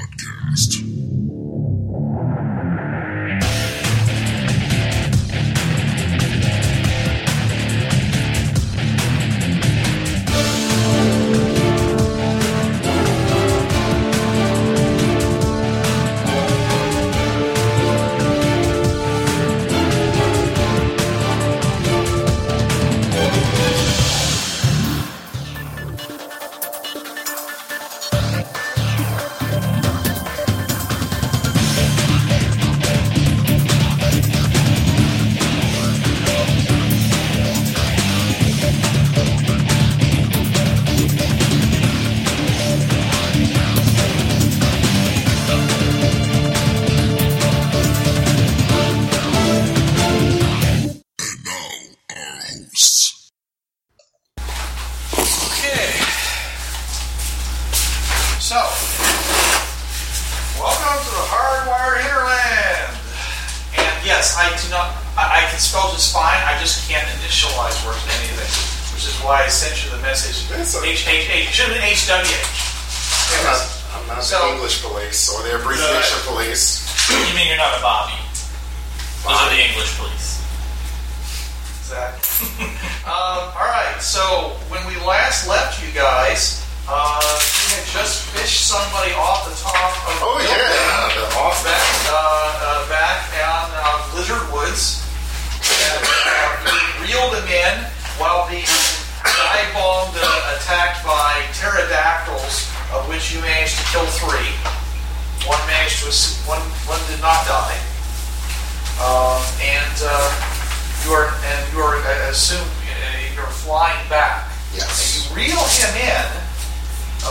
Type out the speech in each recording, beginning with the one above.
podcast. And now, our hosts. Okay. So, welcome to the hardwired hinterland. And yes, I do not. I, I can spell just fine. I just can't initialize words in anything, which is why I sent you the message. That's okay. H H H. Should have been H W H. I'm not, I'm not So- the English police or the abbreviation police. You mean you're not a Bobby? Those are Bobby. the English police. Exactly. um, all right. So when we last left you guys, uh, you had just fished somebody off the top of. the Oh building. yeah, the off back, uh, uh, back out uh, Blizzard Woods and uh, reeled him in while being dive bombed and attacked by pterodactyls, of which you managed to kill three. One managed to, ass- one, one did not die. Um, and uh, you are, and you are uh, assumed uh, you're flying back. Yes. And you reel him in,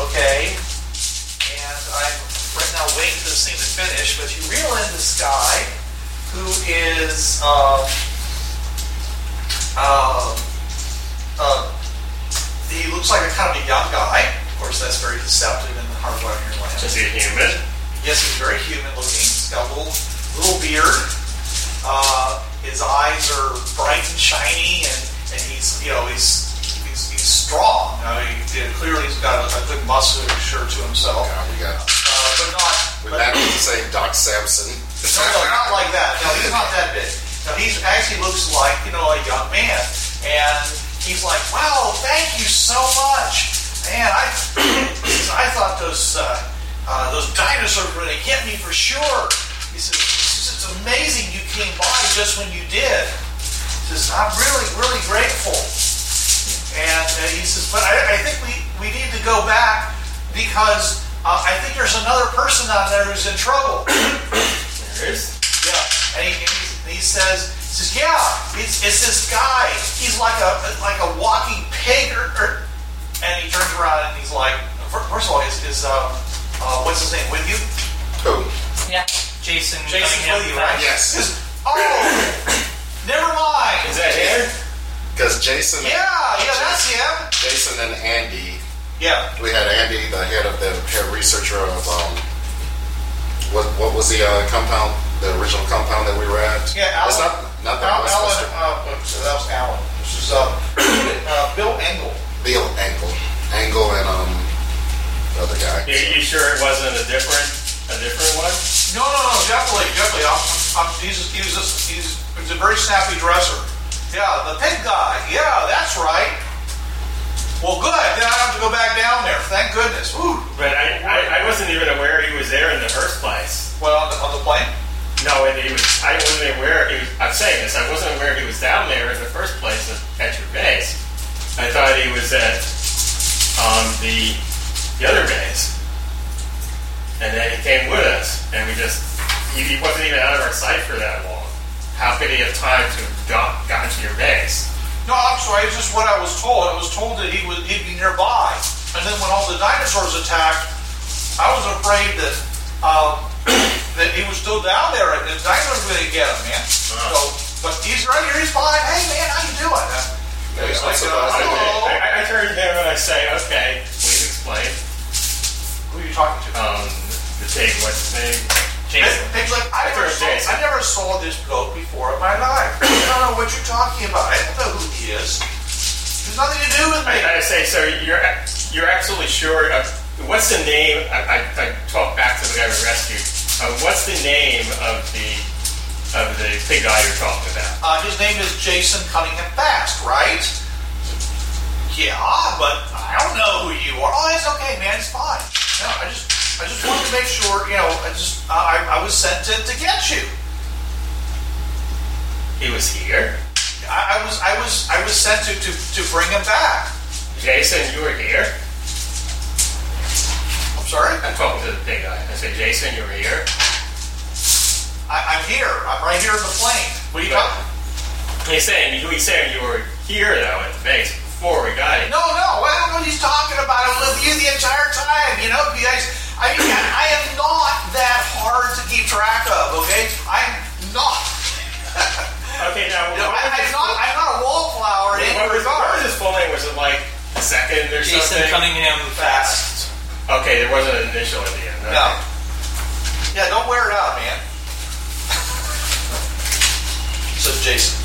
okay, and I'm right now waiting for this thing to finish, but you reel in this guy who is um, um, uh, he looks like a kind of a young guy. Of course, that's very deceptive in the hardware in your land. Is he human? Yes, he's very human looking. He's got a little, little beard. Uh, his eyes are bright and shiny, and, and he's, you know, he's, he's, he's strong. I mean, he- clearly he's got a, a good musculature to himself. God, we got Uh, but not, we but back to the same Doc Sampson. no, no, not like that. No, he's not that big. No, he's actually looks like you know a young man, and he's like, "Wow, thank you so much, man. I I thought those uh, uh, those dinosaurs were gonna get me for sure." He says, "It's it's amazing you came by just when you did." He says, "I'm really really grateful." And uh, he says, but I, I think we, we need to go back because uh, I think there's another person out there who's in trouble. There is. Yeah, and he, and he, he says, he says, yeah, it's, it's this guy. He's like a like a walking pig. Or, or, and he turns around and he's like, fir- first of all, is, is um, uh, what's his name with you? Who? Yeah. Jason. Jason's Cunningham. with you, right? Yes. He says, oh, never mind. Is that hair? Because Jason, Yeah, yeah, that's him. Jason and Andy. Yeah. We had Andy, the head of the head researcher of um, what what was the uh, compound, the original compound that we were at? Yeah, Alan. It's not not the Al- Alan, Westminster. uh, so that was Alan. This is uh, uh, Bill Engel. Bill Angle, Angle, and um, the other guy. You, you sure it wasn't a different, a different one? No, no, no, definitely, definitely. I'm, I'm, he's, just, he's, just, he's, he's a very snappy dresser. Yeah, the pig guy. Yeah, that's right. Well, good. Then I don't have to go back down there. Thank goodness. Woo. But I, I, I wasn't even aware he was there in the first place. Well, on the, on the plane? No, and he was. I wasn't aware. He was, I'm saying this. I wasn't aware he was down there in the first place at, at your base. I thought he was at um, the the other base, and then he came with us, and we just. He, he wasn't even out of our sight for that long. How could he have time to have got, gotten to your base? No, I'm sorry. It's just what I was told. I was told that he would he'd be nearby. And then when all the dinosaurs attacked, I was afraid that um, that he was still down there, and the dinosaurs were gonna get him, man. So, but he's right here. He's fine. Hey, man, how you doing? Uh, Yeah, he's I'm like, uh, surprised they did. hello. I, I, I turn to him and I say, okay, please explain. Who are you talking to? Um, the pig, what's his name? Pig- Jason. Pig's like, I I never, thought saw, Jason. I never saw this bloke before in my life. I don't know what you're talking about. I don't know who he is. There's nothing to do with me. I, I say, so you're a- you're absolutely sure of What's the name? I, I, I talk back to the guy we rescued. Uh, what's the name of the of the pig guy you're talking about? Uh, his name is Jason Cunningham Fast, right? Yeah, but I don't know who you are. Oh, it's okay, man. It's fine. No, I just, I just wanted to make sure. You know, I just, I, I I was sent to, to get you. He was here. I, I was, I was, I was sent to, to, to bring him back. Jason, you were here. I'm sorry. I'm talking to the pig guy. I said, Jason, you were here. I, I'm here. I'm right here in the plane. What are you talking? He's saying he's saying you were here though at the base before we got it. No, no. I don't know what he's talking about. I was with you the entire time. You know, you guys. I mean, I am not that hard to keep track of. Okay, I'm not. Okay, now You know, I, I'm not. I'm not a wallflower in any what was, what was regard. his full name? Was it like second or Jason something? Cunningham Fast. Okay, there wasn't an initial at the end. No. Yeah, don't wear it out, man. so, Jason,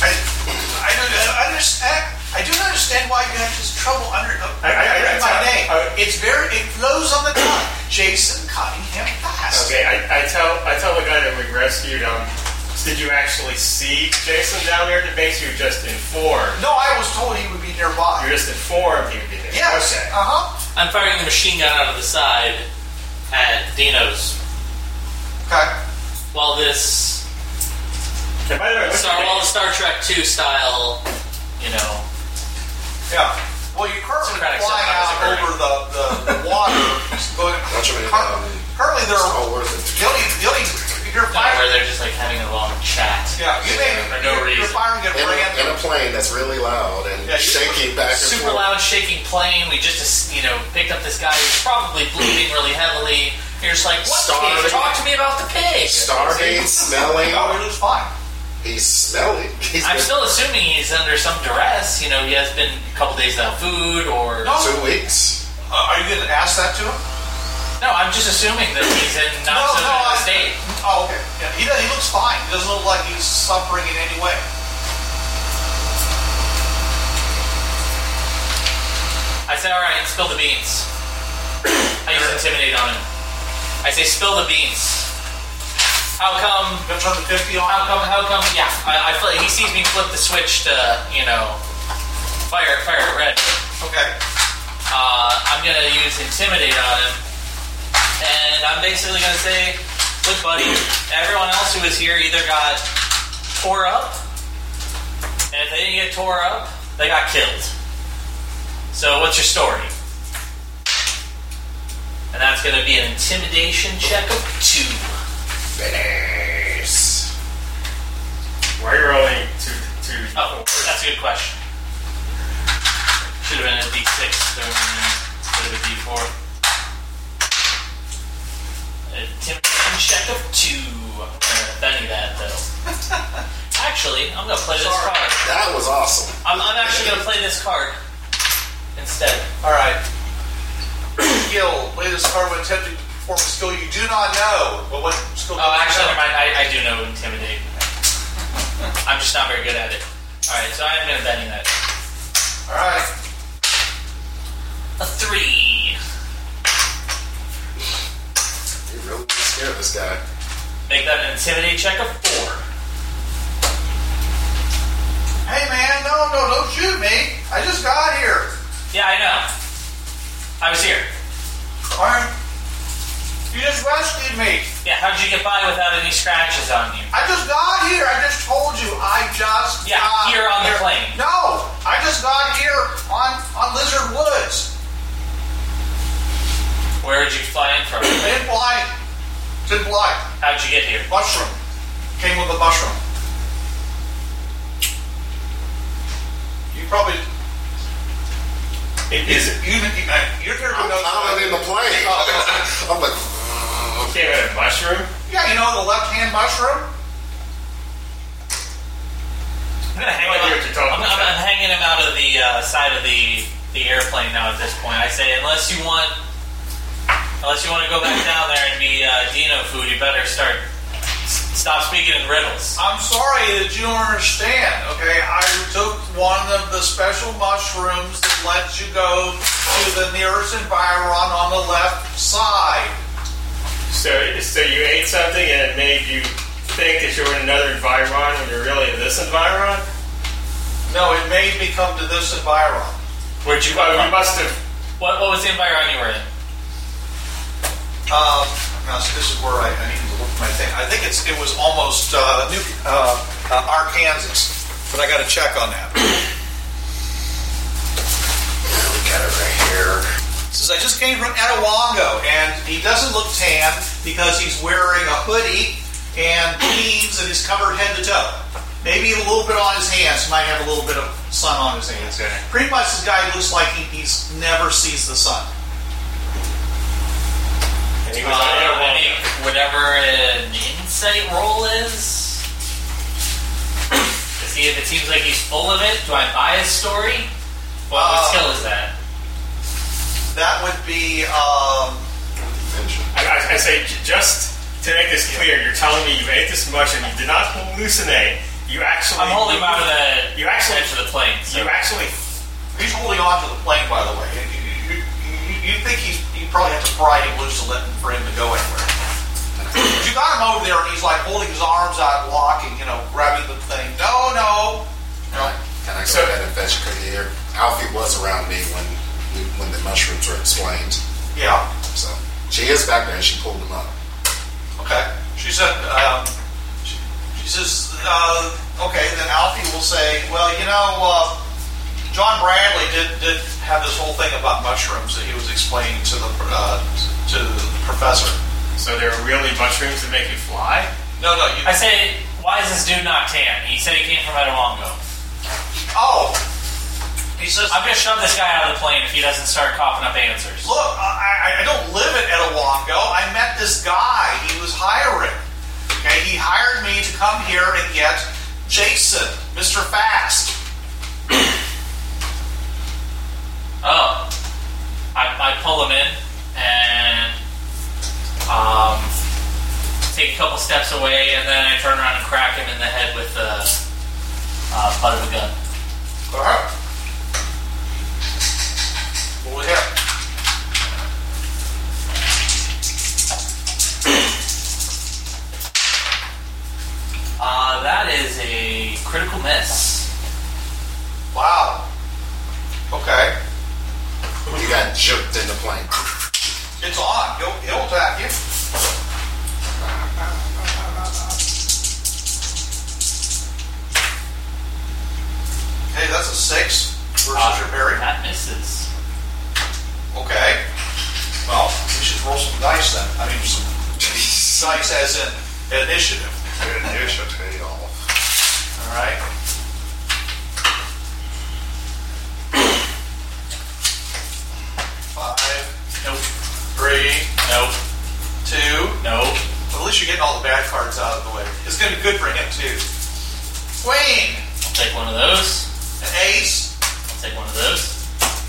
I, I don't I understand. I do not understand why you have this trouble under uh, I- I- I- remembering my I- name. I- it's very. It flows on the tongue. Jason Cunningham Fast. Okay, I, I tell I tell the guy that we rescued. Um, did you actually see Jason down there at the base? You were just informed. No, I was told he would be You nearby. were just informed he would be there. Yes. Okay. Uh huh. I'm firing the machine gun out of the side at Dino's. Okay. While this, And by the way, what's Star, the while the name? Star Trek 2 style, you know, Yeah. Well, you're currently Socratic flying sometimes out are over the, the, the water. going, Don't you mean, cur- um, currently, there It's are all worth it. The only, the only, you're not where firing. they're just like having a long chat. Yeah, you may, For no you're, reason. you're firing at In a, in random. a plane that's really loud and Yeah, you- shaking back and Super forth. loud, shaking plane. We just, you know, picked up this guy who's probably bleeding really heavily. You're just like, what Starving. pig? Talk to me about the pig. Starving, smelling. No, it is oh, fine. He's smelly. He's I'm been still assuming he's under some duress. You know, he has been a couple days without food, or No. two weeks. Uh, are you going to ask that to him? no. I'm just assuming that he's in not so good of a state. Oh, okay. Yeah, he, does, he looks fine. He doesn't look like he's suffering in any way. I say, all right, spill the beans. I use intimidate on him. I say, spill the beans. How come? You gonna turn the 50 on? How come? How come? Yeah, I, I fl- he sees me flip the switch to you know, fire, fire at red. Okay. Uh, I'm gonna use intimidate on him, and I'm basically gonna say, look, buddy, everyone else who was here either got tore up, and if they didn't get tore up, they got killed. So what's your story? And that's gonna be an intimidation check of two. Yes. Why are you rolling two two? Oh, that's a good question. Should have been a D6 thrown in there instead of a D4. Uh, Intimidation check of two. I'm gonna Benny that though. Actually, I'm gonna play this Sorry. card. That was awesome. I'm, I'm actually gonna play this card instead. All right. skill. Play this card when attempting to perform a skill you do not know. But what skill do Oh, you actually, know? never mind. I, I do know intimidate. I'm just not very good at it. All right, so I am gonna Benny that. All right. A three. You really scared this guy. Make that an intimidate check of four. Hey, man. No, no, don't shoot me. I just got here. Yeah, I know. I was here. All right. You just rescued me. Yeah, how did you get by without any scratches on you? I just got here. I just told you. I just Yeah, got here on the plane. No, I just got here on on Lizard Woods. Where did you fly in I from? didn't fly. Didn't fly. How'd you get here? Mushroom came with a mushroom. You probably It is. you uh, you're here to I'm know. pounding in the plane. I'm like, "Mm, It came out of mushroom. Yeah, you know the left hand mushroom. I'm gonna hang No him idea out. what you're talking I'm, I'm- about. I'm hanging him out of the uh, side of the the airplane now. At this point, I say, unless you want, unless you want to go back down there and be uh, Dino food, you better start s- stop speaking in riddles. I'm sorry that you don't understand. Okay, I took one of the special mushrooms that lets you go to the nearest environ on the left side. So, so you ate something and it made you think that you're in another environ when you're really in this environ? No, it made me come to this environ. Where'd you Well, come you from? must have. What, what was the environment you were in? Um, now, so this is where I, I need to look at my thing. I think it's it was almost uh, New uh, uh, Arkansas, but I got to check on that. We got it right here. Says I just came from Etawango, and he doesn't look tan because he's wearing a hoodie and jeans and he's covered head to toe. Maybe a little bit on his hands. He might have a little bit of sun on his hands. Okay. Pretty much, this guy looks like he he's never sees the sun. And he Uh, was on your wall. any- whatever an insight roll is. to see if it seems like he's full of it. Do I buy his story? What, what Uh, skill is that? That would be um, Invention. I, I, I say, j- just to make this clear, you're telling me you ate this much and you did not hallucinate. You actually. I'm holding him out of the You actually- edge of the plane. So. You actually. He's holding on to the plane, by the way. You, you- you- you think he's, you probably have to pry him loose to let him, for him to go anywhere. But you got him over there, and he's like holding his arms out, blocking, you know, grabbing the thing. No, no. You know, Can I go So- ahead and fetch a cookie here? Alfie was around me when we- when the mushrooms were explained. yeah. So she is back there and she pulled them up. Okay. She said, um, she, she says, uh, okay, then Alfie will say, well, you know, uh, John Bradley did, did have this whole thing about mushrooms that he was explaining to the, uh, to the professor. So there are really mushrooms that make you fly? No, no, you, I say, why is this dude not tan? He said he came from Etowongo. oh, he says, I'm gonna shove this guy out of the plane if he doesn't start coughing up answers. look, I, I- I don't live at Etawango. I met this guy. He was hiring. Okay, he hired me to come here and get Jason, Mr. Fast. Oh. I, I pull him in and um, take a couple steps away, and then I turn around and crack him in the head with the uh, butt of a gun. Uh-huh. What was that? Uh, that is a critical miss. Wow. Okay. You got juked in the plane. It's on. He'll, he'll attack you. Hey, that's a six versus Uh, your parry. That misses. Okay. Well, we should roll some dice then. I mean, some dice as in initiative. All right. Five, Nope. three, Nope. two. Nope. At least you're getting all the bad cards out of the way. It's going to be good for him too. Queen, I'll take one of those. an ace. I'll take one of those.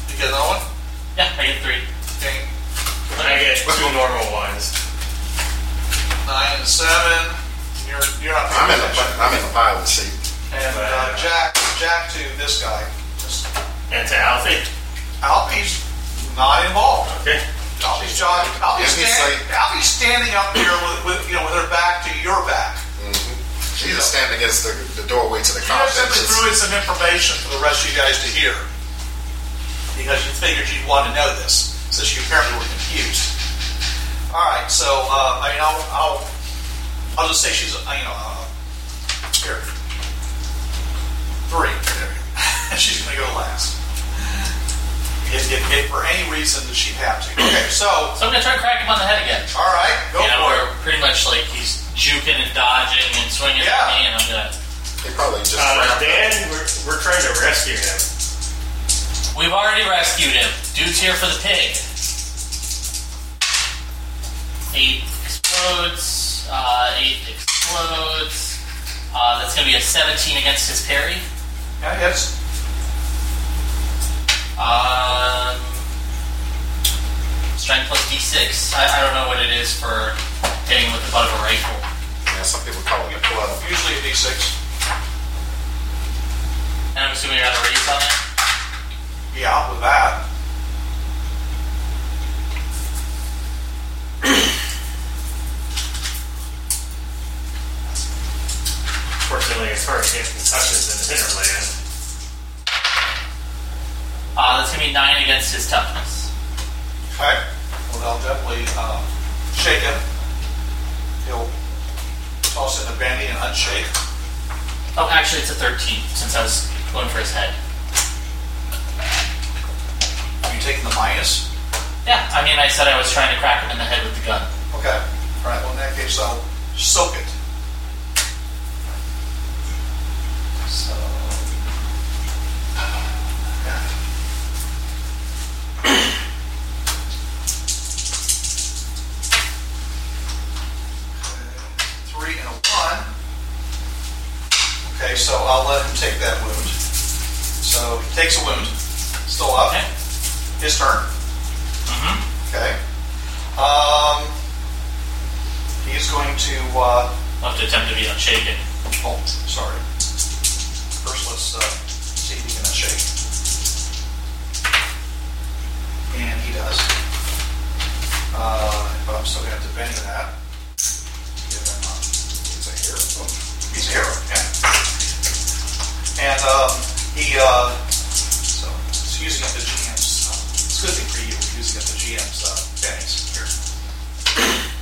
You get another one. Yeah, I get three. King, And I get two normal ones. nine and seven. You're you're not. I'm in the I'm in the pilot seat. And uh, Jack, Jack to this guy. Just And to Alfie. Alfie's not involved. Okay. Alfie's John. Alfie's, Isn't he stand, saying- Alfie's standing up there with, with you know with her back to your back. She's just standing against the, the doorway to the You guys simply conference. threw in some information for the rest of you guys to hear because you figured you'd want to know this since you apparently were confused. All right, so uh, I mean, I'll, I'll I'll just say she's uh, you know uh, here three. There you go. she's gonna go last. If, if, if for any reason that she'd have to. Okay, so So I'm gonna try to crack him on the head again. all right, go you know, for where it. pretty much like he's juking and dodging and swinging Yeah. at me, and I'm gonna. They probably just Uh, grabbed her. Dan, we're, we're trying to rescue him. We've already rescued him. Dude's here for the pig. Eight explodes. Uh, eight explodes. Uh, that's gonna be a 17 against his parry. Yeah, yes. Um, strength plus d6. I, I don't know what it is for hitting with the butt of a rifle. Yeah, some people call it a club. Usually a D6. And I'm assuming you're out of raise on it. Yeah, with that. touches in Hinterland. Uh, that's gonna be nine against his toughness. Okay. Well, they'll definitely um, shake him. He'll toss in the bandy and unshake. Oh, actually, it's a thirteen since I was going for his head. Are you taking the minus? Yeah, I mean, I said I was trying to crack him in the head with the gun. Okay. All right. Well, in that case, I'll soak it. So. Three and a one. Okay, so I'll let him take that wound. So he takes a wound. Still up. Okay. His turn. Okay. Um, he is going to. Uh, I'll have to attempt to be unshaken. oh, sorry. First, let's uh, see if he can shake. And he does. Uh, but I'm still going to have to bend to that. Give him a, he's a hero. Oh, he's a hero, yeah. And um, he. Uh, so, it's using up the GM's. Uh, it's a good thing for you, using up the GM's uh, bennies here.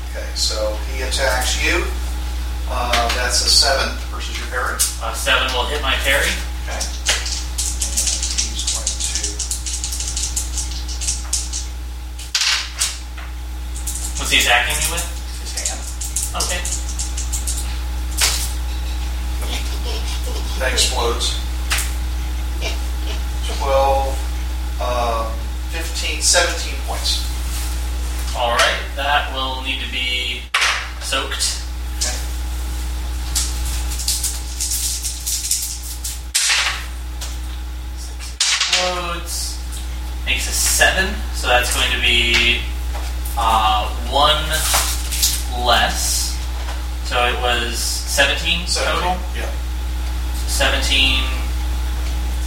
Okay, so he attacks you. Uh, that's a seven versus your parry. Uh, seven will hit my parry. Okay. And he's going to. What's he attacking me with? His hand. Okay. That explodes. 12, uh, 15, 17 points. All right, that will need to be soaked. Okay. Explodes. Makes a seven, so that's going to be uh, one less. So it was 17 total. Yeah. 17,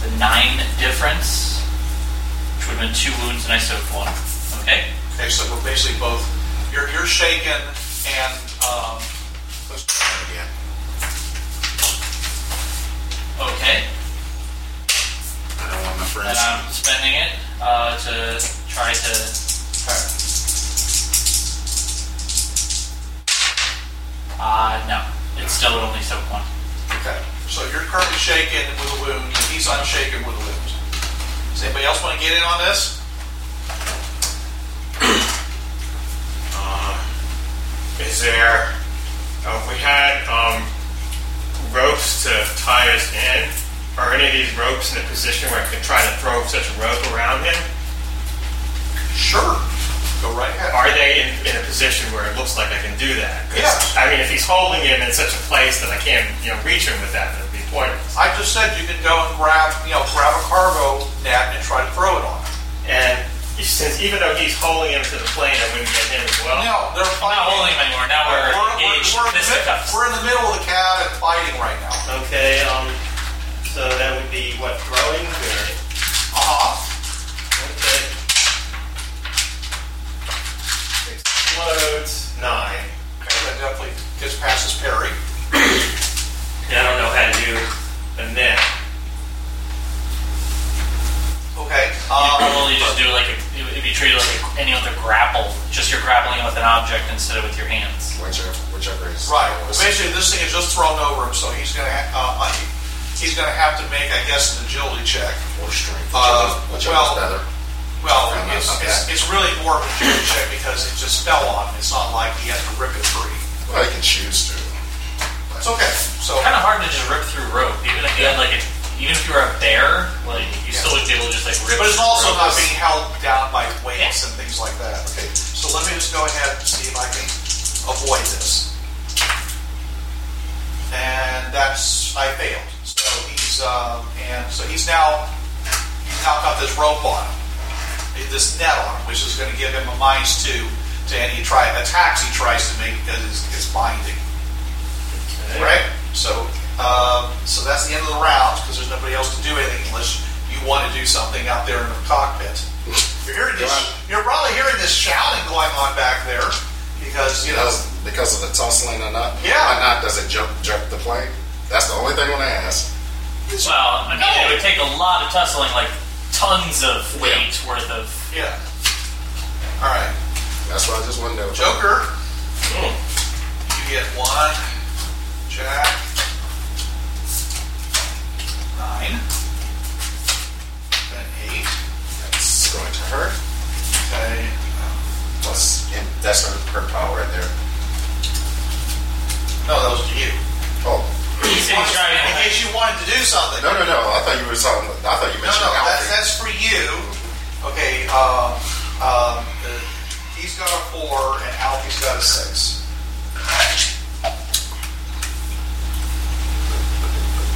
the nine difference, which would have been two wounds, and I soaked one. Okay. Okay, so we're basically both. You're, you're shaken and. Um, let's- Yeah. Okay. I don't want my And friends. I'm spending it uh, to try to okay. Uh, no. It still would only soak one. okay. So you're currently shaken with a wound, and he's unshaken with a wound. Does anybody else want to get in on this? Is there? Uh, we had um, ropes to tie us in. Are any of these ropes in a position where I could try to throw such a rope around him? Sure. Go right ahead. Are they in, in a position where it looks like I can do that? 'Cause, Yeah. I mean, if he's holding him in such a place that I can't, you know, reach him with that, that'd be pointless. I just said you can go and grab, you know, grab a cargo net and try to throw it on. him. And since even though he's holding him to the plane, I wouldn't get him as well. No, they're I'm not fighting. holding him anymore. Now We're, we're we're, engaged. we're in the, mid- Fisticuffs. we're in the middle of the cab and fighting right now. Okay. Um. So that would be what throwing or. Uh-huh. Okay. Explodes nine. Okay, that definitely gets past his parry. Yeah, I don't know how to do a net. Okay. You Um, probably just do like a, it would be treated like any other grapple. Just you're grappling with an object instead of with your hands. Whichever, whichever is. right. Well, basically, this thing is just thrown over him, so he's gonna ha- uh, uh, he's gonna have to make, I guess, an agility check. Or strength. Uh, Whichever- Whichever's well- better. Well, Fair it's, enough, it's, yeah. it's really more of an agility check because it just fell on him. It's not like he had to rip it free. Well, you can choose to. It's okay. So Kind of hard to just rip through rope, even if you had like a, even if you were a bear, like you still would be able to just like rip. But it's through also rope. not being held down by weights and things like that. Okay, so let me just go ahead and see if I can avoid this. And that's I failed. So he's um, and so he's now he's now got this rope on him, this net on him, which is going to give him a minus two to any try attacks he tries to make because it's, it's binding, right? So um, so that's the end of the round because there's nobody else to do anything unless you want to do something out there in the cockpit. You're hearing this. You're probably hearing this shouting going on back there because you know. Because, because of the tussling or not. Yeah. Why not? Does it jump jump the plane? That's the only thing I'm gonna ask. Well, I mean, it would take a lot of tussling, like tons of weight worth of. Yeah. All right. That's why I just wanted to know. Joker, you get one. Jack, nine. Then eight. That's going to her. Okay. Plus, and that's her, her power right there. No, that was to you. Oh. He's In trying case you wanted to do something. No, no, no. I thought you were talking. I thought you No, mentioned no, that, Alfred. that's for you. Okay, uh, um, uh, he's got a four and Alfie's got a six.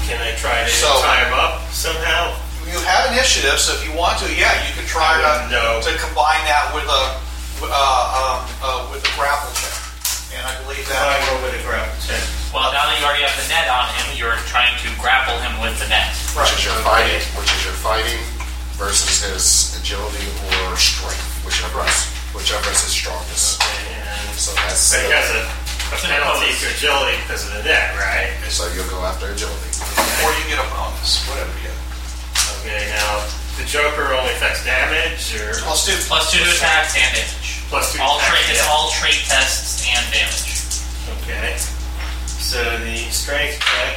Can I try to So- tie him up somehow? You have initiative, so if you want to, yeah, you can try to, No. to combine that with a uh, um, uh, with a grapple check. And I believe I that. go with a grab check. Well, now that you already have the net on him, you're trying to grapple him with the net. Which is your fighting, which is your fighting versus his agility or strength, whichever is whichever is his strongest. And So that's so he has a, a It's an penalty opponent. to agility because of the net, right? so you'll go after agility. Or you get a bonus, whatever you get. Okay, now the Joker only affects damage or Well, Stu, Plus two to attacks and damage. Plus two to all attacks, trait, It's yeah. all trait tests and damage. Okay. So the strength check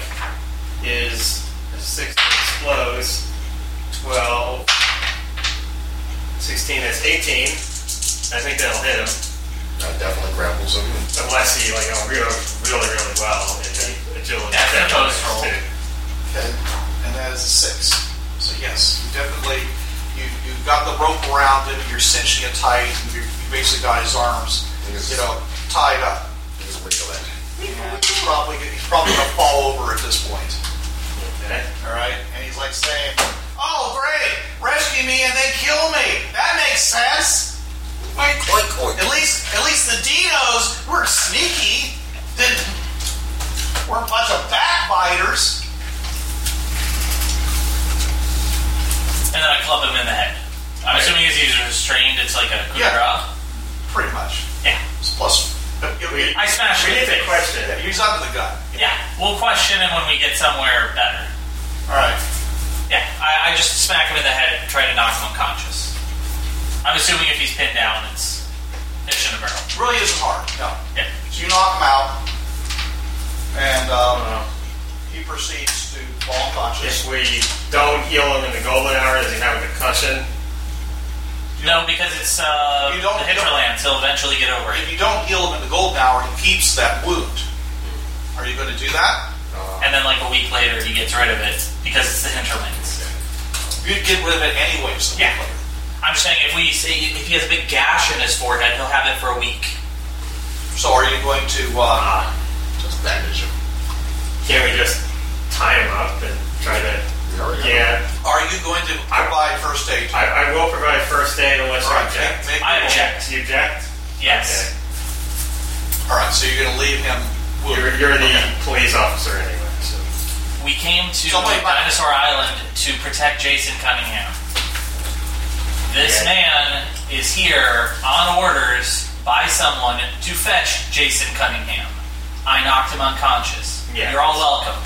is a 6 that explodes, 12, 16, that's 18. I think that'll hit him, That definitely grapples him. unless he like oh, really, really, really well in the agility. That's an opposed roll. Okay, and that is a six. So yes, you definitely you you got the rope around him. You're cinching it tight. And you you basically got his arms, Yes. you know, tied up. He's wiggling. And he's probably he's probably gonna fall over at this point. Okay. All right, and he's like saying, "Oh great, rescue me and then kill me. That makes sense. Like, Oink, oink. at least at least the Dinos were sneaky. Then we're a bunch of backbiters." And then I club him in the head. I'm assuming as he's restrained, it's like a coup Yeah. de grace. Pretty much. Yeah. It's plus. It'll be- I smash We him. need to question it. He's under the gun. Yeah. We'll question him when we get somewhere better. All right. Yeah. I, I just smack him in the head and try to knock him unconscious. I'm assuming if he's pinned down, it's fish in a barrel. Really isn't hard. No. Yeah. So you knock him out, and um, Uh, he proceeds to fall unconscious. if we don't heal him in the golden hour, does he have a concussion? No, because it's uh, You don't- the hinterlands. He'll eventually get over it. If you don't heal him in the golden hour, he keeps that wound. Are you going to do that? And then, like a week later, he gets rid of it because it's the hinterlands. You'd get rid of it anyways. Yeah. I'm just saying, if we say if he has a big gash in his forehead, he'll have it for a week. So are you going to? Uh, Just bandage him. Can't we just tie him up and try to? We already got him. Yeah, are you going to provide first aid? I, I will provide first aid unless All you right. object. Make, make, I object. You object? Yes. all right. So you're going to leave him. Okay. Wounded. You're, you're the police officer anyway, so. We came to Somebody might- Dinosaur Island to protect Jason Cunningham. This Yeah. man is here on orders by someone to fetch Jason Cunningham. I knocked him unconscious. Yeah. You're all welcome.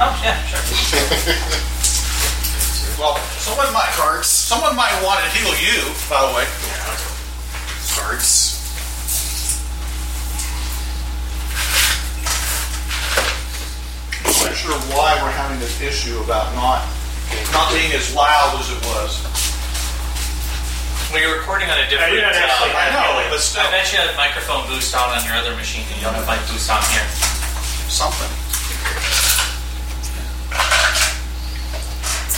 Oh yeah, sure. Well, someone might Someone might want to heal you. By the way. Cards. I'm not sure why we're having this issue about not not being as loud as it was. Well, you're recording on a different. you're not actually- uh, I know, but still. I bet you have microphone boost on on your other machine, and you don't have mic boost on here. something.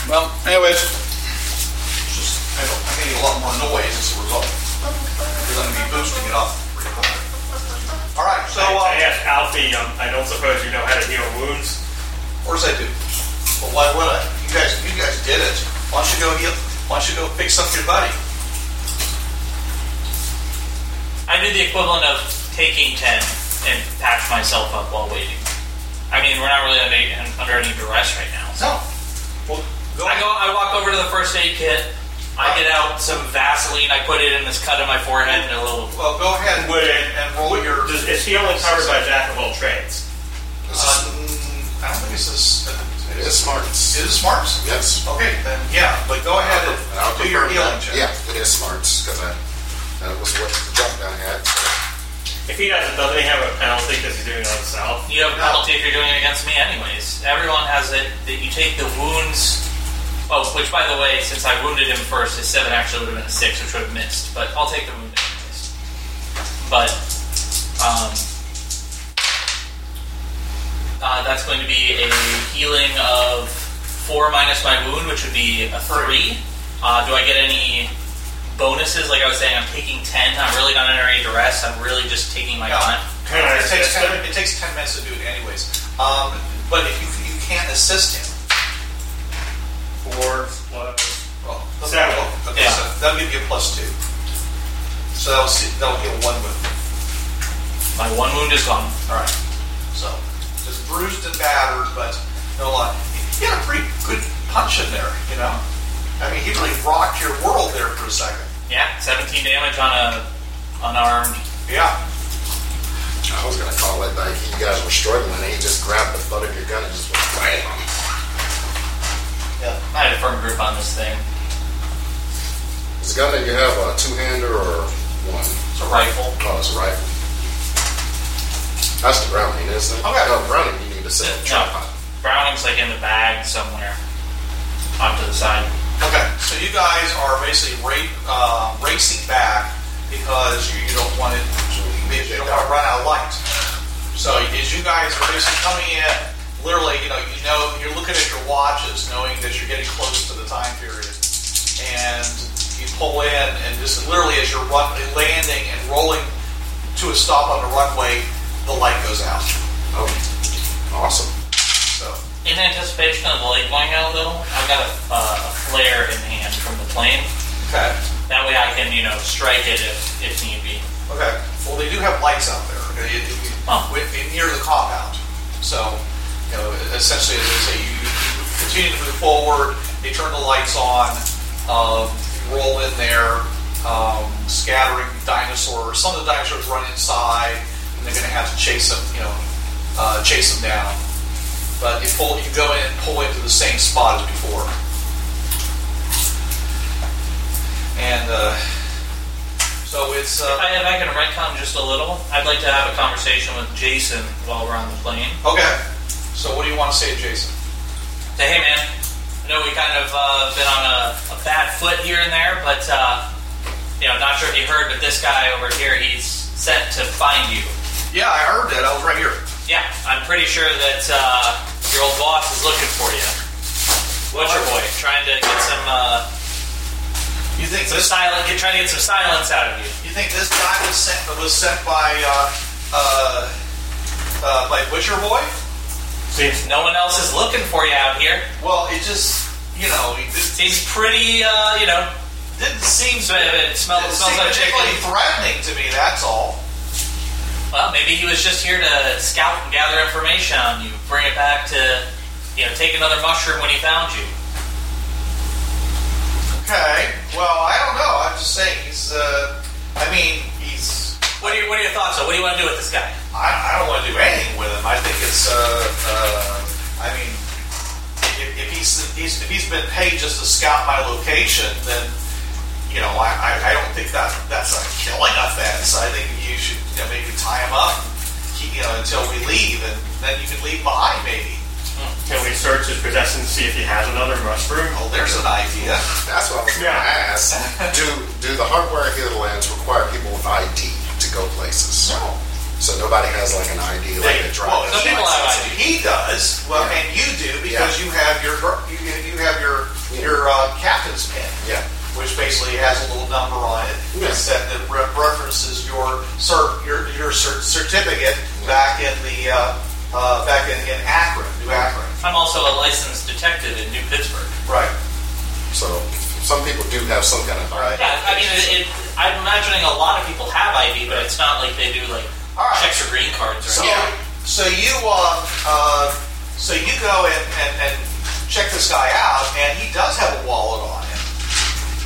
Well, anyways, it's just I, don't, I made a lot more noise as a result. You're going to be boosting it up. pretty high. All right, so I, I uh, asked Alfie, um, I don't suppose you know how to heal wounds? of course I do. But why would I? You guys, you guys did it. Why don't you go heal? Why don't you go fix up your buddy? I did the equivalent of taking 10 and patch myself up while waiting. I mean, we're not really under, under any duress right now. No. Well, go. I go, I walk over to the first aid kit. I get out some Vaseline. I put it in this cut on my forehead and a little. Well, go ahead Would it- and, and roll your. Does, is healing covered by jack of all trades? This is- Um, I don't think it's this. It is smarts. Is it smarts? Yes. Okay, then yeah, but go ahead and And I'll do your confirm healing that. check. Yeah, it is smarts because I that was what the jump down had. So. If he doesn't, doesn't he have a penalty because he's doing it on himself? You have a penalty if you're doing it against me, anyways. Everyone has it that you take the wounds. Oh, which by the way, since I wounded him first, his seven actually would have been a six, which would have missed. But I'll take the wound anyways. But um, uh, that's going to be a healing of four minus my wound, which would be a three. Uh, do I get any bonuses? Like I was saying, I'm taking ten. I'm really not under any duress. I'm really just taking my No. time. It takes ten. It takes ten minutes to do it, anyways. Um, but if you you can't assist him, Four plus. well, Seven. Okay, Yeah. so that'll give you a plus two. So that'll see, that'll heal one wound. My one wound is gone. All right. So just bruised and battered, but no lot. He had a pretty good punch in there, you know. I mean, he really rocked your world there for a second. Yeah, 17 damage on a unarmed. Yeah. I was gonna call it like you guys were struggling and he just grabbed the butt of your gun and just went bam. Yeah. I had a firm grip on this thing. This gun that you have a two hander or one? It's a rifle. Oh, it's a rifle. That's the brownie, isn't it? Okay. No, brownie you need to set the No. tripod. Browning's like in the bag somewhere, off to the side. Okay, so you guys are basically ra- uh, racing back because you, you don't want it. Because you don't want to run out of light. So as you guys are basically coming in, literally, you know, you know, you're looking at your watches, knowing that you're getting close to the time period, and you pull in, and just literally as you're run- landing and rolling to a stop on the runway, the light goes out. Oh, awesome. So. In anticipation of the light going out, though, I've got a, uh, a flare in hand from the plane. Okay. That way I can, you know, strike it if, if need be. Okay. Well, they do have lights out there uh, it- it- Oh. with- in- near the compound. So, you know, essentially, as I say, you, you continue to move forward. They turn the lights on. Um, you roll in there, um, scattering dinosaurs. Some of the dinosaurs run inside, and they're going to have to chase them. You know, uh, chase them down. But you pull, you go in and pull into the same spot as before. And uh, so it's. Uh, If I, if I can retcon just a little, I'd like to have a conversation with Jason while we're on the plane. Okay. So what do you want to say, Jason? Say, hey man, I know we kind of uh, been on a, a bad foot here and there, but uh, you know, not sure if you heard, but this guy over here, he's sent to find you. Yeah, I heard that. I was right here. Yeah, I'm pretty sure that uh, your old boss is looking for you. What's your boy? Trying to get some uh, You think some this? silence, trying to get some silence out of you. You think this guy was sent was sent by uh, uh, uh, by Butcher Boy? Seems No one else is looking for you out here. Well, it just you know it just He's pretty, uh, you know, didn't seem so it smells, didn't smells seem like particularly chicken. threatening to me. That's all. Well, maybe he was just here to scout and gather information on you, bring it back to, you know, take another mushroom when he found you. Okay. Well, I don't know. I'm just saying he's. Uh, I mean, he's. What are your, what are your thoughts? On what do you want to do with this guy? I, I don't want to do anything with him. I think it's. Uh, uh, I mean, if, if he's, he's if he's been paid just to scout my location, then you know I, I, I don't think that that's a killing offense. I think you should you know, maybe tie him up, keep, you know, until we leave, and then you can leave behind maybe. Can we search his possession to see if he has another mushroom? Well, Oh, there's an idea. That's what I was gonna Yeah. ask. Do do the hardware headlands require people with ID to go places? No. So nobody has like an ID like a well, driver's some people license. have ID. He does. Well, Yeah. and you do because you have your you, you have your your uh, captain's pin. Yeah. which basically has a little number on it that Yes. said that re- references your cert, your your cert- certificate back in the uh, uh, back in, in Akron, New Akron. I'm also a licensed detective in New Pittsburgh. Right. So some people do have some kind of Right. ID. Yeah, I mean, it, it, I'm imagining a lot of people have ID, but it's not like they do like All right. checks or green cards or So anything. so you uh, uh, so you go and, and, and check this guy out, and he does have a wallet on him,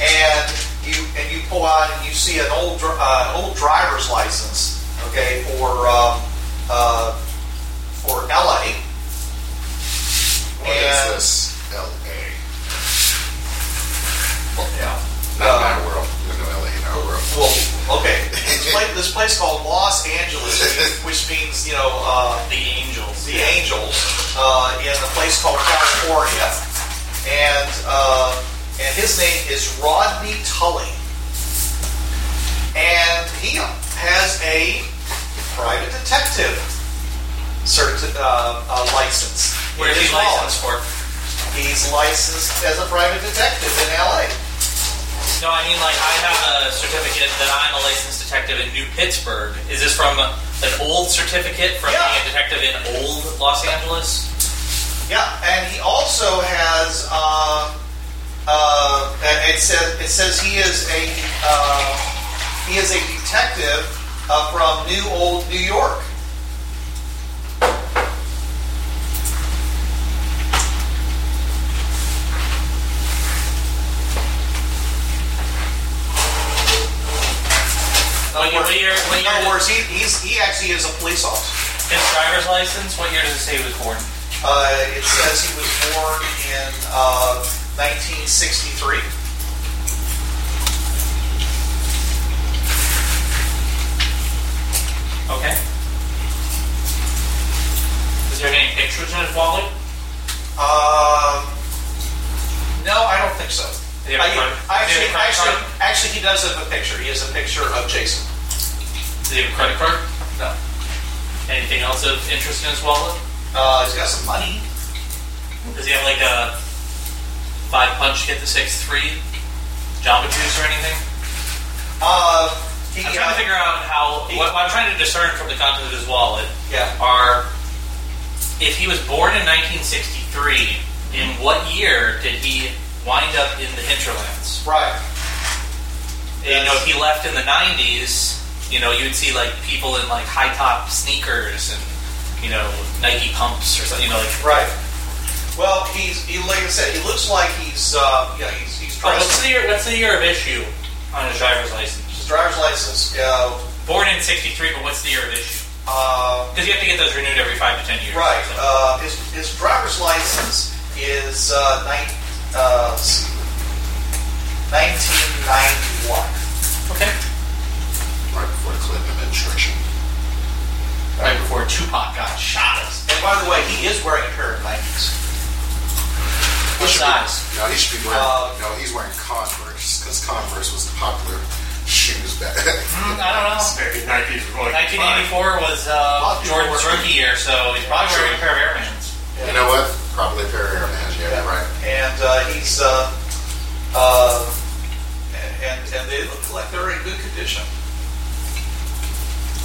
and you and you pull out and you see an old dr- uh, old driver's um, license, okay, for uh, uh, for LA. What is And- this? L.A. Yeah. Not Uh, my world. There's no L.A. in our world. Well, okay. This place, this place called Los Angeles, which means you know uh, The Angels. the Angels, uh, in a place called California, and uh, and his name is Rodney Tully, and he has a private detective certi- uh, uh, license. Where is in he his wallet. licensed for? He's licensed as a private detective in L.A. No, I mean like I have a certificate that I'm a licensed detective in New Pittsburgh. Is this from a, an old certificate from Yeah. being a detective in old Los Angeles? Yeah, and he also has. Um, uh, and it says it says he is a uh, he is a detective uh, from New Old New York. What year- what year- what In year other did- words, he, he's, he actually is a police officer. His driver's license. What year does it say he was born? Uh, it says he was born in uh, 1963. Okay. Does he have any pictures in his wallet? Um, no, I don't think so. Did he have a I- crime- actually, did he have a crime actually, card? actually, he does have a picture. He has a picture of Jason. Does he have a credit card? No. Anything else of interest in his wallet? Uh, he's got some money. Does he have like a five punch hit the six three Jamba Juice or anything? Uh, he, I'm trying to figure out how. What, what I'm trying to discern from the content of his wallet yeah. are if he was born in 1963, in what year did he wind up in the hinterlands? Right. You know, if he left in the 90s, you know, you would see like people in like high top sneakers and you know Nike pumps or something. You know, like Right. Well, he's he, like I said, he looks like he's uh, yeah, he's he's Oh, dressed. what's the year? What's the year of issue on his driver's license? his driver's license. Uh, Born in '63, but what's the year of issue? uh, Because you have to get those renewed every five to ten years. right. So- Uh, his his driver's license is uh, nine, uh, 1991. okay. Right before the Clinton administration. Right before Tupac got shot. And by the way, he is wearing a pair of Nikes. What size? No, he should be wearing. Uh, no, he's wearing Converse because Converse was the popular shoes back. Mm, I don't know. Maybe Nike's really fine. 1984 was uh, Jordan's rookie year, so he's probably wearing a pair of Air Mans. You know what? Probably a pair of Air Max. Yeah, you're right. And uh, he's uh, uh, and and they look like they're in good condition.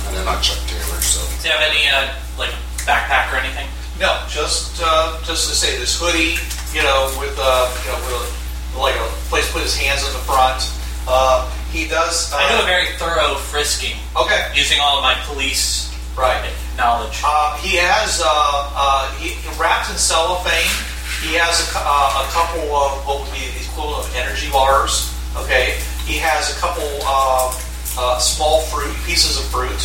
And then not Chuck Taylor. So Does he have any uh, like backpack or anything? No, just uh, just to say this hoodie, you know, with uh, you know, with a, like a place to put his hands in the front. Uh, he does. Uh, I do a very thorough frisking okay, using all of my police right. knowledge. Uh, he has uh, uh, he, wrapped in cellophane. He has a, cou- uh, a couple of what would be the equivalent of energy bars. Okay, he has a couple uh, uh, small fruit pieces of fruit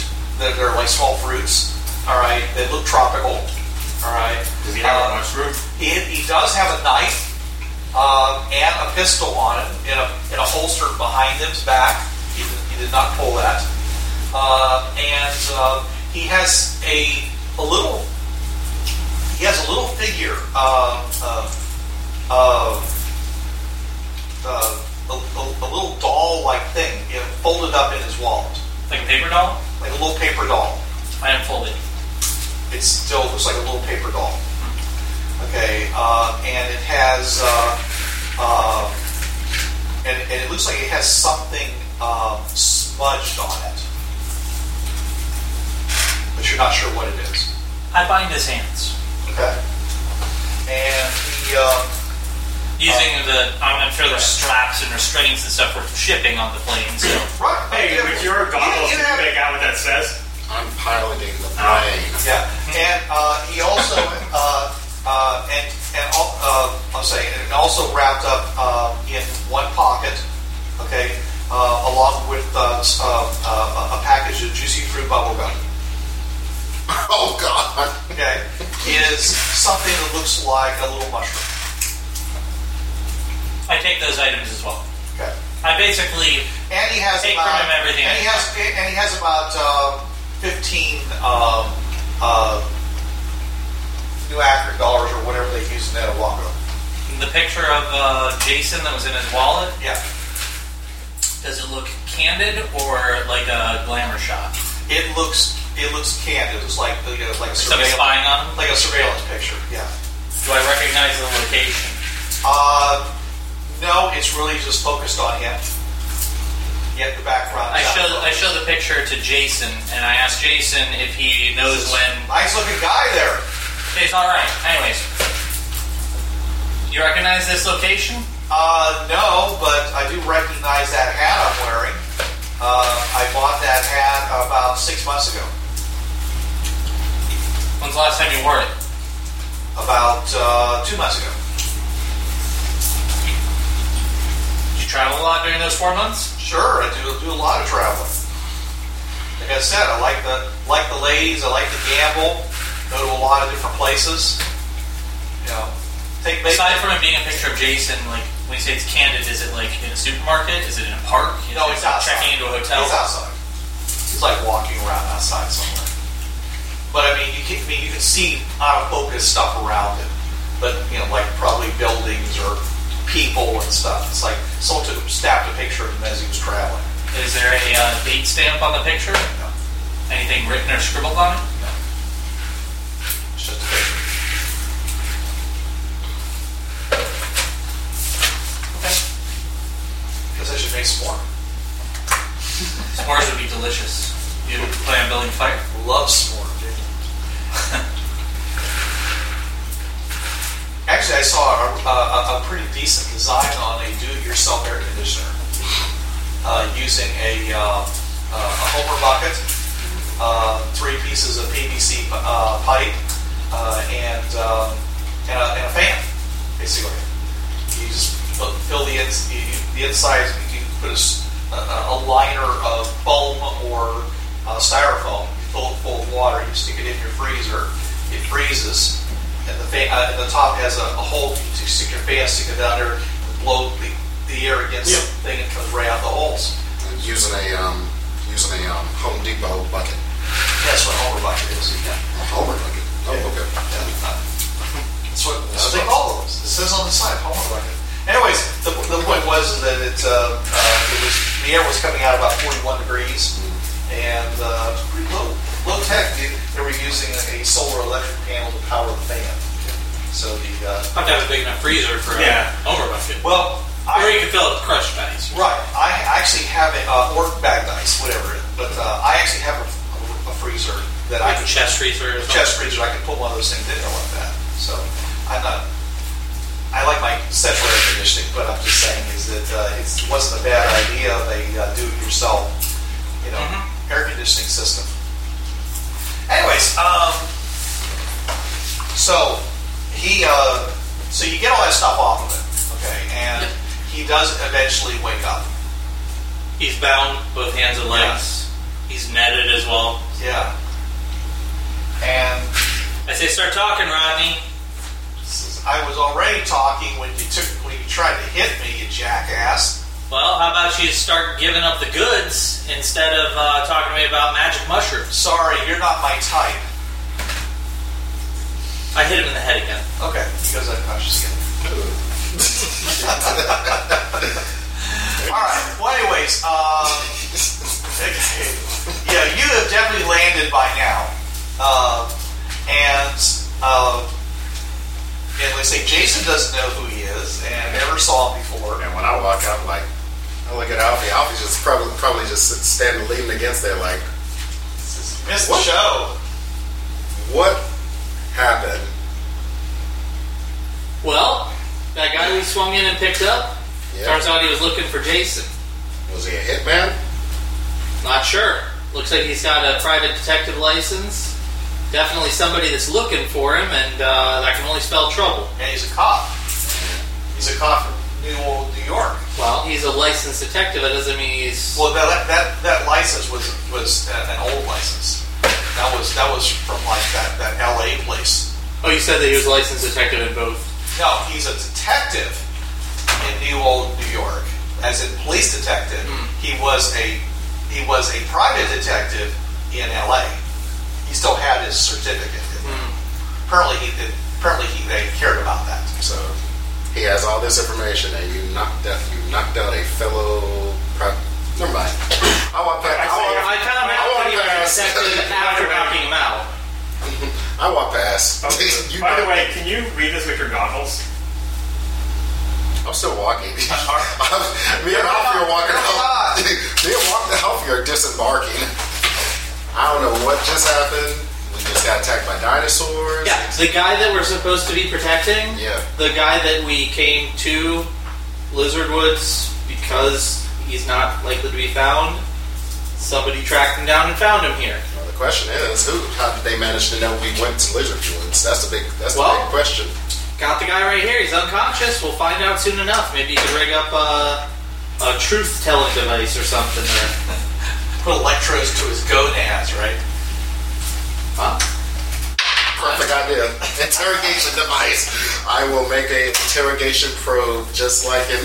that are like small fruits. All right, they look tropical. All right. Does he have Uh, a mushroom? He, he does have a knife um, and a pistol on him in a, in a holster behind his back. He, did- he did not pull that. Uh, and uh, he has a, a little he has a little figure uh, uh, uh, uh, a, a, a little doll like thing you know, folded up in his wallet, Like a paper doll? like a little paper doll I unfold it. it still looks like a little paper doll. Okay, uh, and it has, uh, uh, and, and it looks like it has something um, smudged on it, but you're not sure what it is. I bind his hands. Okay, and the um, using Oh. the I'm, I'm sure there's straps and restraints and stuff for shipping on the plane. So right, Hey, with your goggles, you you have- can make out what that says. I'm piloting the plane. Yeah, and uh, he also uh, uh, and and al- uh, I'm saying and also wrapped up uh, in one pocket, okay, uh, along with uh, s- uh, uh, a package of juicy fruit bubble gum. Oh God! okay, is something that looks like a little mushroom. I take those items as well. Okay. I basically And he has Take from about him everything. And he has and he has about um, fifteen um, uh, New African dollars or whatever they use in Etiwago. the picture of uh, Jason that was in his wallet. Yeah. Does it look candid or like a glamour shot? It looks it looks candid. It's like you know, like a Somebody surveillance, spying on him? like a surveillance picture. Yeah. Do I recognize the location? Uh, no, it's really just focused on him. Yet the background. I show I show the picture to Jason and I ask Jason if he knows when. Nice looking guy there. It's all right. Anyways, you recognize this location? Uh, no, but I do recognize that hat I'm wearing. Uh, I bought that hat about six months ago. When's the last time you wore it? About uh, two months ago. Did you travel a lot during those four months? Sure, I do do a lot of traveling. Like I said, I like the like the ladies. I like to gamble. Go to a lot of different places. You know, take ba- Aside from it being a picture of Jason, like when you say it's candid, is it like in a supermarket? Is it in a park? Is No, it it's like outside. Checking into a hotel. It's outside. It's like walking around outside somewhere. But I mean, you can I mean, you can see out of focus stuff around it. But you know, like probably buildings or people and stuff. It's like someone took snapped a picture of him as he was traveling. Is there a uh, date stamp on the picture? No. Anything written or scribbled on it? It's just a picture. Okay. Guess I should make some more. S'mores would be delicious. You plan on building fire? Love s'more, dude. Actually, I saw a, a, a pretty decent design on a do-it-yourself air conditioner uh, using a, uh, uh, a Homer bucket, uh, three pieces of PVC uh, pipe, uh, and, um, and, a, and a fan, basically. You just put- fill the, ins- you- you- the inside, you put a, s- a- a liner of foam or uh, styrofoam, you fill it full of water, you stick it in your freezer, it freezes, and the, fan, uh, and the top has a, a hole, you stick your fan, stick it down there, blow the, the air against Yeah. the thing, and comes right out the holes. Using a um, using a um, Home Depot bucket, That's what a Homer bucket is. Yeah. a Homer bucket. Oh, okay. That's what, that's what they call those. It says on the side, Homer bucket. Anyways, the, the point was is that it, uh, uh, it was the air was coming out about 41 degrees, and uh, it's pretty low low tech. They, they were using a solar electric panel to power the fan. So the uh, I'd have a big enough freezer for Yeah. a Homer bucket. well, Or I, you could fill it with crushed ice. right. I actually have a uh, or bag ice, whatever. it- But uh, I actually have a, a freezer that I Like can a chest freezer a or something. chest freezer, I can put one of those things in there like that. So I'm not. I like my central air conditioning, but I'm just saying is that uh, it wasn't a bad idea. They uh, do it yourself, you know, Mm-hmm. air conditioning system. Anyways, um, so he, uh, so you get all that stuff off of it, okay, and Yep. he does eventually wake up. He's bound both hands and legs. He's netted as well. Yeah. And I say, start talking, Rodney. Says, I was already talking when you took when you tried to hit me, you jackass. Well, how about you start giving up the goods instead of uh, talking to me about magic mushrooms? Sorry, you're not my type. I hit him in the head again. Okay, because I'm I'm just kidding. All right. Well, anyways, um, okay. yeah, you have definitely landed by now, uh, and uh, and let's say Jason doesn't know who he is and never saw him before. And when I walk out, like I look at Alfie. Alfie's just probably probably just sit- standing leaning against there, like Says, Missed What? the show. what happened? Well, that guy we swung in and picked up, Yeah. turns out he was looking for Jason. Was he a hitman? Not sure. Looks like he's got a private detective license. Definitely somebody that's looking for him, and uh, that can only spell trouble. and he's a cop. He's a cop from New Old New York. Well, he's a licensed detective. That doesn't mean he's. Well, that that that, that license was was a- an old license. That was that was from like that, that LA place. Oh, you said that he was a licensed detective in both. No, he's a detective in New Old New York, as in police detective. He was a he was a private detective in L.A. He still had his certificate. Apparently, he did, apparently he, they cared about that. So he has all this information, and you knocked out you knocked out a fellow. Pro- Never mind. I walked past. I, I walked, I found out I that he was wanna a ask. detective after knocking him out. I walked past. You Oh, By the know- way, can you read this with your goggles? I'm still walking. Me and Alfie are walking out. Me and Walk- Alfie are disembarking. I don't know what just happened. We just got attacked by dinosaurs. Yeah, the guy that we're supposed to be protecting. Yeah. The guy that we came to Lizard Woods because he's not likely to be found. Somebody tracked him down and found him here. Well, the question is, who? How did they manage to know we went to Lizard Woods? That's the big. That's the Well- big question. Got the guy right here. He's unconscious. We'll find out soon enough. Maybe you could rig up a, a truth-telling device or something. Or Put electrodes to his gonads, right? huh? Perfect idea. Interrogation device. I will make a interrogation probe, just like in.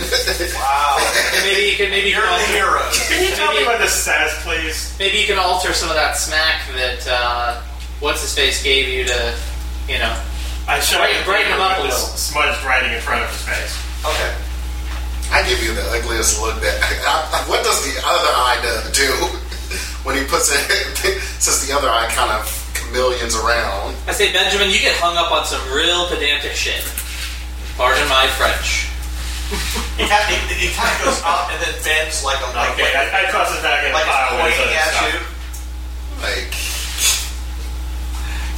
Wow, maybe you can maybe you you're a can alter- hero. Can you tell me what this says, please? maybe you can alter some of that smack that uh, what's his face gave you to you know. I showed Brighten- you brighten him up a with little. this smudged writing in front of his face. Okay, I give you the ugliest look that. I, what does the other eye do- do when he puts it? Since the other eye kind of chameleons around. I say, Benjamin, you get hung up on some real pedantic shit. Pardon my French. he, kind of, he, he kind of goes up and then bends like a like, Okay, I, I toss it back in like the it's pile. with pointing his at other stuff. you. Like,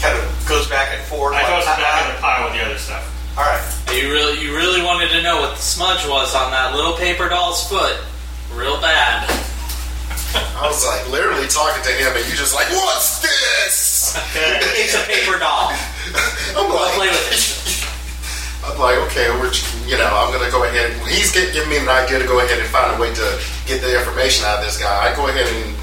Kind of goes back and forth. I like, toss it back "Ah, in the pile with the other stuff. ah." All right. You really, you really wanted to know what the smudge was on that little paper doll's foot, real bad. I was like literally talking to him, and you just like, what's this? Okay. It's a paper doll. I'm like, Play with it. I'm like, okay, we're you know, I'm gonna go ahead. And, he's get, giving me an idea to go ahead and find a way to get the information out of this guy. I go ahead and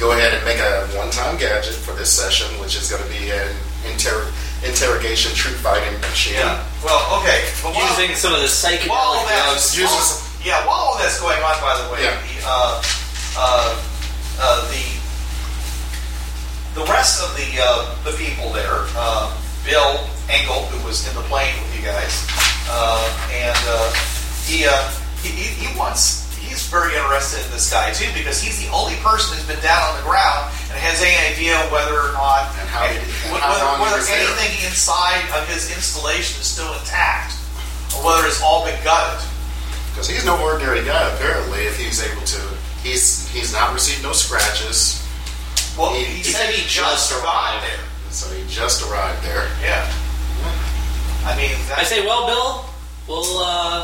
go ahead and make a one-time gadget for this session, which is gonna be an inter- interrogation, truth fighting machine. Yeah. Well, okay. But while- Using some of the psychedelic while all that's drugs. uses- while- yeah, while all that's going on, by the way, Yeah. the, uh, uh, uh, the the rest of the uh, the people there, uh, Bill Engel, who was in the plane with you guys, uh, and uh, he, uh, he he he wants. He's very interested in this guy too because he's the only person who's been down on the ground and has any idea whether or not And how did- whether, how long he whether was there. anything inside of his installation is still intact or whether it's all been gutted. Because he's no ordinary guy. Apparently, if he's able to, he's he's not received no scratches, Well, Oh, he, He- he said he just arrived there. so he just arrived there. Yeah. I mean, I that's, say, well, Bill, we'll uh,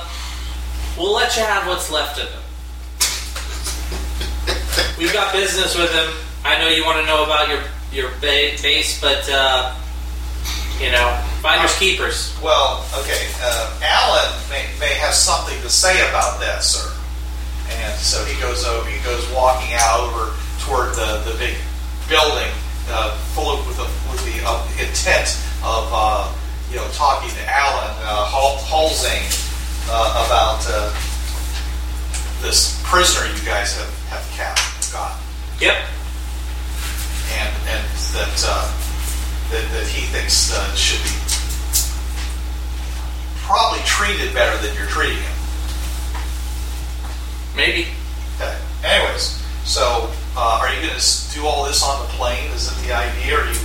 we'll let you have what's left of him. We've got business with him. I know you want to know about your your ba- base, but uh, you know, finders keepers. well, okay. Uh, Alan may, may have something to say about that, sir. And so he goes over. He goes walking out over toward the, the big building, uh, full of with the with the uh, intent of uh, you know talking to Alan uh, Hal- Halsing uh, about uh, this prisoner you guys have have capped, got. Yep. and and that uh, that, that he thinks uh, should be probably treated better than you're treating him. Maybe. Okay. Anyways, so uh, are you going to do all this on the plane? Is it the idea? Or you?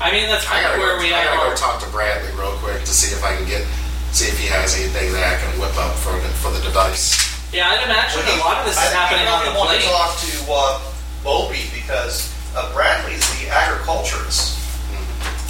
I mean, that's I kind gotta of where go, we I gotta are. go talk to Bradley real quick to see if I can get see if he has anything that I can whip up for the, for the device. yeah, I'd imagine a lot of this I is think happening you on the really want to plane. talk to uh, Moby because uh, Bradley's the agriculturist.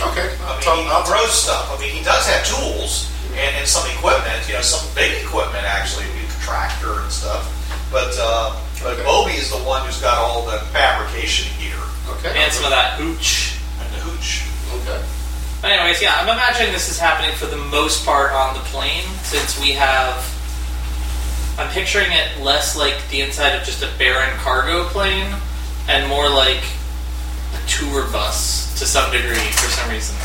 Okay, I I'll mean, talk, he I'll talk. grows stuff. I mean, he does have tools and, and some equipment, you know, some big equipment actually, a tractor and stuff. But uh, but Okay. Moby is the one who's got all the fabrication gear Okay, And some of that hooch. and the hooch. okay. But anyways, yeah, I'm imagining this is happening for the most part on the plane, since we have. I'm picturing it less like the inside of just a barren cargo plane, and more like a tour bus to some degree for some reason.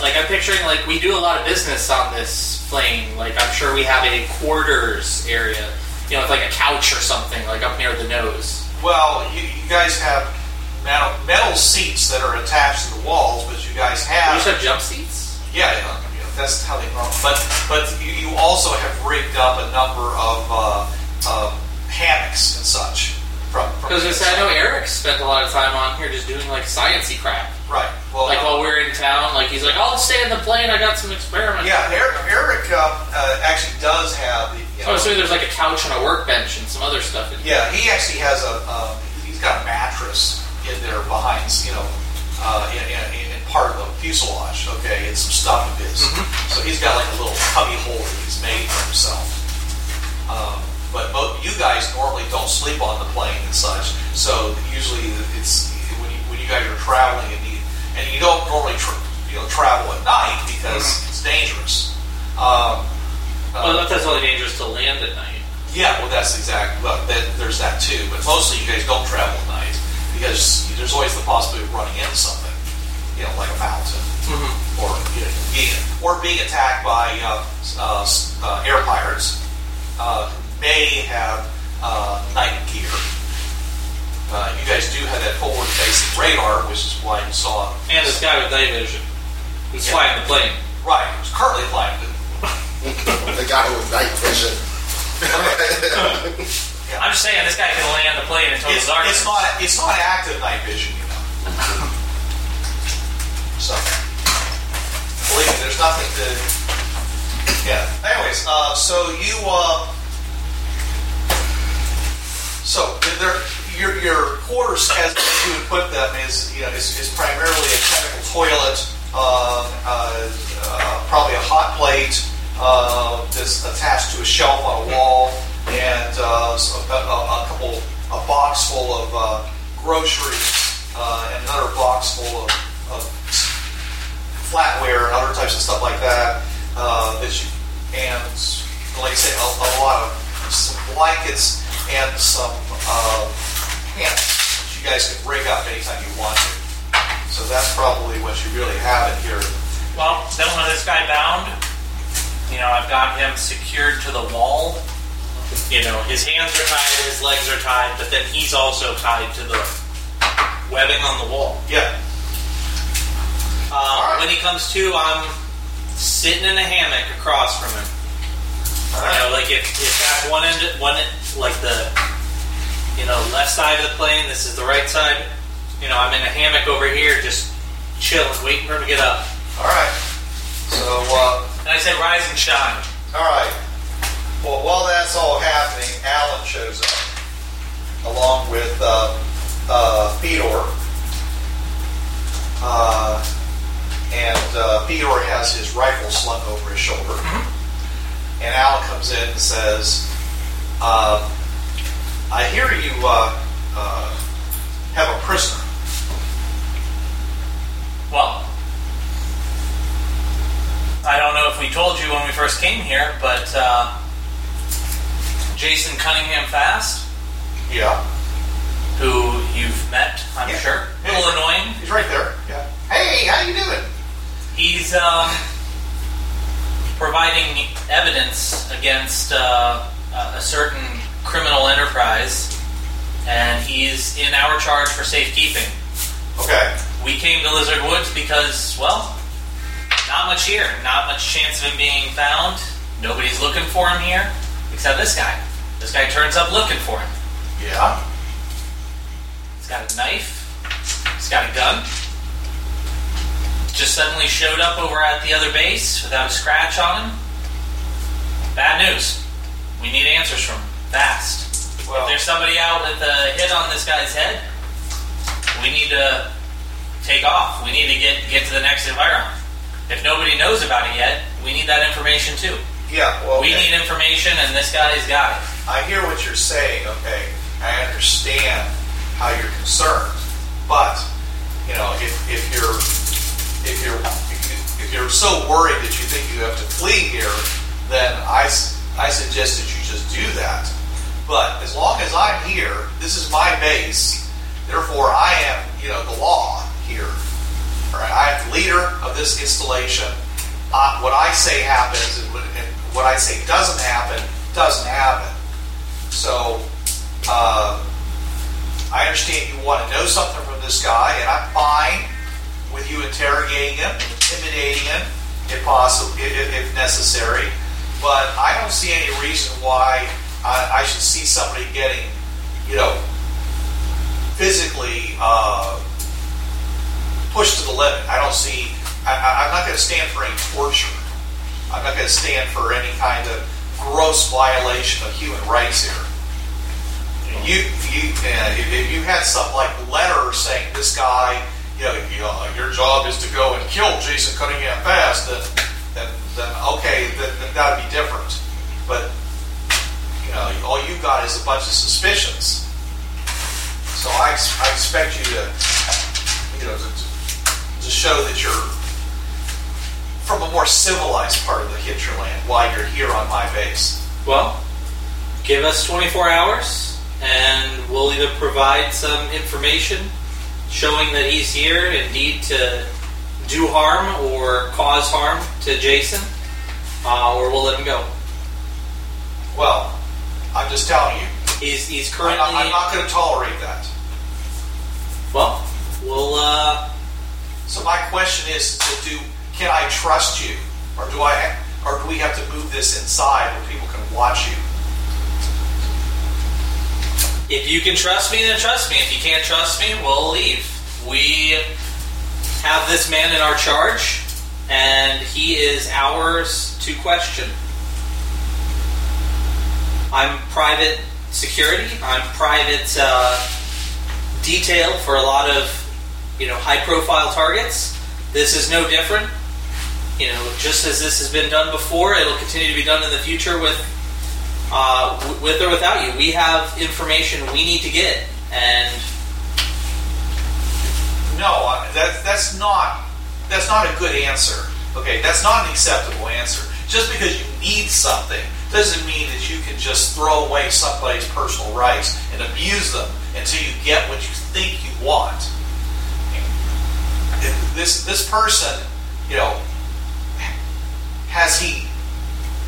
Like I'm picturing, like we do a lot of business on this plane. Like I'm sure we have a quarters area, you know, with like a couch or something, like up near the nose. Well, you, you guys have metal, metal seats that are attached to the walls, but you guys We have just have jump seats. yeah, yeah, yeah, that's how they run. But but you, you also have rigged up a number of uh, uh, hammocks and such from from Because I know Eric spent a lot of time on here just doing like sciency crap. right. Well, Like uh, while we were in town, like he's like, "I'll stay in the plane. I got some experiments." yeah, Eric, Eric uh, uh, actually does have the. You Oh, know, so there's like a couch and a workbench and some other stuff. In here. Yeah, he actually has a um, he's got a mattress in there behind you know uh, in, in, in part of the fuselage. Okay, and some stuff of his. So he's got like a little cubby hole that he's made for himself. Um, but mo- you guys normally don't sleep on the plane and such, so usually it's when you, when you guys are traveling and you, and you don't normally tr you know travel at night because it's dangerous. Um, Well, that's that's only dangerous to land at night. yeah, well, that's exact. Well, that, there's that too. But mostly, you guys don't travel at night because there's always the possibility of running into something, you know, like a mountain, or you know, being or being attacked by uh, uh, uh, air pirates uh, who may have uh, night gear. Uh, you guys do have that forward-facing radar, which is why you saw. And this guy with night vision, who's Yeah. flying the plane. Right, it's currently flying. The guy with night vision. I'm just saying, this guy can land the plane in total It's, darkness. it's not. It's not active night vision, you know. so, believe me, there's nothing to. Yeah. Anyways, uh, so you. Uh, so there, your your quarters, as you would put them, is you know is, is primarily a chemical toilet, um, uh, uh, probably a hot plate uh, that's attached to a shelf on a wall, and uh, so a, a, a couple a box full of uh, groceries, uh, and another box full of, of flatware and other types of stuff like that. Uh, that you, and like I say, a, a lot of some blankets and some uh, pants that you guys can rig up anytime you want to. So that's probably what you really have in here. Well, then with this guy bound, you know, I've got him secured to the wall. You know, his hands are tied, his legs are tied, but then he's also tied to the webbing on the wall. Yeah. Um, When he comes to, I'm sitting in a hammock across from him. You know, like if, if that's one end, one end- like the you know left side of the plane, this is the right side. You know, I'm in a hammock over here, just chilling, waiting for him to get up. All right. So. Uh, And I said, "Rise and shine." All right. Well, while that's all happening, Alan shows up along with uh, uh, Fedor. Uh, and uh, Fedor has his rifle slung over his shoulder. And Alan comes in and says, uh, I hear you uh, uh, have a prisoner. Well, I don't know if we told you when we first came here, but uh, Jason Cunningham Fast, Yeah. who you've met, I'm Yeah. sure, a little annoying. He's right there. Yeah. Hey, how you doing? He's um, providing evidence against uh, a a certain criminal enterprise, and he's in our charge for safekeeping. Okay. We came to Lizard Woods because, well, not much here. Not much chance of him being found. Nobody's looking for him here, except this guy. This guy turns up looking for him. Yeah. He's got a knife. He's got a gun. Just suddenly showed up over at the other base without a scratch on him. Bad news. We need answers from him fast. Well, If there's somebody out with a hit on this guy's head, we need to take off. We need to get get to the next environment. If nobody knows about it yet, we need that information too. yeah. Well, We okay. need information, and this guy's got it. I hear what you're saying, okay. I understand how you're concerned, but you know, if, if you're if you're if you- if you're so worried that you think you have to flee here, then I s- I suggest that you just do that. But as long as I'm here, this is my base. Therefore, I am you know the law here. All right, I am the leader of this installation. Uh, what I say happens, and what, and what I say doesn't happen, doesn't happen. So, uh, I understand you want to know something from this guy, and I'm fine with you interrogating him, intimidating him, if possible, if, if necessary. But I don't see any reason why I, I should see somebody getting, you know, physically uh, pushed to the limit. I don't see. I, I, I'm not going to stand for any torture. I'm not going to stand for any kind of gross violation of human rights here. You, you, uh, if, if you had some like letter saying this guy, you know, you know, your job is to go and kill Jason Cunningham fast, then, then, then okay, then, then that'd be different. But you know, all you got is a bunch of suspicions. So I, ex- I expect you to, you know, to, to show that you're from a more civilized part of the hinterland while you're here on my base. Well, give us 24 hours, and we'll either provide some information showing that he's here indeed to do harm or cause harm to Jason, uh, or we'll let him go. Well, I'm just telling you, He's he's I'm currently not, I'm not going to tolerate that. well. We'll uh, So my question is, to do can I trust you, or do I, or do we have to move this inside where people can watch you? if you can trust me, then trust me. If you can't trust me, we'll leave. We have this man in our charge, and he is ours to question. I'm private security. I'm private uh, detail for a lot of you know high-profile targets. This is no different. You know, just as this has been done before, it'll continue to be done in the future with uh, w- with or without you. We have information we need to get, and No, I- that, that's not that's not a good answer. Okay, that's not an acceptable answer. Just because you need something doesn't mean that you can just throw away somebody's personal rights and abuse them until you get what you think you want. If This this person, you know, has he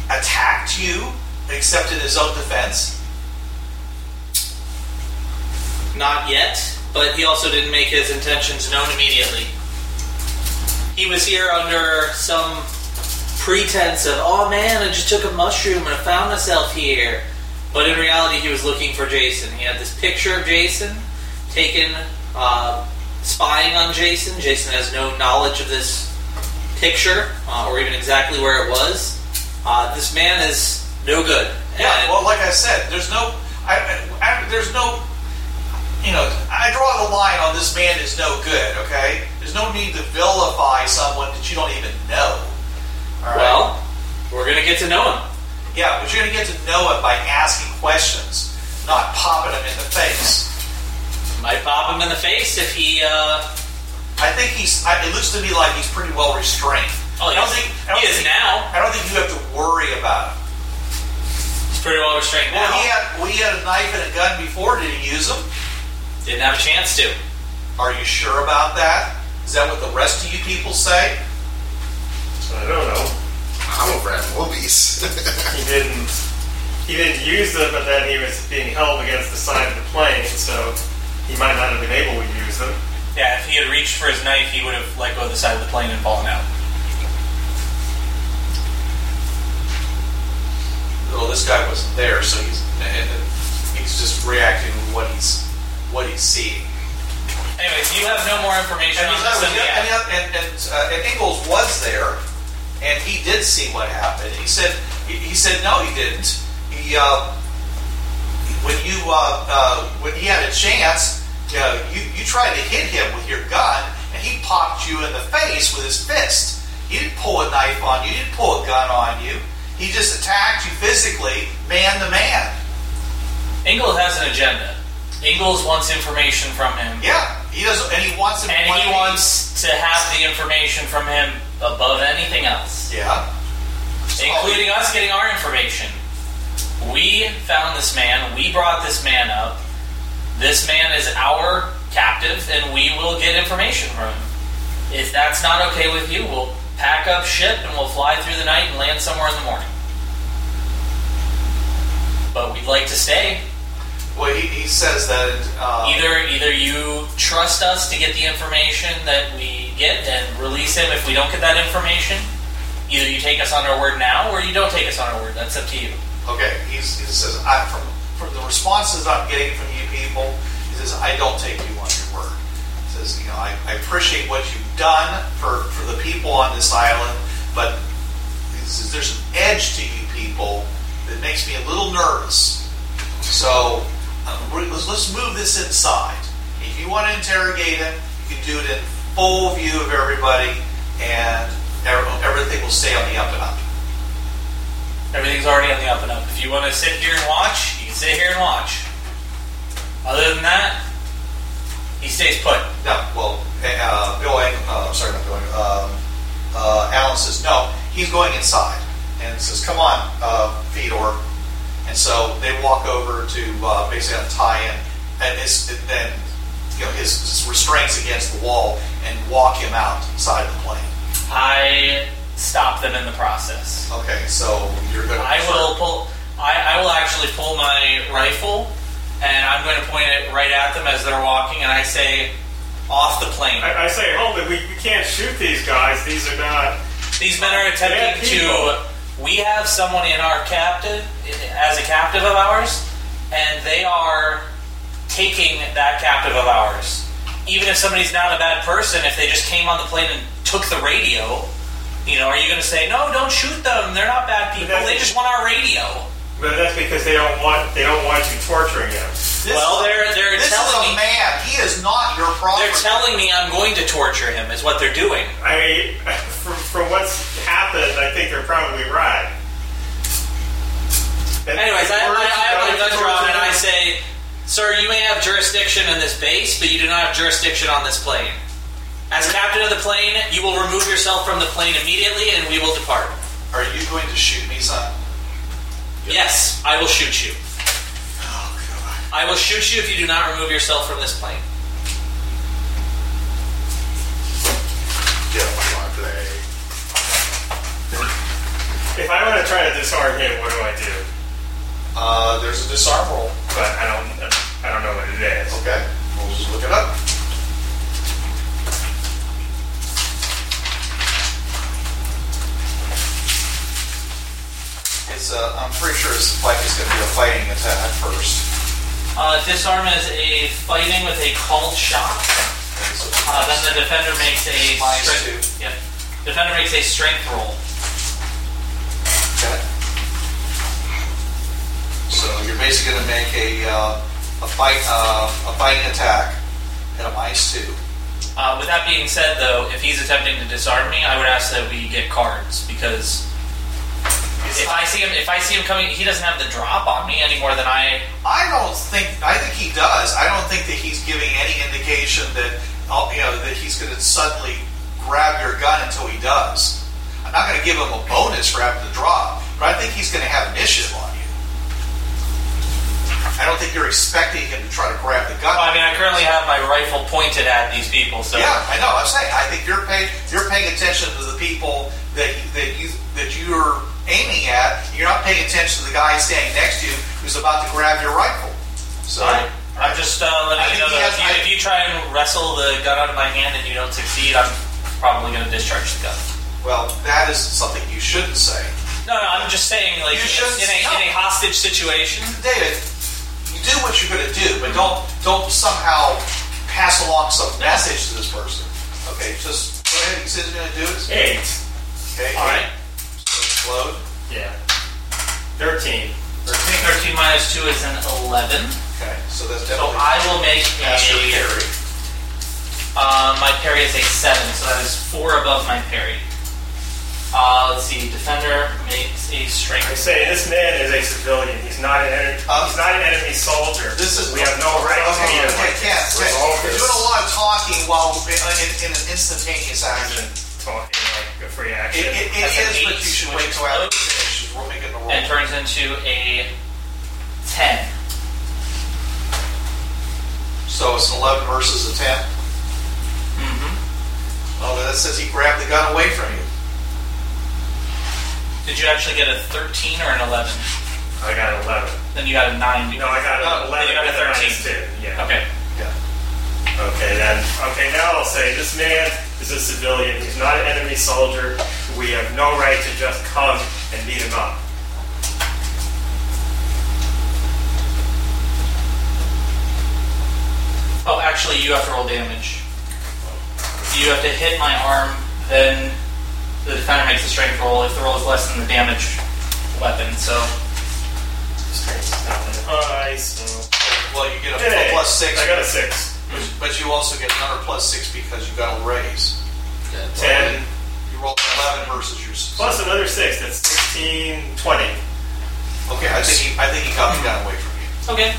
attacked you except in his own defense? Not yet, but he also didn't make his intentions known immediately. He was here under some pretense of, oh man, I just took a mushroom and I found myself here. But in reality, he was looking for Jason. He had this picture of Jason taken, uh, spying on Jason. Jason has no knowledge of this picture uh, or even exactly where it was. Uh, this man is no good. Yeah, And- well, like I said, there's no, I, I, there's no, you know, I draw the line on this man is no good. Okay, there's no need to vilify someone that you don't even know. All right. well, we're going to get to know him. yeah, but you're gonna get to know it by asking questions, not popping him in the face. Might pop him in the face if he. Uh, I think he's. I, it looks to me like he's pretty well restrained. I don't oh, he's- think. I don't he is think, now. I don't think you have to worry about him. He's pretty well restrained Well, now. he had. We had a knife and a gun before. Did he use them? Didn't have a chance to. Are you sure about that? Is that what the rest of you people say? I don't know. I'm over at movies. He didn't. He didn't use them, but then he was being held against the side of the plane, so he might not have been able to use them. Yeah, if he had reached for his knife, he would have let go of the side of the plane and fallen out. well, Oh, this guy wasn't there, so he's and he's just reacting to what he's what he's seeing. Anyways, you have no more information And, on he's this not- than we and, have. and, and, uh, and Ingalls was there, and he did see what happened. He said he, he said no, he didn't. He uh, when you uh, uh, when he had a chance, you, know, you you tried to hit him with your gun, and he popped you in the face with his fist. He didn't pull a knife on you. He didn't pull a gun on you. He just attacked you physically, man to man. Ingalls has an agenda. Ingalls wants information from him. Yeah, he doesn't, and he wants it. And one he piece. wants to have the information from him above anything else, Yeah, including us getting our information. We found this man. We brought this man up. This man is our captive, and we will get information from him. If that's not okay with you, we'll pack up ship and we'll fly through the night and land somewhere in the morning. But we'd like to stay. Well, he, he says that uh, Either either you trust us to get the information that we get and release him if we don't get that information. Either you take us on our word now or you don't take us on our word. That's up to you. Okay, he's, he says, I, from, from the responses I'm getting from you people, he says, I don't take you on your word. He says, you know, I, I appreciate what you've done for, for the people on this island, but he says, there's an edge to you people that makes me a little nervous. So um, we're- let's, let's move this inside. If you want to interrogate him, you can do it in full view of everybody, and every- everything will stay on the up and up. Everything's already on the up and up. If you want to sit here and watch, you can sit here and watch. Other than that, he stays put. No, well, uh, Bill, Ang- uh, I'm sorry, not Bill, Ang- um, uh, Alan says, no, he's going inside. And says, come on, uh, Fedor. And so they walk over to uh, basically tie him, and his, and then you know, his, his restraints against the wall and walk him outside the plane. I stop them in the process. Okay, so you're going to. I will pull. I, I will actually pull my rifle, and I'm going to point it right at them as they're walking, and I say, "Off the plane." I, I say, hold it, we, we can't shoot these guys. These are not. These men are attempting Yeah, people. to. We have someone in our captive, as a captive of ours, and they are taking that captive of ours. Even if somebody's not a bad person, if they just came on the plane and took the radio, you know, are you going to say, no, don't shoot them? They're not bad people. that's- They just want our radio. But that's because they don't want they don't want you torturing them. This, well, they're, they're this is telling a me. man. He is not your problem. They're telling me I'm going to torture him, is what they're doing. I mean, from, from what's happened, I think they're probably right. And Anyways, I, I, Or I have my if you gun don't drawn and torture I them- say, Sir, you may have jurisdiction in this base, but you do not have jurisdiction on this plane. As captain of the plane, you will remove yourself from the plane immediately and we will depart. Are you going to shoot me, son? Yes, I will shoot you. Oh, God. I will shoot you if you do not remove yourself from this plane. Get on my plane. If I want to try to disarm him, what do I do? Uh, there's a disarm roll. But I don't I don't know what it is. Okay, we'll just look it up. It's uh, I'm pretty sure it's like it's going to be a fighting attack first. Uh, disarm is a fighting with a called shot. Okay, so- Uh, then the defender makes a Minus strength. Yep. Defender makes a strength roll. Okay. So you're basically going to make a uh, a fight uh, a fighting attack at a minus two. Uh, with that being said, though, if he's attempting to disarm me, I would ask that we get cards because if I see him, if I see him coming, he doesn't have the drop on me any more than I. I don't think. I think he does. I don't think that he's giving any indication that uh, you know that he's going to suddenly grab your gun until he does. I'm not going to give him a bonus for having the drop, but I think he's going to have initiative on you. I don't think you're expecting him to try to grab the gun. Well, I mean, I currently have my rifle pointed at these people, so yeah, I know. I'm saying. I think you're paying you're paying attention to the people that that you that you're aiming at. You're not paying attention to the guy standing next to you who's about to grab your rifle. So. I, I'm just uh, letting I think you know he that has- if, you, I- if you try and wrestle the gun out of my hand and you don't succeed, I'm probably going to discharge the gun. Well, that is something you shouldn't say. No, no, I'm just saying, like You in, shouldn't- in a, in a hostage situation. David, you do what you're going to do, but don't don't somehow pass along some message to this person. Okay, just go ahead. He says he's going to do it. Eight. Okay, All right, let's load. Yeah. Thirteen. 13. 13 minus 2 is an 11. Okay, so that's So definitely I will make past your a. carry. Uh, my parry is a 7, so that is 4 above my parry. Uh, let's see, defender makes I a strength. say this man is a civilian. He's not an enemy. Uh, he's not an enemy soldier. This is we have no right to Okay, be okay, like yeah, okay. Resolve You're this. doing a lot of talking while in, in, in an instantaneous action. talking like a free It, action. it, it That's an is, but eight, you should wait which is till after low. you finish. We're making the roll. And turns into a 10. So So it's an 11 versus a 10. Mm-hmm. Mm-hmm. Oh, that says he grabbed the gun away from you. Did you actually get a 13 or an 11? I got an 11. Then you got a 9. No, I got Oh, an 11. you got a with minus 13. two. Yeah. Okay. Yeah. Okay, then. Okay, now I'll say this man is a civilian. He's not an enemy soldier. We have no right to just come and beat him up. Oh, actually, you have to roll damage. You have to hit my arm, then the defender makes a strength roll. If the roll is less than the damage weapon, so I so. Well, you get a Hey, plus 6, I got a six. but you also get another plus 6 because you got a raise. Ten You rolled an 11 versus your. s- plus another six. That's 16, 20. Okay, I think he, I think he got the gun away from you. okay.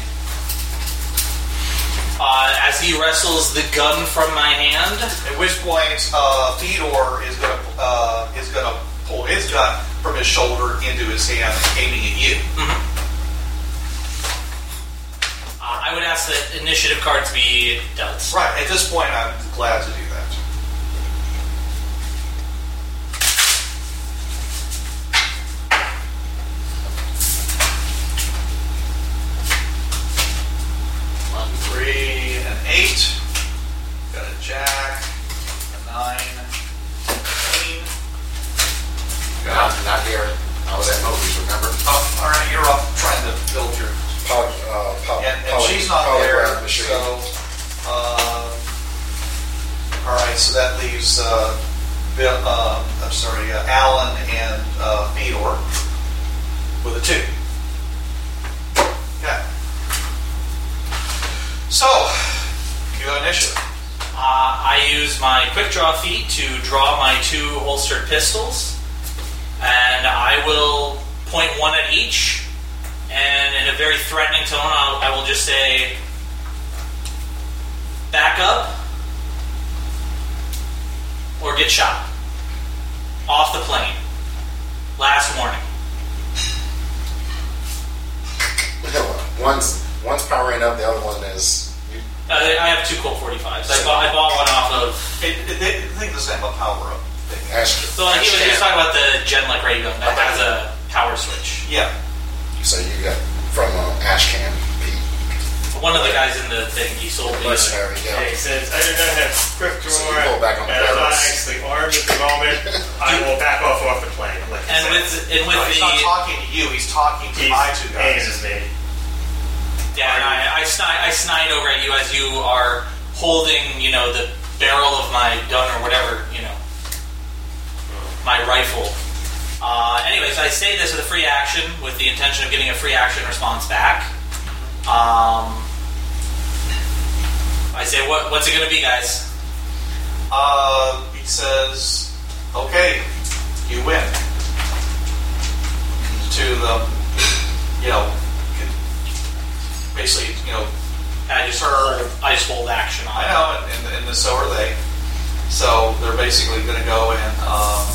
Uh, as he wrestles the gun from my hand, At which point, uh, Fedor is gonna uh, is gonna pull his gun from his shoulder into his hand, aiming at you. uh, I would ask that initiative cards be dealt. Right at this point, I'm glad to do that. One, three, and an eight. Got a jack, a nine, a queen. Not, not here. I was at Moby's, remember? Oh, all right, you're up trying to build your Poly, uh, poly, And, and poly- she's not there, polygraph machine. so. Uh, all right, so that leaves uh, Bill, uh, I'm sorry, uh, Alan and uh, Fedor with a two. Okay. So, you got initiative. Uh, I use my quick draw feat to draw my two holstered pistols, and I will point one at each. And in a very threatening tone, I'll, I will just say, "Back up, or get shot off the plane." Last warning. one's one's powering up, the other one is. You, Uh, I have two Colt 45s. I bought, I bought one off of. It, it, they, the thing doesn't have a power up thing. Astro. So like he was, he was talking about the Gen like ray gun that has a power switch. Yeah. So you got from uh, Ashcan Pete. One of the guys in the thing, he sold me. Let's hurry, Okay, yeah. since I do not have quick draw, So you pull back on the and I'm not barrels. actually armed at the moment, I will back off off the plane. Like you And said. with and with No, he's not the talking to you, he's talking to He's my two guys. aims me. yeah, and I, I snide I snide over at you as you are holding, you know, the barrel of my gun or whatever, you know, my rifle. Uh, anyways, I say this with a free action, with the intention of getting a free action response back. Um, I say, what what's it gonna be, guys? Uh, he says, "Okay, you win." To the, you know, basically, you know, And I just hold, I just hold action on I it. know, and, and, and so are they. So they're basically going to go and um,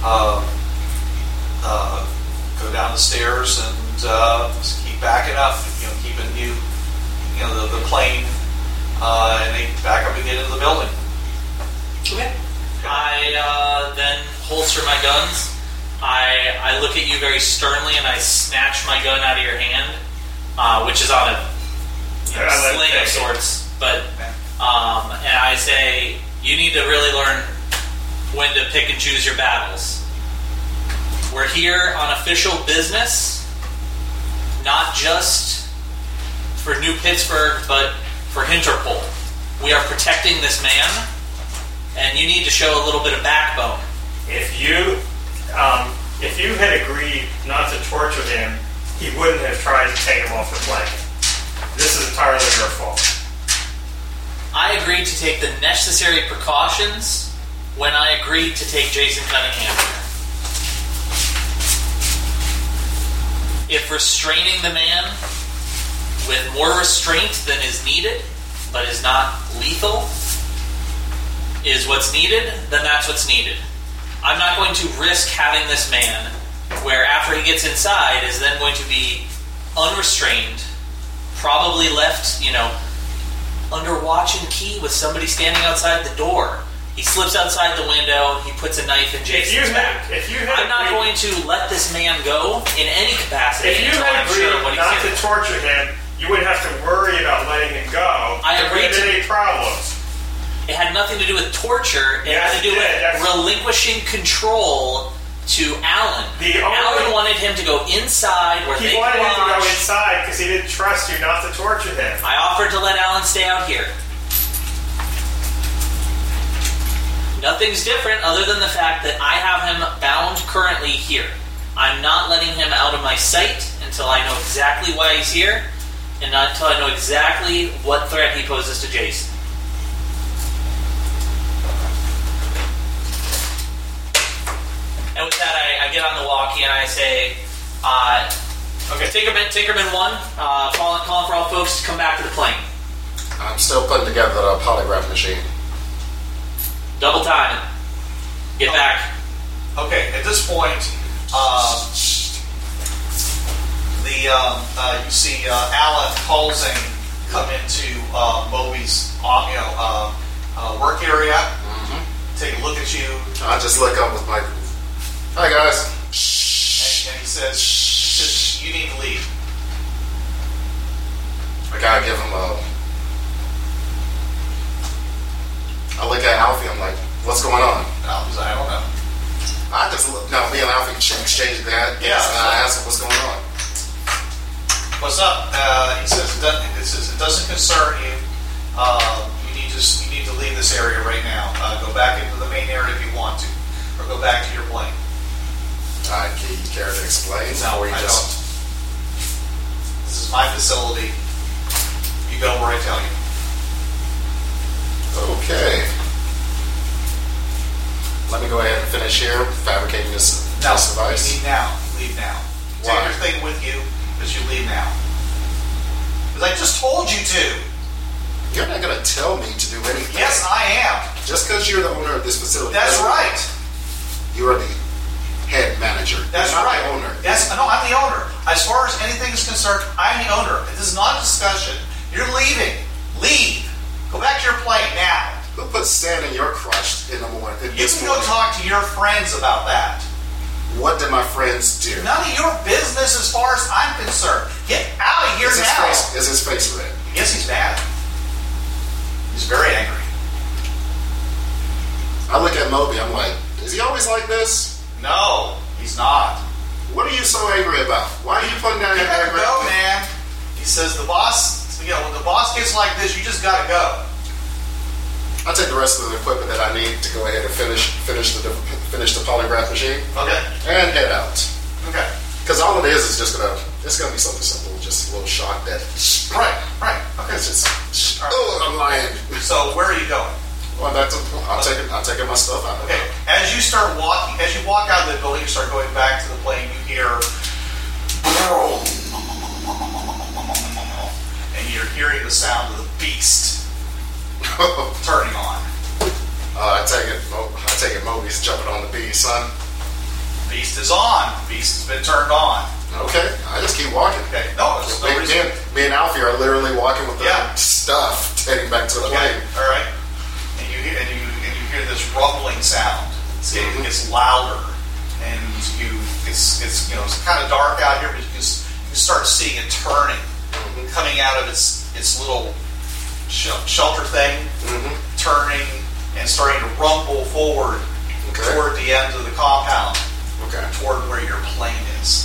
uh, uh, go down the stairs and uh, just keep backing up, you know, keeping you, you know, the, the plane, uh, and they back up and get into the building. Okay. I uh, then holster my guns. I, I look at you very sternly and I snatch my gun out of your hand, uh, which is on a you know, I like sling of that. sorts. But um, and I say you need to really learn when to pick and choose your battles. We're here on official business, not just for New Pittsburgh, but for Interpol. We are protecting this man and you need to show a little bit of backbone. If you, um, if you had agreed not to torture him, he wouldn't have tried to take him off the plane. This is entirely your fault. I agreed to take the necessary precautions when I agreed to take Jason Cunningham. If restraining the man with more restraint than is needed, but is not lethal, is what's needed, then that's what's needed. I'm not going to risk having this man where after he gets inside is then going to be unrestrained, probably left, you know, watch and key with somebody standing outside the door. He slips outside the window. He puts a knife in If you Jason's had, back. if you had, I'm not agreed- going to let this man go in any capacity. If you until had I'm sure agreed what he's not to doing. torture him, you wouldn't have to worry about letting him go. I There wouldn't agreed to- have been any problems. It had nothing to do with torture. It Yes, had to do it did. with That's- relinquishing control to Alan. The only- Alan wanted him to go inside where He they wanted could him to go watch. inside because he didn't trust you not to torture him. I offered to let Alan stay out here. Nothing's different other than the fact that I have him bound currently here. I'm not letting him out of my sight until I know exactly why he's here and not until I know exactly what threat he poses to Jason. And with that, I, I get on the walkie and I say, uh, Okay. Tinkerman, Tinkerman 1, uh, calling, calling for all folks to come back to the plane. I'm still putting together the polygraph machine. Double time it. Get back. Okay, at this point, um, the um, uh, you see uh, Alan Halsing come into uh, Moby's uh, you know, uh, uh, work area, take a look at you, and, I just look up with my. Hi guys. and he says, says, "You need to leave." I gotta give him a. I look at Alfie. I'm like, what's going on? And I was, I don't know. I just look. No, me and Alfie exchange that. Yeah. And I ask him what's going on. What's up? Uh, he says it doesn't, it says it doesn't concern you. Uh, you need to you need to leave this area right now. Uh, go back into the main area if you want to, or go back to your plane. I do you care to explain? No, or you I just This is my facility. You go where I tell you. okay. Let me go ahead and finish here fabricating this, No, this device. you leave now. Leave now. Why? Take your thing with you, but you leave now. Because I just told you to. You're not gonna tell me to do anything. Yes, I am. Just because you're the owner of this facility. That's doesn't- right. You are the head manager. That's You're not right. The owner. Yes, no, I'm the owner. As far as anything is concerned, I'm the owner. This is not a discussion. You're leaving. Leave. Go back to your plane now. Who puts sand in your crotch in the morning? in You this can go morning? talk to your friends about that. What did my friends do? None of your business as far as I'm concerned. Get out of here is, his now. face, is his face red? Yes, he's mad. He's very angry. I look at Moby. I'm like, is he always like this? No, he's not. What are you so angry about? Why are you putting down You your gotta anger? go, man. He says the boss. You know, when the boss gets like this, you just gotta go. I take the rest of the equipment that I need to go ahead and finish finish the finish the polygraph machine Okay. and head out. Okay. Because all it is is just gonna it's gonna be something simple, just a little shock that Right. Right. Okay. it's just oh I'm lying. So where are you going? Well, that's I'm taking I'm taking my stuff out. Okay. As you start walking, as you walk out of the building, you start going back to the plane. You hear, and you're hearing the sound of the beast uh, turning on. I take it. Mo- I take it. Moby's jumping on the bee, son. Beast is on. Beast has been turned on. Okay, I just keep walking. Okay. No, there's no Me, me, reason. and, me and Alfie are literally walking with the Yeah. stuff heading back to the Okay, plane. all right. And you hear and you and you hear this rumbling sound. It's getting it gets louder, and you it's it's you know it's kind of dark out here, but you can s- you can start seeing it turning, coming out of its its little shel- shelter thing, Mm-hmm. turning and starting to rumble forward Okay. toward the end of the compound, Okay, toward where your plane is.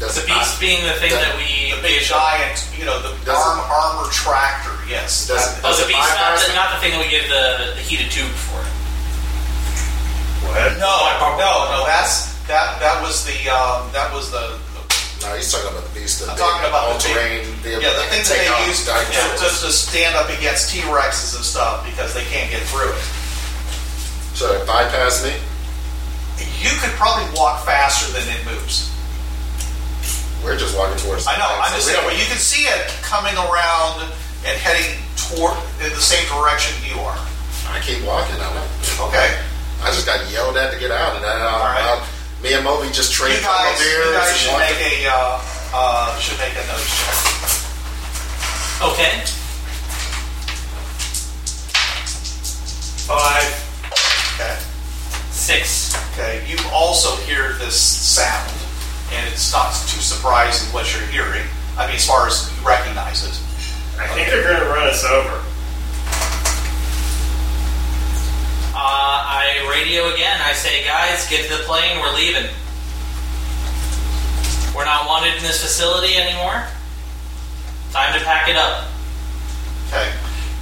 that's The beast being the thing that- that we. The big giant, you know, the Does it- arm armor tractor. Yes, Does it- Oh, the it beast, not bypass the, it? not the thing that we give the, the heated tube for. What? No, no, no. That's that. That was the. Um, that was the. the No, he's talking about the beast. The I'm talking about the all-terrain. big, yeah, the thing that they use to, to, to stand up against T Rexes and stuff because they can't get through it. So it bypass me. You could probably walk faster than it moves. We're just walking towards. the I know. plane, I'm so just we saying. don't- But you can see it coming around and heading toward in the same direction you are. I keep walking. I know. Okay. I just got yelled at to get out, and then uh, All right. uh, me and Moby just You traded guys, you beers. guys and should walked- make a uh, uh, should make a nose check. Okay. surprised at what you're hearing. I mean, as far as you recognize it. I think they're going to run us over. Uh, I radio again. I say, guys, get to the plane. We're leaving. We're not wanted in this facility anymore. Time to pack it up. Okay.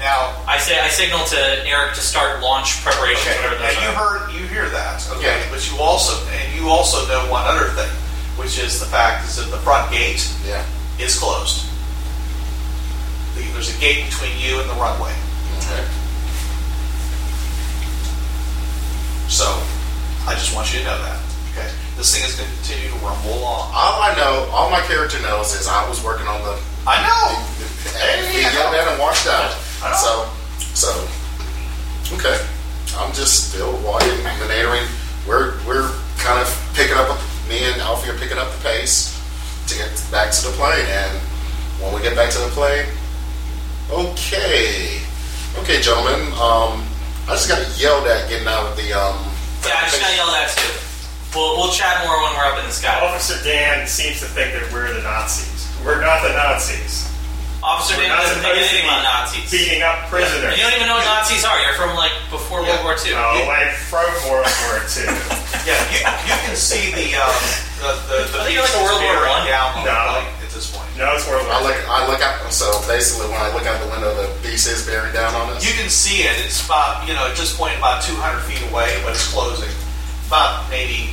Now, I say, I signal to Eric to start launch preparations. Okay, whatever and those you are. heard, you hear that, okay? Yeah. But you also, and you also know one other thing, which is the fact is that the front gate Yeah. is closed. The- There's a gate between you and the runway, Okay. so I just want you to know that. Okay, this thing is going to continue to rumble along. All I know, all my character knows is I was working on the I know. he yelled at and walked out. I know. So, so okay. I'm just still walking, managing. We're we're kind of picking up. Me and Alfie are picking up the pace to get back to the plane. And when we get back to the plane, okay, okay, gentlemen. Um, I just got yelled at getting out of the um. Yeah, I just got yelled at too. We'll, we'll chat more when we're up in the sky. Officer Dan seems to think that we're the Nazis. We're not the Nazis. Officer We're not Dan doesn't think supposed to anything be about Nazis. Beating up prisoners. You don't even know what Nazis are. You're from like before World War II. Oh, like pro World War II. Yeah, you, you can see the um, the the, the I think you're like a World War bearing One. down No. like, at this point. No, it's World I War look. II. I look out. So basically, when I look out the window, the beast is bearing down on us. You can see it. It's about, you know, at this point, about 200 feet away, but it's closing. About maybe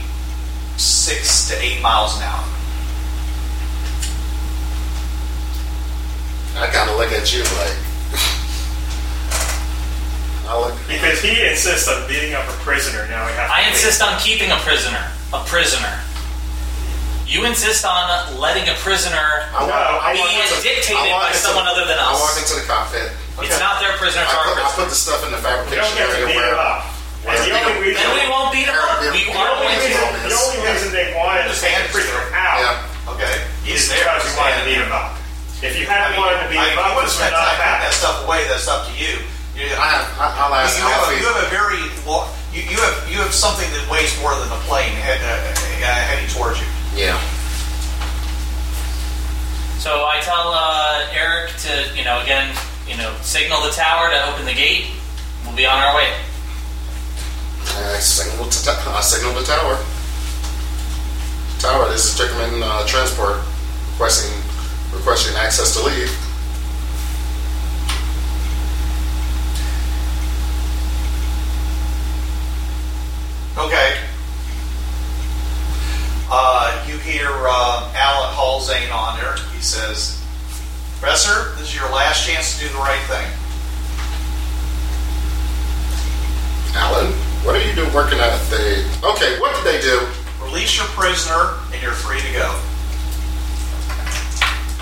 six to eight miles an hour. I kind of look at you like. I look. Because he insists on beating up a prisoner. Now we have to I leave. insist on keeping a prisoner. A prisoner. You insist on letting a prisoner. I No, I being into- dictated I walk by into- someone other than I us. walk into the cockpit. It's not their prisoner, I it's our put, I prisoner. put the stuff in the We don't fabrication get to area beat where. him up. where And beat the only him- reason, Then we won't beat him up. We the are only going reason, to. is- the only reason they wanted to take a prisoner out Yeah. Okay? is because you wanted to beat him up. If you hadn't wanted to beat I him up, mean, this spend would time not putting that happen. stuff away. That's up to you. You, I have. I, I'll ask you have, a, Alfie. you have a very, lo- you, you have you have something that weighs more than a plane head, uh, uh, heading towards you. yeah. So I tell uh, Eric to, you know, again, you know, signal the tower to open the gate. We'll be on our way. I signal to. ta- I signal the tower. Tower. This is Chickerman uh, Transport requesting requesting access to leave. Okay. Uh, you hear um, Alan Halzane on there. He says, Professor, this is your last chance to do the right thing. Alan, what are you doing working at the? Okay, what did they do? Release your prisoner, and you're free to go.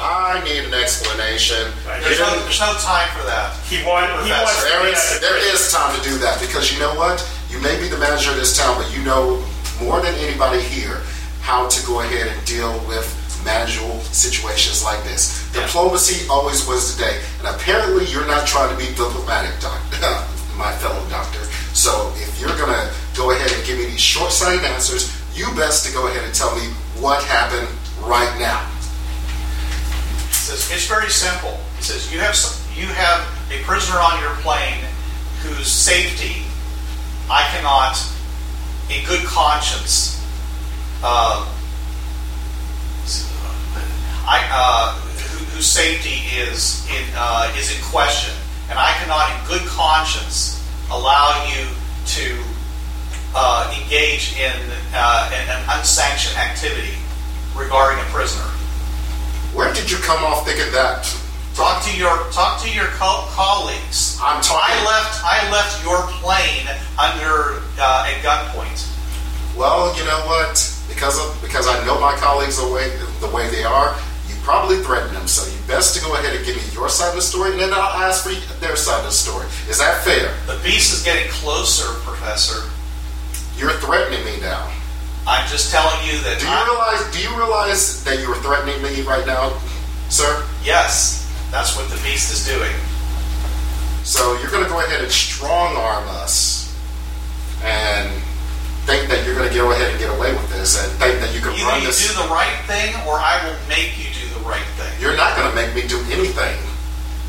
I need an explanation. Right. There's no, there's no time for that. He, want, he wants to There beat is, up the there prisoner. is time to do that because you know what? You may be the manager of this town, but you know more than anybody here how to go ahead and deal with manageable situations like this. Diplomacy always was the day, and apparently you're not trying to be diplomatic, doc, my fellow doctor. So if you're gonna go ahead and give me these short-sighted answers, you best to go ahead and tell me what happened right now. He says, it's very simple. He says, you have, some, you have a prisoner on your plane whose safety I cannot, in good conscience, uh, I, uh, who, whose safety is in, uh, is in question, and I cannot, in good conscience, allow you to uh, engage in, uh, in an unsanctioned activity regarding a prisoner. Where did you come off thinking that? Talk to your talk to your co- colleagues. I'm I talking. left I left your plane under uh, at gunpoint. Well, you know what? Because of, because I know my colleagues the way the way they are, you probably threaten them. So you best to go ahead and give me your side of the story, and then I'll ask for their side of the story. Is that fair? The beast is getting closer, Professor. You're threatening me now. I'm just telling you that. Do you I- realize? Do you realize that you are threatening me right now, sir? yes, that's what the beast is doing. So you're going to go ahead and strong arm us, and think that you're you're going to go ahead and get away with this and think that you can Either run you this. do the right thing, or I will make you do the right thing. you're not going to make me do anything.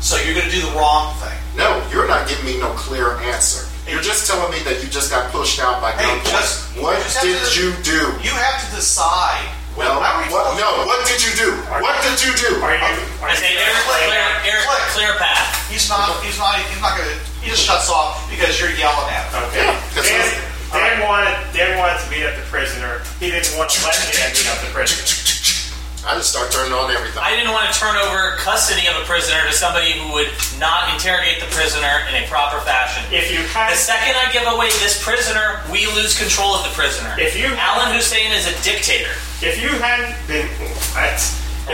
So you're going to do the wrong thing. No, you're not giving me no clear answer. You're just telling me that you just got pushed out by Hey, gunpoint. just- what you just have did to- you do? You have to decide. Well, I already told what, you. no, what did you do? What did you do? Are you? Are I you say Eric, clear, Eric, Click. clear path. He's not. He's not. He's not going to. He just shuts off because you're yelling at him. Okay. Yeah, 'cause Dan, it's- Dan wanted Dan wanted to beat up the prisoner. He didn't want to let Dan beat up the prisoner. I just start turning on everything. I didn't want to turn over custody of a prisoner to somebody who would not interrogate the prisoner in a proper fashion. If you had The second I give away this prisoner, we lose control of the prisoner. If you- Alan Hussein is a dictator. if you hadn't been what?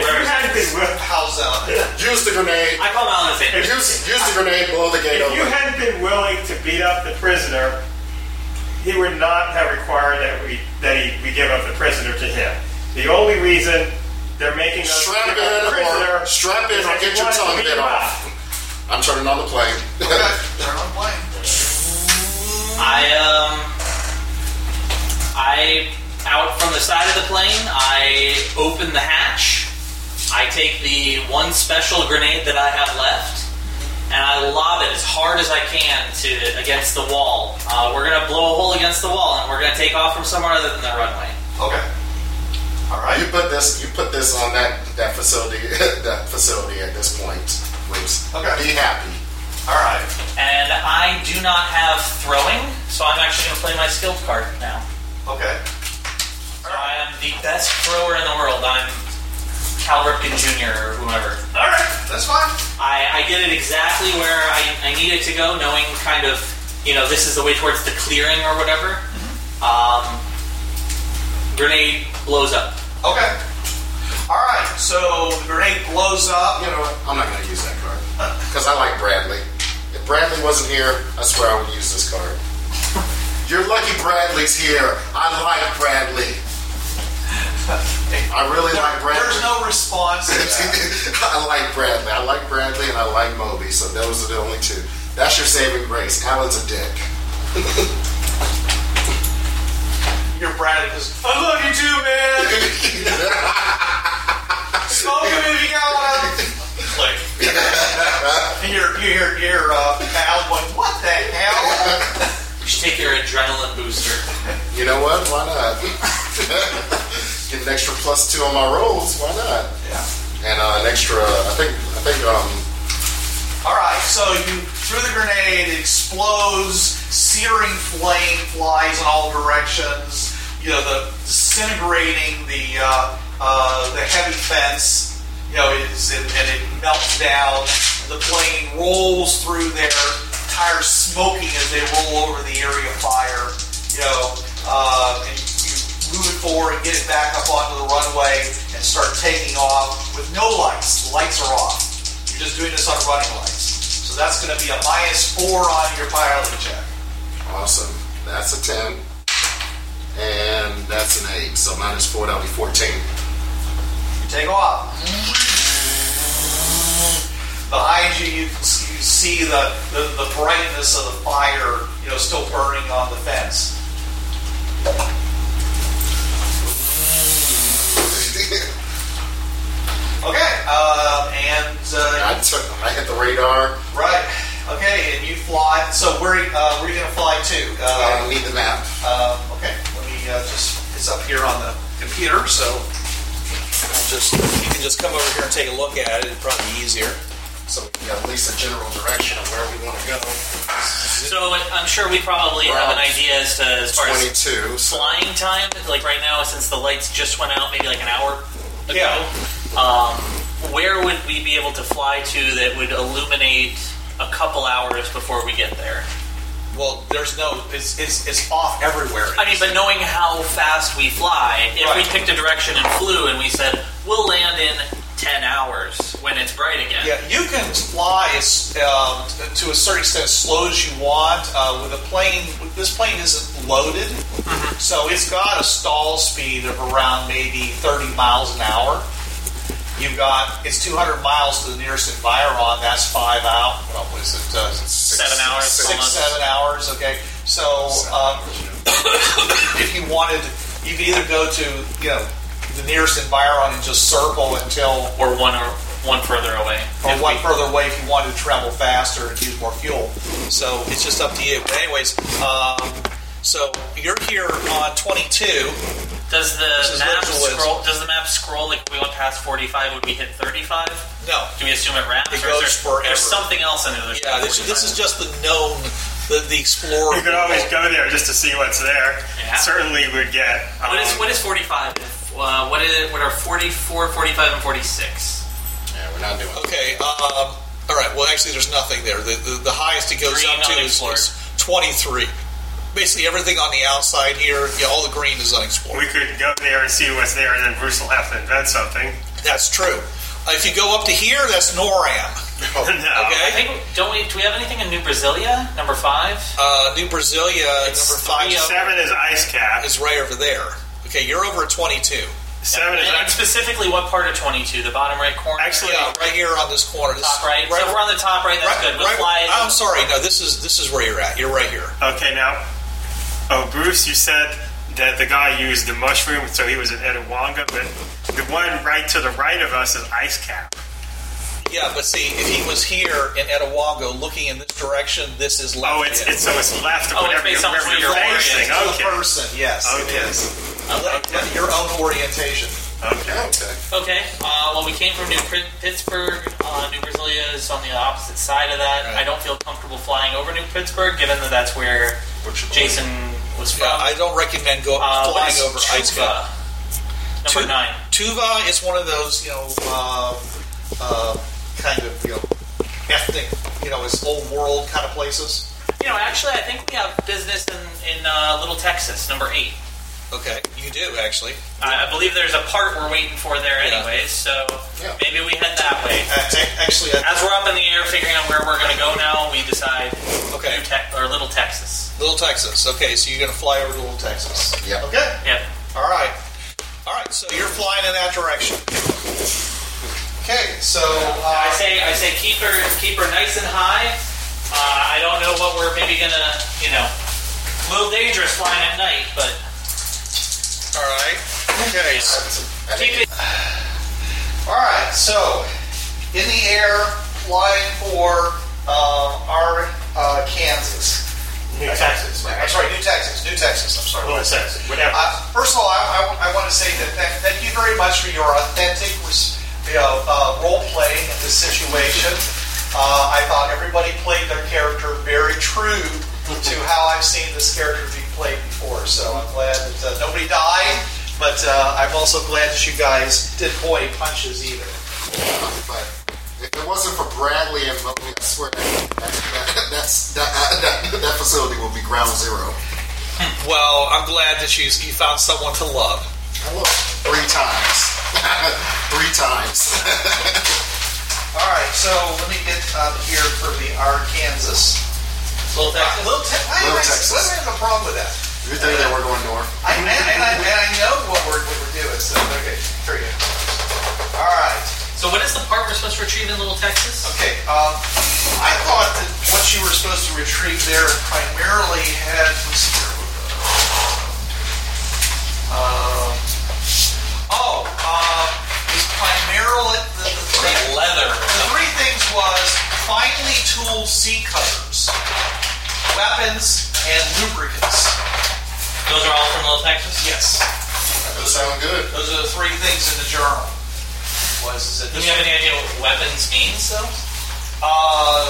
If you hadn't been willing, How's that? Use the grenade. I call him Alan Hussein. If- Use, use the grenade. Blow the gate if you open. hadn't been willing to beat up the prisoner, he would not have required that we that he, we give up the prisoner to him. The only reason they're making us Strap give up in the or- prisoner strap in is or that get he your wanted to tongue beat bit you off. up. I'm turning on the plane. Okay, Turn on play. I um I out from the side of the plane, I open the hatch, I take the one special grenade that I have left, and I lob it as hard as I can to against the wall. Uh, we're gonna blow a hole against the wall and we're gonna take off from somewhere other than the runway. Okay. All you right. put this. You put this on that that facility. that facility at this point. Please Okay. be happy. All right. And I do not have throwing, so I'm actually gonna play my skilled card now. Okay. So I am the best thrower in the world. I'm Cal Ripken Jr. or whomever. All right. That's fine. I, I get it exactly where I, I need it to go, knowing kind of, you know, this is the way towards the clearing or whatever. Mm-hmm. Um, grenade blows up. Okay. All right. So the grenade blows up. You know what? I'm not going to use that card because I like Bradley. If Bradley wasn't here, I swear I would use this card. You're lucky Bradley's here. I like Bradley. I really like There- Bradley. there's no response. To that. I like Bradley. I like Bradley and I like Moby. So those are the only two. That's your saving grace. Alan's a dick. You're Bradley because I love you too, man. Smoke it if you got one. Click. and you're you hear you're uh, Al going, what the hell? You should take your adrenaline booster. You know what? Why not? Get an extra plus two on my rolls. Why not? Yeah. And uh, an extra. I think. I think. Um. All right. So you threw the grenade. It explodes. Searing flame flies in all directions. You know the disintegrating the uh, uh, the heavy fence. You know, is, and, and it melts down. The plane rolls through there. tires smoking as they roll over the area of fire. You know, uh, and you move it forward and get it back up onto the runway and start taking off with no lights. The lights are off. You're just doing this on running lights. So that's going to be a minus four on your piloting check. Awesome. That's a ten. And that's an eight. So minus four. That'll be fourteen. You take off. Behind you, you, can s- you see the, the, the brightness of the fire, you know, still burning on the fence. Okay, uh, and uh, I took. I hit the radar. right, okay, and you fly. So where uh, where are you gonna fly to? I Uh, need the map. uh, okay, let me uh, just it's up here on the computer, so I'll just you can just come over here and take a look at it. It'd probably be easier. So we can get at least a general direction of where we want to go. So I'm sure we probably have an idea as to as far as Twenty-two. So flying time. Like right now, since the lights just went out, maybe like an hour ago. Yeah. Um, where would we be able to fly to that would illuminate a couple hours before we get there? Well, there's no it's it's, it's off everywhere. I mean, but knowing how fast we fly, if we Right. picked a direction and flew and we said, we'll land in 10 hours when it's bright again. Yeah, you can fly as, um, to a certain extent as slow as you want. Uh, with a plane, this plane isn't loaded, Mm-hmm. so it's got a stall speed of around maybe 30 miles an hour. You've got it's 200 miles to the nearest environ. That's five out. What was it? Uh, Seven hours, Six, almost. seven hours. Okay, So um, if you wanted, you could either go to you know the nearest environ and just circle until or one or one further away. or If one we- further away if you wanted to travel faster and use more fuel. So it's just up to you. But anyways, um, so you're here on 22. does the is map literal is- scroll? Does the map scroll like if we went past forty five? Would we hit thirty five? No, Do we assume it wraps? It or goes is there, forever. There's something else in the other. yeah, this, this is just the known, the, the explorer. You could always go there just to see what's there. Yeah. Certainly would get. Um, What is what is forty five? Uh, what is what are 44, 45, and forty six? Yeah, we're not doing it. Okay. Um, all right. Well, actually, there's nothing there. The the, the highest it goes Green up to is, unexplored. is 23. Basically, everything on the outside here, yeah, all the green is unexplored. We could go there and see what's there, and then Bruce will have to invent something. That's true. Uh, if you go up to here, that's NORAM. no. I Oh. Okay. think don't we? Do we have anything in New Brasilia? Number five. Uh, New Brasilia, number five three is- Seven is ice cap. is right over there. Okay, you're over at 22. Seven is And, and ice. specifically, what part of twenty two? The bottom right corner. Actually, Yeah, right here on this corner. This top right. so if we're on the top right. That's right- good. We'll right- fly. I'm sorry. No, this is this is where you're at. You're right here. Okay, now, oh, Bruce, you said that the guy used the mushroom, so he was in Etowanga, but the one right to the right of us is ice cap. Yeah, but see, if he was here in Etawago looking in this direction, this is left. Oh, it's, hand. it's so it's left of Oh, it's whatever based you're, on wherever where you're you're facing. To the Okay. person. Yes, Okay. it is. Yeah, Your own orientation. Okay. Okay. Okay. Uh, well, we came from New Pri- Pittsburgh. Uh, New Brasilia is on the opposite side of that. Right. I don't feel comfortable flying over New Pittsburgh, given that that's where Which one? Jason was from. Yeah, I don't recommend going uh, what flying is over ice cap. Chuka? Number Tu- nine. Tuva is one of those, you know, uh, uh, kind of, you know, ethnic, you know, it's old world kind of places. You know, actually, I think we have business in in uh, Little Texas. Number eight. Okay, you do actually. I I believe there's a part we're waiting for there, Yeah. anyways. So Yeah. maybe we head that way. Uh, ac- actually, I, As we're up in the air figuring out where we're going to go now, we decide Okay. New Tex or Little Texas. Little Texas. Okay, so you're going to fly over to Little Texas. Yep. Okay. Yep. All right. All right. So you're flying in that direction. Okay. So I uh, say I say keep her keep her nice and high. Uh, I don't know what we're maybe going to you know. A little dangerous flying at night, but all right. Okay. so- I keep think it. All right. So in the air, flying for uh, our uh, Kansas. New Texas, I'm sorry, New Texas. New Texas. I'm sorry. Little Texas, whatever. Uh, first of all, I, I, want to say that thank, thank you very much for your authentic res- you know, uh, role playing in this situation. Uh, I thought everybody played their character very true to how I've seen this character be played before. So I'm glad that uh, nobody died, but uh, I'm also glad that you guys didn't pull any punches either. But if it wasn't for Bradley and Moni, I swear that, that, that's, that, uh, that, that facility will be ground zero. Well, I'm glad that you, you found someone to love. Hello. Three times. Three times. All right, so let me get up here for the Arkansas. Little Texas. Little, te- why am Little I- Texas. why am I having a problem with that? You think that we're going north? I, and, and, I, and I know what we're, what we're doing, so okay, here we go. All right, So what is the part we're supposed to retrieve in Little Texas? okay. Um, I thought that what you were supposed to retrieve there primarily had. let's see here. Um, oh, um, it's primarily the, the The thing. leather. The three things was finely tooled seat covers, weapons, and lubricants. Those are all from Little Texas. Yes. That does sound good. Those are the three things in the journal. Was is it Do you have any idea what weapons means, though? Um,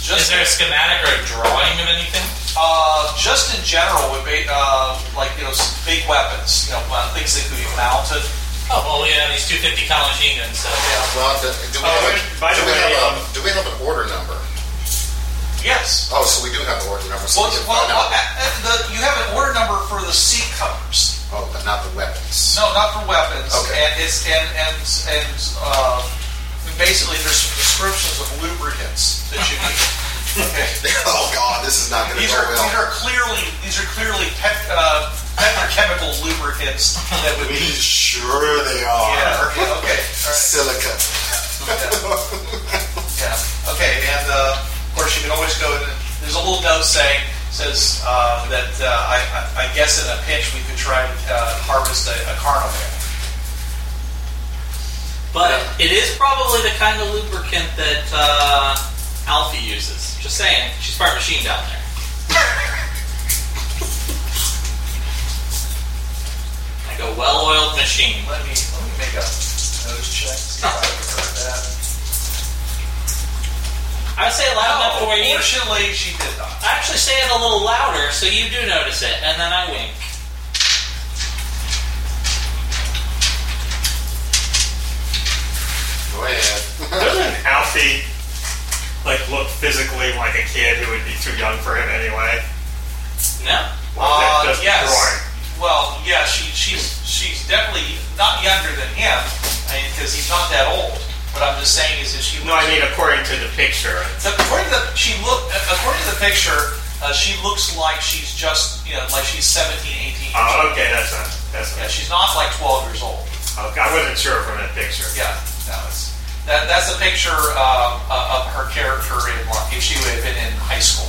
just Is there a schematic or a drawing of anything? uh, just in general would be uh, like you know s- big weapons, you know uh, things that could be mounted. Oh, well, we have these 250 cal machine guns, so. Well, do, do, we, Oh, have wait, a, by do, the we way, have um, a, do we have an order number? Yes. Oh, so we do have an order number. So Well, we can well, find out. uh, uh, the, you have an order number for the seat covers. Oh, but not the weapons. No, not for weapons. Okay. And it's and and and uh, basically there's some descriptions of lubricants that you need. Okay. Oh God, this is not going to These go are well. these are clearly these are clearly pet, uh, petrochemical lubricants that would we be. sure they are. Yeah. Okay. Okay. All right. Silica. Yeah. Okay. And uh, of course, you can always go. In, there's a little note saying says uh, that uh, I, I, I guess in a pinch we could try to uh, harvest a, a carnal male. But it is probably the kind of lubricant that uh, Alfie uses. Just saying, she's part machine down there. like a well-oiled machine. Let me let me make a nose check. See if I can hurt that. I would say it loud enough to where you. Fortunately, she did not. I actually say it a little louder, so you do notice it, and then I wink. Go ahead. Doesn't Alfie like look physically like a kid who would be too young for him anyway? No. Well, Uh, that's yes. drawing. Well, yeah, she, she's she's definitely not younger than him, because he's not that old. What I'm just saying is that she No, I mean according to the picture. The- According to the, she look according to the picture, uh, she looks like she's just you know like she's 17, 18. Oh, okay, that's not that's Yeah, not. she's not like 12 years old. Okay, I wasn't sure from that picture. Yeah, no, it's that, that's a picture uh, of her character in like if she would have been in high school,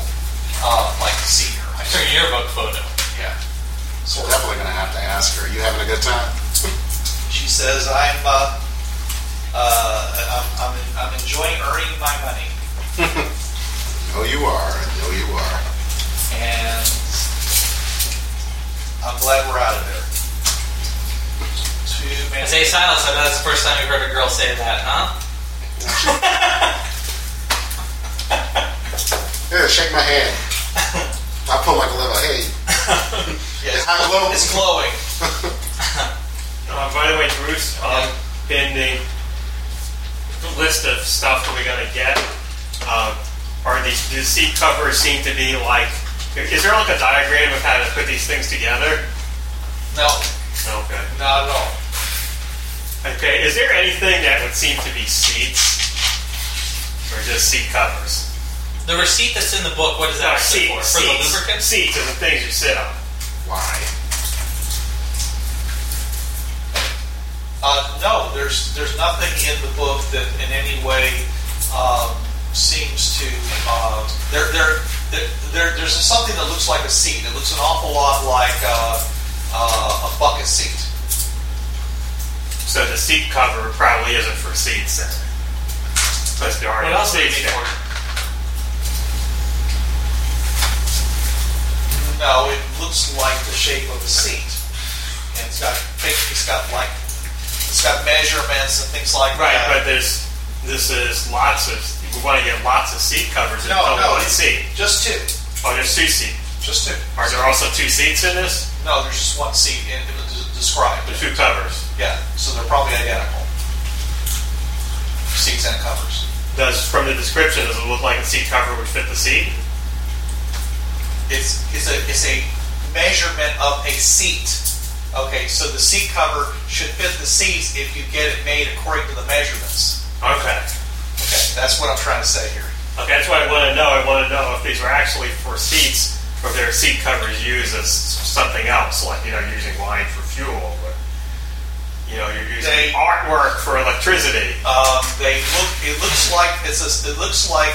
uh, like senior high It's her school. yearbook photo. Yeah. So we're definitely gonna have to ask her. You having a good time? She says, "I'm uh, uh, I'm, I'm, I'm enjoying earning my money." No, you are. No, you are. and I'm glad we're out of there. Two man- I say silence. I know that's the first time you've heard a girl say that, huh? Yeah, shake my hand. I pull my glove out. Hey, Yeah, it's, Hot glowing. it's glowing. Uh, by the way, Bruce, um, in the list of stuff that we gotta get, um, are these do the seat covers seem to be like? Is there like a diagram of how to put these things together? No, Okay. not at all. Okay, is there anything that would seem to be seats or just seat covers? The receipt that's in the book. What is No, that actually seat, for? For the seats, lubricant? seats are the things you sit on. why? Uh, no, there's there's nothing in the book that in any way um, seems to uh, there, there there there there's something that looks like a seat. It looks an awful lot like uh, uh, a bucket seat. So the seat cover probably isn't for seats then. Plus there are What no else would it seats be there. for? No, it looks like the shape of a seat, and it's got it's got like it's got measurements and things like Right, that. but there's this is lots of we want to get lots of seat covers in no, no, Oh, one it's seat. just two, Oh, there's two seats. just two. Are there also two seats in this? No, there's just one seat in, it was described. There's two covers. Yeah, so they're probably identical. Seats and covers. Does from the description does it look like a seat cover would fit the seat? It's it's a it's a measurement of a seat. Okay, so the seat cover should fit the seats if you get it made according to the measurements. Okay. Okay, that's what I'm trying to say here. Okay, that's what I want to know. I want to know if these are actually for seats or if they're seat covers used as something else, like, you know, you're using wine for fuel or, you know, you're using They- artwork for electricity. Um, they look. It looks like it's a. It looks like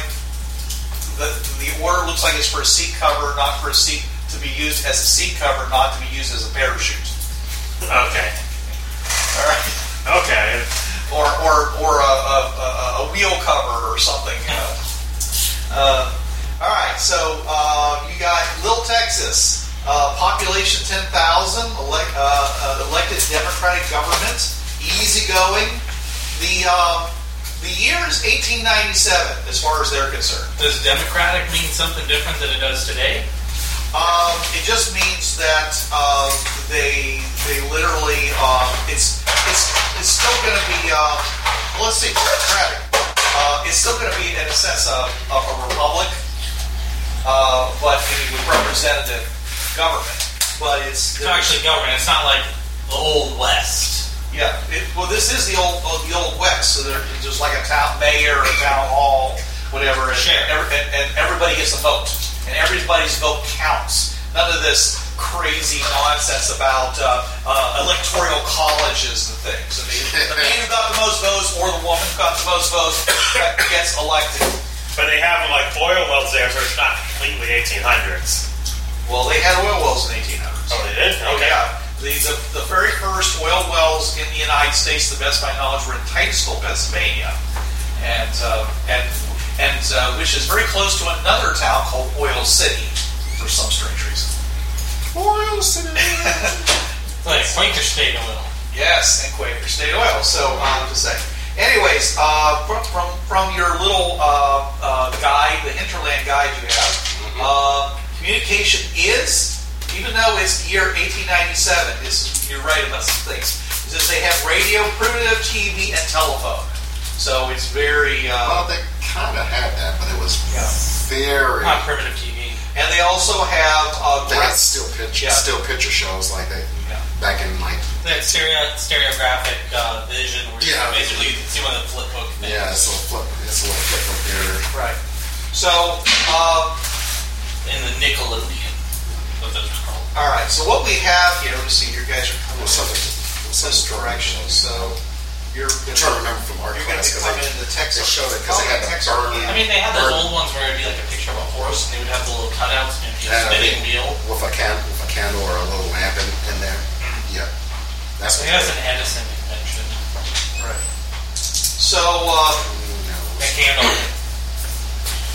the the order looks like it's for a seat cover, not for a seat to be used as a seat cover, not to be used as a parachute. Okay. All right, Okay. or or or a, a, a- a wheel cover or something. You know. uh, all right, so uh, you got Little Texas. Uh, population 10,000, elec- uh, uh, elected Democratic government, easygoing. The um, the year is 1897, as far as they're concerned. Does democratic mean something different than it does today? Um, it just means that um, they they literally um, it's it's it's still going to be um, let's see democratic. Uh, it's still going to be in a sense of, of a republic, uh, but it would representative government. But it's It's not actually government. It's not like the old west. yeah. It, well, this is the old uh, the old West, so there- there's just like a town mayor, a town hall, whatever, and, Sure. every, and, and everybody gets a vote, and everybody's vote counts. None of this crazy nonsense about uh, uh, electoral colleges and things. I mean, the man who got the most votes or the woman who got the most votes gets elected. But they have like oil wells there, so it's not completely 1800s. Well, they had oil wells in 1800s. Oh, they did? Okay. Yeah. The, the, the very first oil wells in the United States, the best by knowledge, were in Titusville, Pennsylvania, and uh, and and uh, which is very close to another town called Oil City, for some strange reason. Oil City. Like Quaker State a little. Yes, and Quaker State Oil. So uh, to say. Anyways, uh, from, from from your little uh, uh, guide, the hinterland guide you have, Mm-hmm. uh, communication is, even though it's the year 1897, is you're right about some things. It says they have radio, primitive TV, and telephone. So it's very. Uh, Well, they kind of had that, but it was Yeah. very. On primitive TV. and they also have uh, They gra- had still picture, Yeah. still picture shows like that Yeah. back in like That stereo, stereographic uh, vision where you Yeah. basically you can see one of the flip book things. yeah, it's a little flip, it's a little flip up theater. right. So. Uh, In the Nickelodeon. What those are called. All right, so what we have here, let me see, your guys are coming Well, something- in this direction, so you're I'm going trying to remember from art You're going to class be because coming into they Texas. showed it 'cause they had the Texas burn. again. I mean, they had those Or- old ones where it'd be like a picture of a horse and they would have the little cutouts and it'd be a Yeah, I spinning mean- wheel. with a can with a candle or a little lamp in, in there. Mm-hmm. Yeah, that's I what. think that's an Edison invention. Right. So, uh, no, A candle.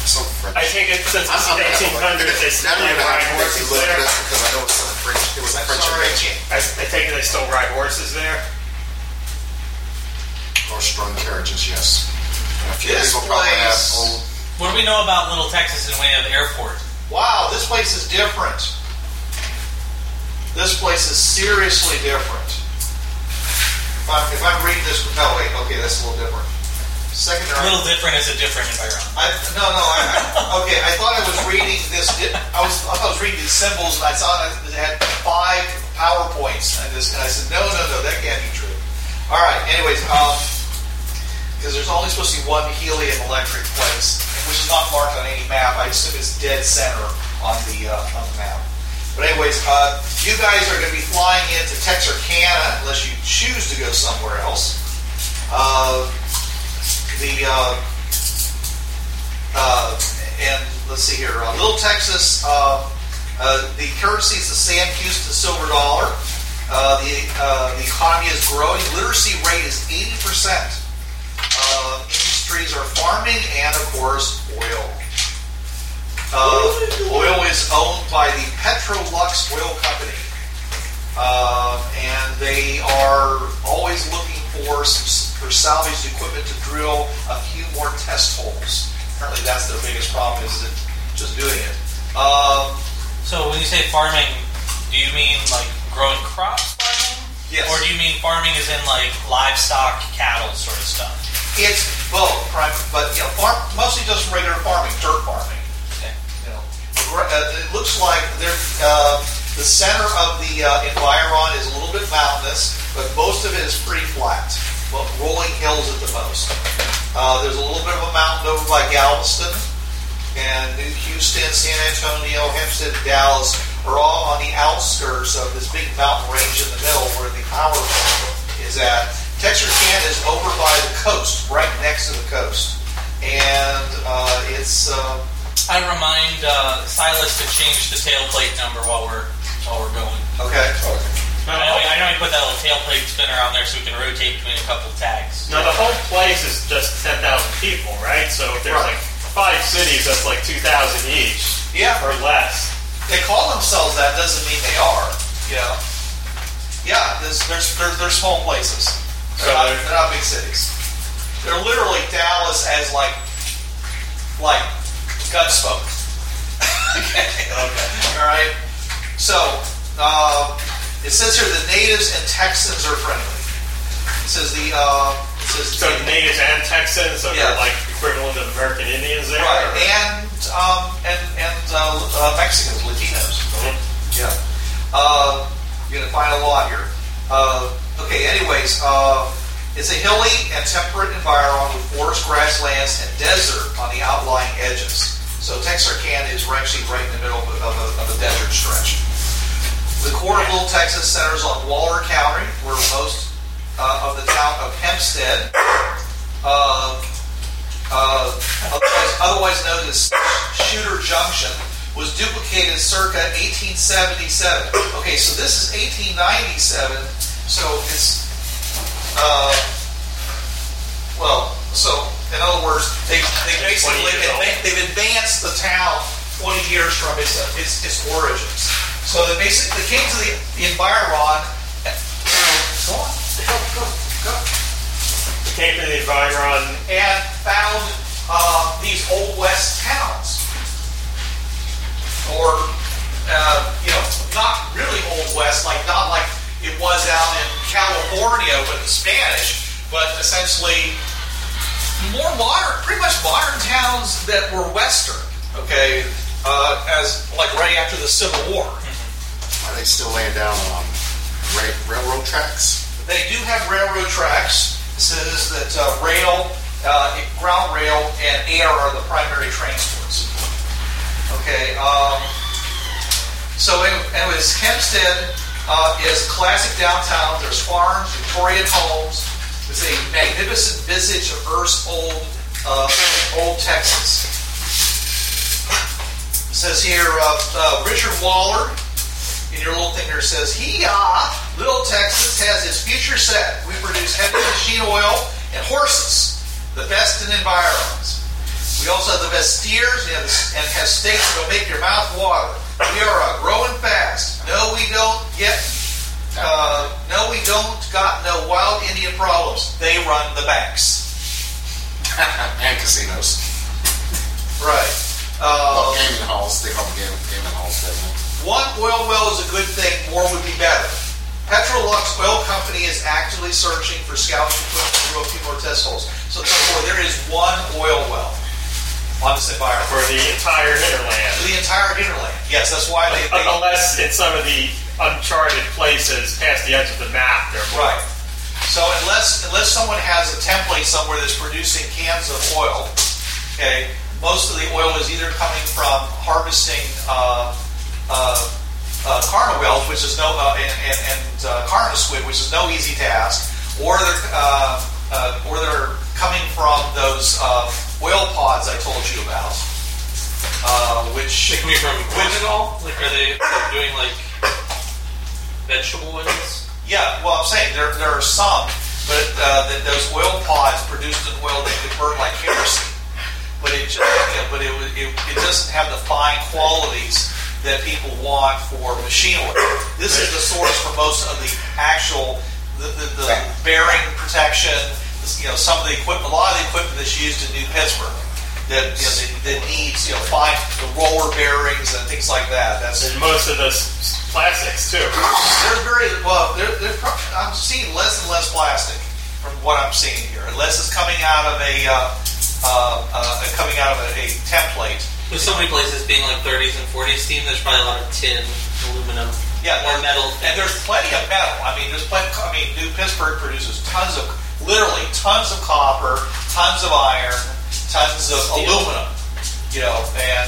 some French. I think it's since I'm- it's I'm- I'm- 1800, they still Now you're gonna have to ride make me horses look it there. up because I know it's not French. It was a I'm French sorry. invention I, I think they still ride horses there. or strung carriages. Yes, and a few This people probably have place- old. What do we know about Little Texas in the way of airport? wow, this place is different. This place is seriously different. If I'm, if I'm reading this, no, wait, okay, that's a little different. Secondary. A little different is a different environment. I, no, no. I, I, okay, I thought I was reading this. I was, I thought I was reading these symbols, and I saw that it had five powerpoints, and this, and I said, no, no, no, that can't be true. All right. Anyways, um, because there's only supposed to be one helium electric place, which is not marked on any map. I assume it's dead center on the uh, on the map. But anyways, uh, you guys are going to be flying into Texarkana unless you choose to go somewhere else. Uh, the uh, uh, and let's see here, uh, Little Texas, uh, uh, the currency is the Sam Houston silver dollar. Uh, the, uh, the economy is growing. Literacy rate is 80%. Uh, industries are farming and, of course, oil. Uh, oil is owned by the Petrolux Oil Company. Um, and they are always looking for some, for salvaged equipment to drill a few more test holes. Apparently, that's their biggest problem is that just doing it. Um, So when you say farming, do you mean like growing crops farming? Yes. Or do you mean farming is in like livestock, cattle sort of stuff? it's both, prim- but you know, farm mostly just regular farming, dirt farming. Okay. You know, Gr- uh, it looks like they're, uh, the center of the uh, environ is a little bit mountainous, but most of it is pretty flat, well, rolling hills at the most. Uh, there's a little bit of a mountain over by Galveston, and New Houston, San Antonio, Hempstead, and Dallas are all on the outskirts of this big mountain range in the middle where the power is at. Texarkana is over by the coast, right next to the coast, and uh, it's. Uh, I remind uh, Silas to change the tailplate number while we're while we're going. Okay. Now, the I know, whole, I know he put that little tailplate spinner on there so we can rotate between a couple of tags. now the whole place is just 10,000 people, right? So if there's Right. like five cities, that's like 2,000 each Yeah, or less. they call themselves that doesn't mean they are. You know. Yeah, there's there's they're, they're small places. They're, So not, they're- they're not big cities. They're literally Dallas as like like Gunsmoke. okay. Okay. All right. So uh, it says here the natives and Texans are friendly. It says the uh, it says So natives and Texans are Yeah. like equivalent to American Indians there. right or- and um, and and uh, uh, Mexicans, Latinos. Mhm. Yeah. Uh, you're going to find a lot here. Uh, okay, anyways, uh, it's a hilly and temperate environment with forest, grasslands, and desert on the outlying edges. So Texarkana is actually right in the middle of a, of a, of a desert stretch. The core of Little Texas centers on Waller County, where most uh, of the town of Hempstead, uh, uh, otherwise, otherwise known as Shooter Junction, was duplicated circa 1877. Okay, so this is 1897, so it's, uh, well, so in other words, they, they basically 20 years old. advan- they've advanced the town 20 years from its, its, its origins. So they basically came to the, the environ. Go on, go, go, go Came from the environ. and found uh, these old west towns, or uh, you know, not really old west, like not like it was out in California with the Spanish, but essentially more modern, pretty much modern towns that were western. Okay, uh, as like right after the Civil War. Are they still laying down on um, ra- railroad tracks? They do have railroad tracks. It says that uh, rail, uh, ground rail, and air are the primary transports. Okay. Um, so, any- anyways, Hempstead uh, is classic downtown. There's farms, Victorian homes. It's a magnificent visage of Earth's old, uh, old Texas. It says here, uh, uh, Richard Waller, in your little thing there says, "Hee-ah, Little Texas has its future set. We produce heavy machine oil and horses, the best in environs. We also have the best steers and, and have steaks that'll make your mouth water. We are uh, growing fast. No, we don't get. Uh, no, we don't got no wild Indian problems. They run the banks. And casinos. Right. Oh, Uh, gaming halls. They call them gaming, gaming halls, definitely. One oil well is a good thing, more would be better. Petrolux Oil Company is actively searching for scouts to put through a few more test holes. So therefore, there is one oil well on this environment for the entire for hinterland. the entire hinterland. Yes, that's why they. they Unless in some of the uncharted places past the edge of the map, there were. right. So unless unless someone has a template somewhere that's producing cans of oil, okay, most of the oil is either coming from harvesting uh, uh, uh, carna whales, which is no uh, and and, and uh, carna squid, which is no easy task, or they're uh, uh, or they're coming from those uh, oil pods I told you about, uh, which They can be from Portugal. Like, are they they're doing like vegetable oils? Yeah, well, I'm saying there, there are some, but uh, that those oil pods produced an oil that could burn like kerosene, but it ju- you know, but it, was- it it doesn't have the fine qualities that people want for machine oil. This is the source for most of the actual the, the, the bearing protection. this- You know, some of the equipment, a lot of the equipment that's used in New Pittsburgh that you know, that, that needs you know fine the roller bearings and things like that. That's And most of those s- plastics too. they're very well. They're, they're pro- I'm seeing less and less plastic from what I'm seeing here, unless it's coming out of a uh, uh, uh, coming out of a, a template. With so many places being like 30s and 40s steam, there's probably a lot of tin, aluminum, Yeah, or there's- metal. and there's plenty of metal. I mean, there's plenty. I mean, New Pittsburgh produces tons of literally tons of copper, tons of iron, tons of aluminum. You know, and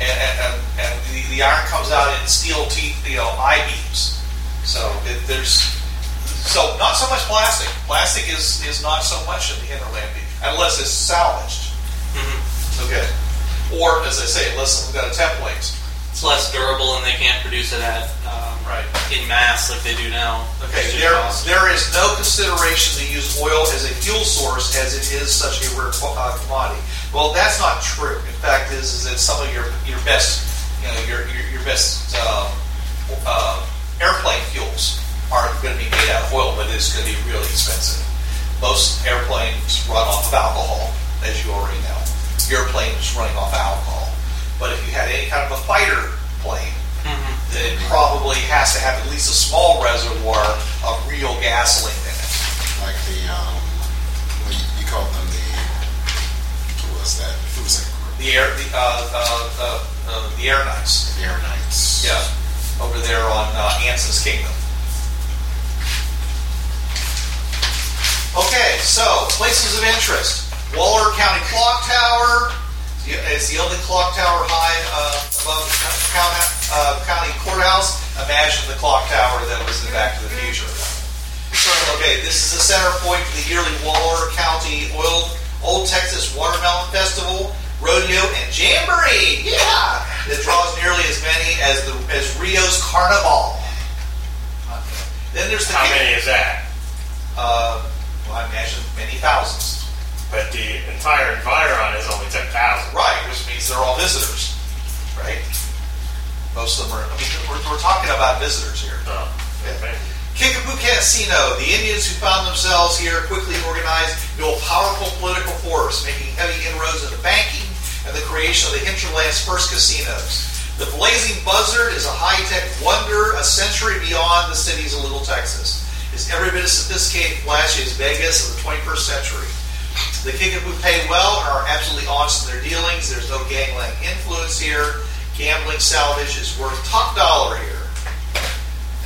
and and, and, and the, the iron comes out in steel teeth, you know, I beams. So it, there's so not so much plastic. Plastic is is not so much in the hinterland unless it's salvaged. Okay. Or as I say, unless someone's got a template. It's less durable, and they can't produce it at um, Right. in mass like they do now. Okay, It's just there, cost. there is no consideration to use oil as a fuel source as it is such a rare qu- uh, commodity. Well, that's not true. In fact, is is that some of your your best, you know, your your, your best um, uh, airplane fuels aren't going to be made out of oil, but it's going to be really expensive. Most airplanes run off of alcohol, as you already know. Your plane is running off alcohol, but if you had any kind of a fighter plane, that it probably has to have at least a small reservoir of real gasoline in it. Like the, um, what you, you call them the, who was that? Who was that group? The air, the, uh, uh, uh, uh, the air knights. The Air Knights. Yeah, over there on uh, Anson's Kingdom. Okay, so places of interest: Waller County Clock Tower. It's the only clock tower high uh, above the co- county, uh, county courthouse. Imagine the clock tower that was in Back to the Future. So, okay, this is the center point for the yearly Waller County Oil Old Texas Watermelon Festival, Rodeo, and Jamboree. Yeah, that draws nearly as the as Rio's Carnival. Then there's the How many is that? Uh, well, I imagine many thousands. But the entire environ is only ten thousand. Right, which means they're all visitors, right? Most of them are. I mean, we're, we're talking about visitors here. Kickapoo Casino, the Indians who found themselves here quickly organized into a powerful political force, making heavy inroads into banking and the creation of the hinterland's first casinos. The Blazing Buzzard is a high-tech wonder a century beyond the cities of Little Texas. It's every bit as sophisticated and flashy as Vegas of the 21st century. The Kickapoo pay well and are absolutely honest in their dealings. There's no gangland influence here. Gambling salvage is worth top dollar here.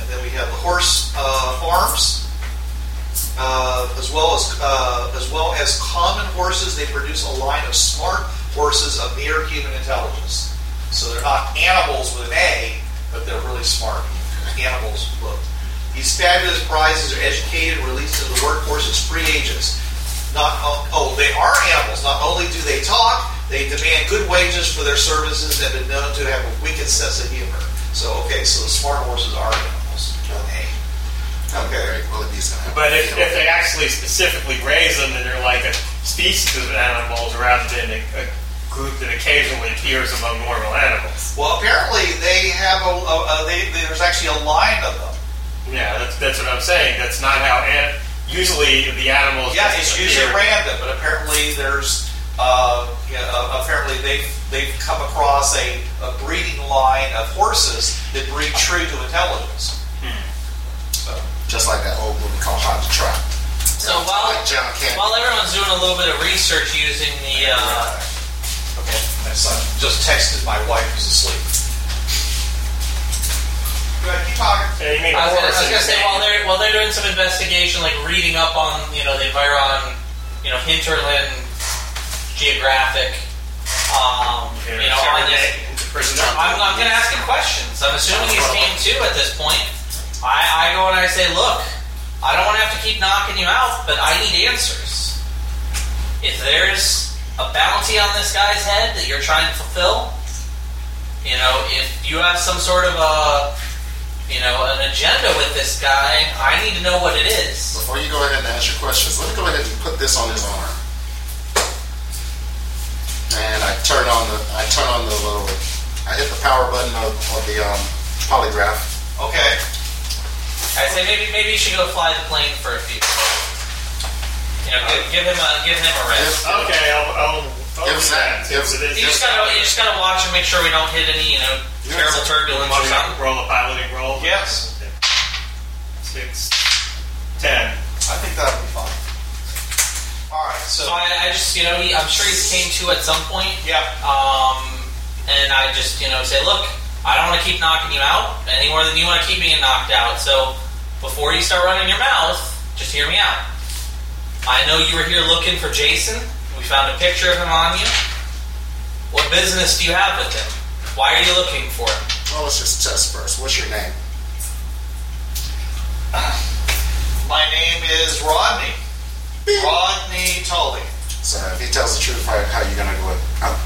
And then we have the horse uh, farms, uh, as well as uh, as well as common horses. They produce a line of smart horses of mere human intelligence. So they're not animals with an A, but they're really smart animals. Look, these fabulous prizes are educated, released to the workforce as free agents. Not o- oh, they are animals. Not only do they talk, they demand good wages for their services and have been known to have a wicked sense of humor. So okay, so the smart horses are animals. Okay. Okay. Okay, well, it needs to happen. But if, if they actually specifically raise them and they're like a species of animals rather than a, a group that occasionally appears among normal animals. Well, apparently they have a, a, a they, there's actually a line of them. Yeah, that's, that's what I'm saying. That's not how an, usually the animals. Yeah, just it's usually appear. random, but apparently there's uh, yeah, uh, apparently they've they've come across a, a breeding line of horses that breed true to intelligence. So, Just like that old movie called Hot to Trot. So while Like John Candy. while everyone's doing a little bit of research using the uh, okay, my son just texted my wife who's asleep. Go ahead, keep talking. Yeah, you mean I was gonna, I was horses, gonna say man. while they're while they're doing some investigation, like reading up on you know the environ, you know hinterland geographic, um, Yeah, you know sure, on this. they- person- I'm, I'm going to ask him questions. I'm assuming he's game two at this point. I, I go and I say, look, I don't want to have to keep knocking you out, but I need answers. If there's a bounty on this guy's head that you're trying to fulfill, you know, if you have some sort of a, you know, an agenda with this guy, I need to know what it is. Before you go ahead and ask your questions, let me go ahead and put this on his arm. And I turn on the, I turn on the little, I hit the power button of, of the um, polygraph. Okay. I say maybe maybe you should go fly the plane for a few. You know, give, give him a give him a rest. If- Okay, I'll. I'll I'll Give do us that. that. Give us- Since it is You just just gotta you just gotta watch and make sure we don't hit any you know Yeah. terrible turbulence or something. roll a piloting roll. Yes. Six, ten. I think that'll be fine. All right. So, So I, I just you know he, I'm sure he came to at some point. yeah. Um, and I just you know say look, I don't want to keep knocking you out any more than you want to keep being knocked out. So before you start running your mouth, just hear me out. I know you were here looking for Jason. We found a picture of him on you. What business do you have with him? Why are you looking for him? Well, let's just test first. What's your name? My name is Rodney. Rodney Tully. So if he tells the truth, how, how you gonna do it? I'll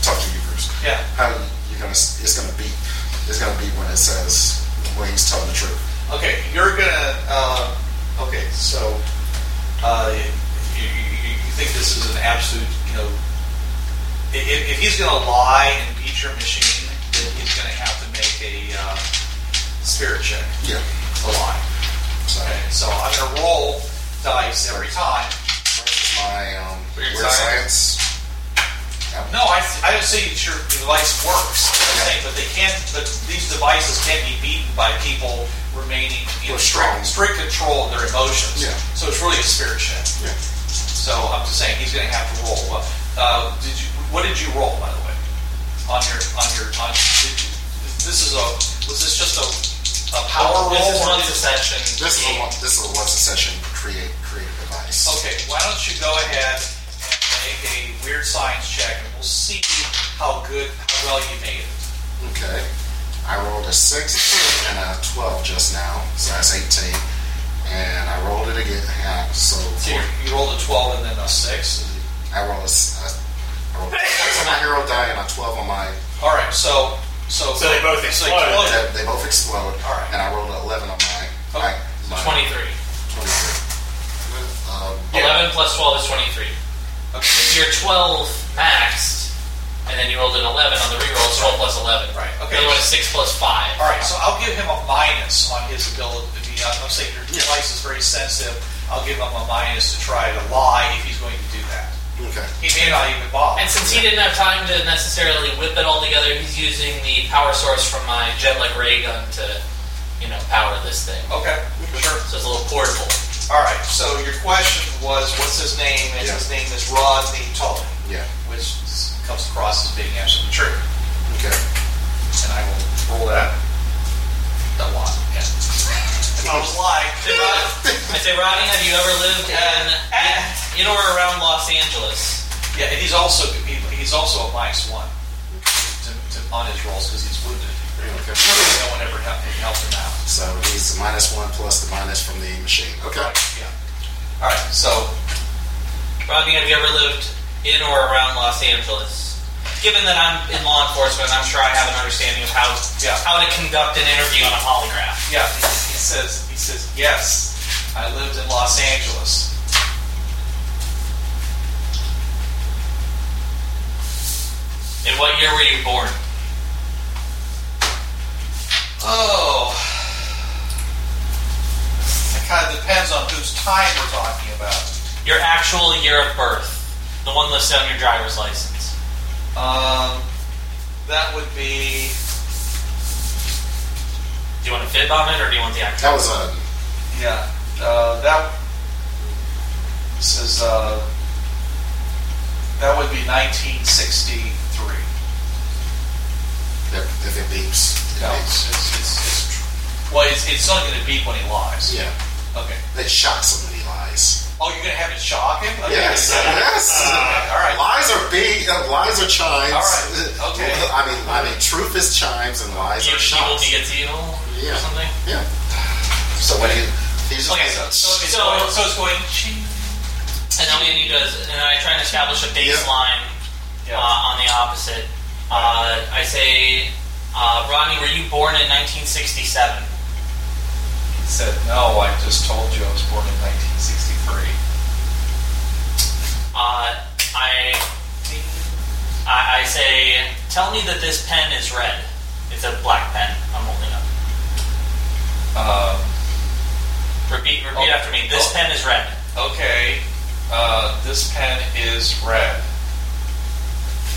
talk to you first. Yeah. How you gonna? It's gonna be. It's gonna be when it says when he's telling the truth. Okay, you're gonna. Uh, okay, so uh, you, you, you think this is an absolute, you know, i- if, if he's gonna lie and beat your machine, then he's gonna have to make a uh, spirit check Yeah. to lie. So Okay, so I'm gonna roll dice every time. where's my um, Weird weird, science. science? No, I, I don't see that your device works. I'm saying, but they can. But these devices can be beaten by people remaining in With strict, strong- strict control of their emotions. Yeah. So it's really a spirit check. Yeah. So I'm just saying he's going to have to roll. Well, Uh, did you? What did you roll, by the way? On your on your on. Did you, this is a. Was this just a a power roll? This or is once did- a session. This is a one. This is a once a session create create device. Okay, why don't you go ahead and make a weird science check, and we'll see how good, how well you made it. Okay. I rolled a six and a twelve just now, so that's eighteen. And I rolled it again. Yeah, so So you, you rolled a 12 and then a 6. I rolled a. s- I- I rolled a six on my hero die and a twelve on my All right, so So, So they both so explode. They, they both explode, All right. and I rolled an 11 on my, my, my 23. 23. Um, 11 plus 12 is 23. Okay. If you're 12 maxed, and then you rolled an 11 on the reroll, it's 12 plus 11. Right, okay. The other one is 6 plus 5. All right, so I'll give him a minus on his ability. I mean, I'm saying your device is very sensitive. I'll give him a minus to try to lie if he's going to do that. okay. He may not even bother. And since he didn't have time to necessarily whip it all together, he's using the power source from my Jetlag ray gun to, you know, power this thing. Okay, sure. So it's a little portable. All right, so your question was, what's his name? And his name is Rodney Tully, Yeah. which s- comes across as being absolutely true. Okay. And I will roll that. A lot. Yeah. If I was lying. Hey, Rodney, I say, Rodney, have you ever lived in, in or around Los Angeles? Yeah, and he's also he, he's also a minus one to, to, on his rolls because he's wounded. Okay. No one ever helped, helped him out. So he's the minus one plus the minus from the machine. Okay. Yeah. All right. So Rodney, have you ever lived in or around Los Angeles? Given that I'm in law enforcement, I'm sure I have an understanding of how Yeah. how to conduct an interview on a polygraph. yeah, he, he says he says yes. I lived in Los Angeles. In what year were you born? Oh, it kind of depends on whose time we're talking about. Your actual year of birth, the one listed on your driver's license. Um, that would be Do you want a fib on it or do you want the actual? That was a. yeah. Uh, that this is uh, that would be 1963. If, if it beeps. It No, it's, beeps. it's, it's, it's well, it's, it's not going to beep when he lies. Yeah. Okay. That shocks him when he lies. Oh, you're going to have it shock him? Okay. Yes. Yes. All right. Lies are big. Uh, lies are chimes. All right, okay. I mean, I mean, truth is chimes and lies You, are evil shots. begets evil Yeah. or something? Yeah. So when he, he's just Okay, so, so, it's, So- going, so it's going. ching. And then we need to, and I try and establish a baseline Yeah. uh, on the opposite. Uh, I say, uh, Rodney, were you born in He 1967? said, No, I just told you I was born in 1963. Uh, I, I, I say, tell me that this pen is red. It's a black pen. I'm holding up. Um, Repeat, repeat Oh. after me. This Oh. pen is red. okay, uh, this pen is red.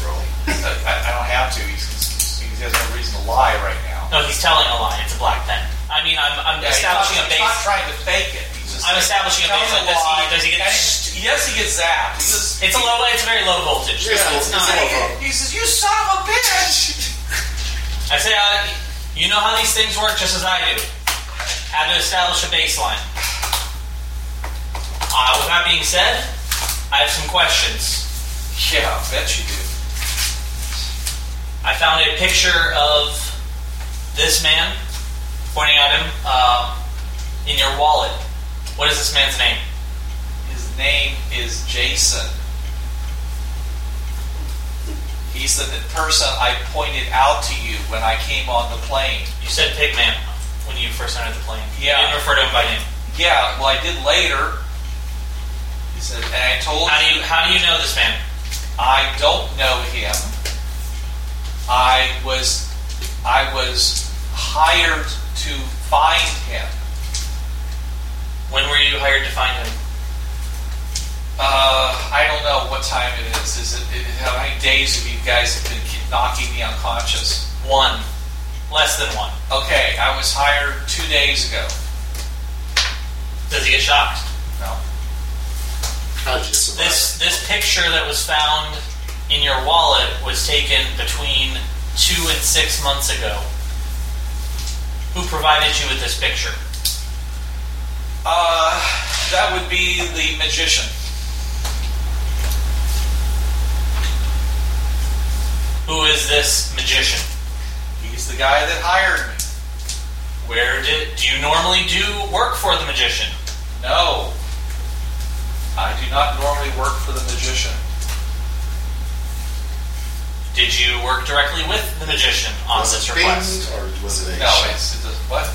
roll. I, I don't have to. He's, he's, he has no reason to lie right now. No, he's telling a lie. It's a black pen. I mean, I'm, I'm Yeah, he's not- establishing a He's not base. trying to fake it. He's just I'm establishing a telling baseline. a Does lie. he, does he get? And he- yes, he gets zapped. He just- It's a low. It's very low voltage. Yeah, so it's it's not. a low He says, "You son of a bitch!" I say, uh, you know how these things work just as I do. Had to establish a baseline. Uh, with that being said, I have some questions. Yeah, I bet you do. I found a picture of this man, pointing at him, uh, in your wallet. What is this man's name? His name is Jason. He's the person I pointed out to you when I came on the plane. You said Pigman when you first entered the plane. Yeah. You didn't refer to him by name. Yeah, well, I did later. He said, and I told How do you how do you know this man? I don't know him. I was I was hired to find him. When were you hired to find him? Uh, I don't know what time it is. Is it, it how many days have you guys been keep knocking me unconscious? One. Less than one. Okay, I was hired two days ago. Does he get shocked? No, How did you survive? This this picture that was found in your wallet was taken between two and six months ago. Who provided you with this picture? uh, that would be the magician. Who is this magician? He's the guy that hired me. Where did do you normally do work for the magician? No, I do not normally work for the magician. Did you work directly with the magician on Was this it request? Bing or was it a No, it's, it's a- what?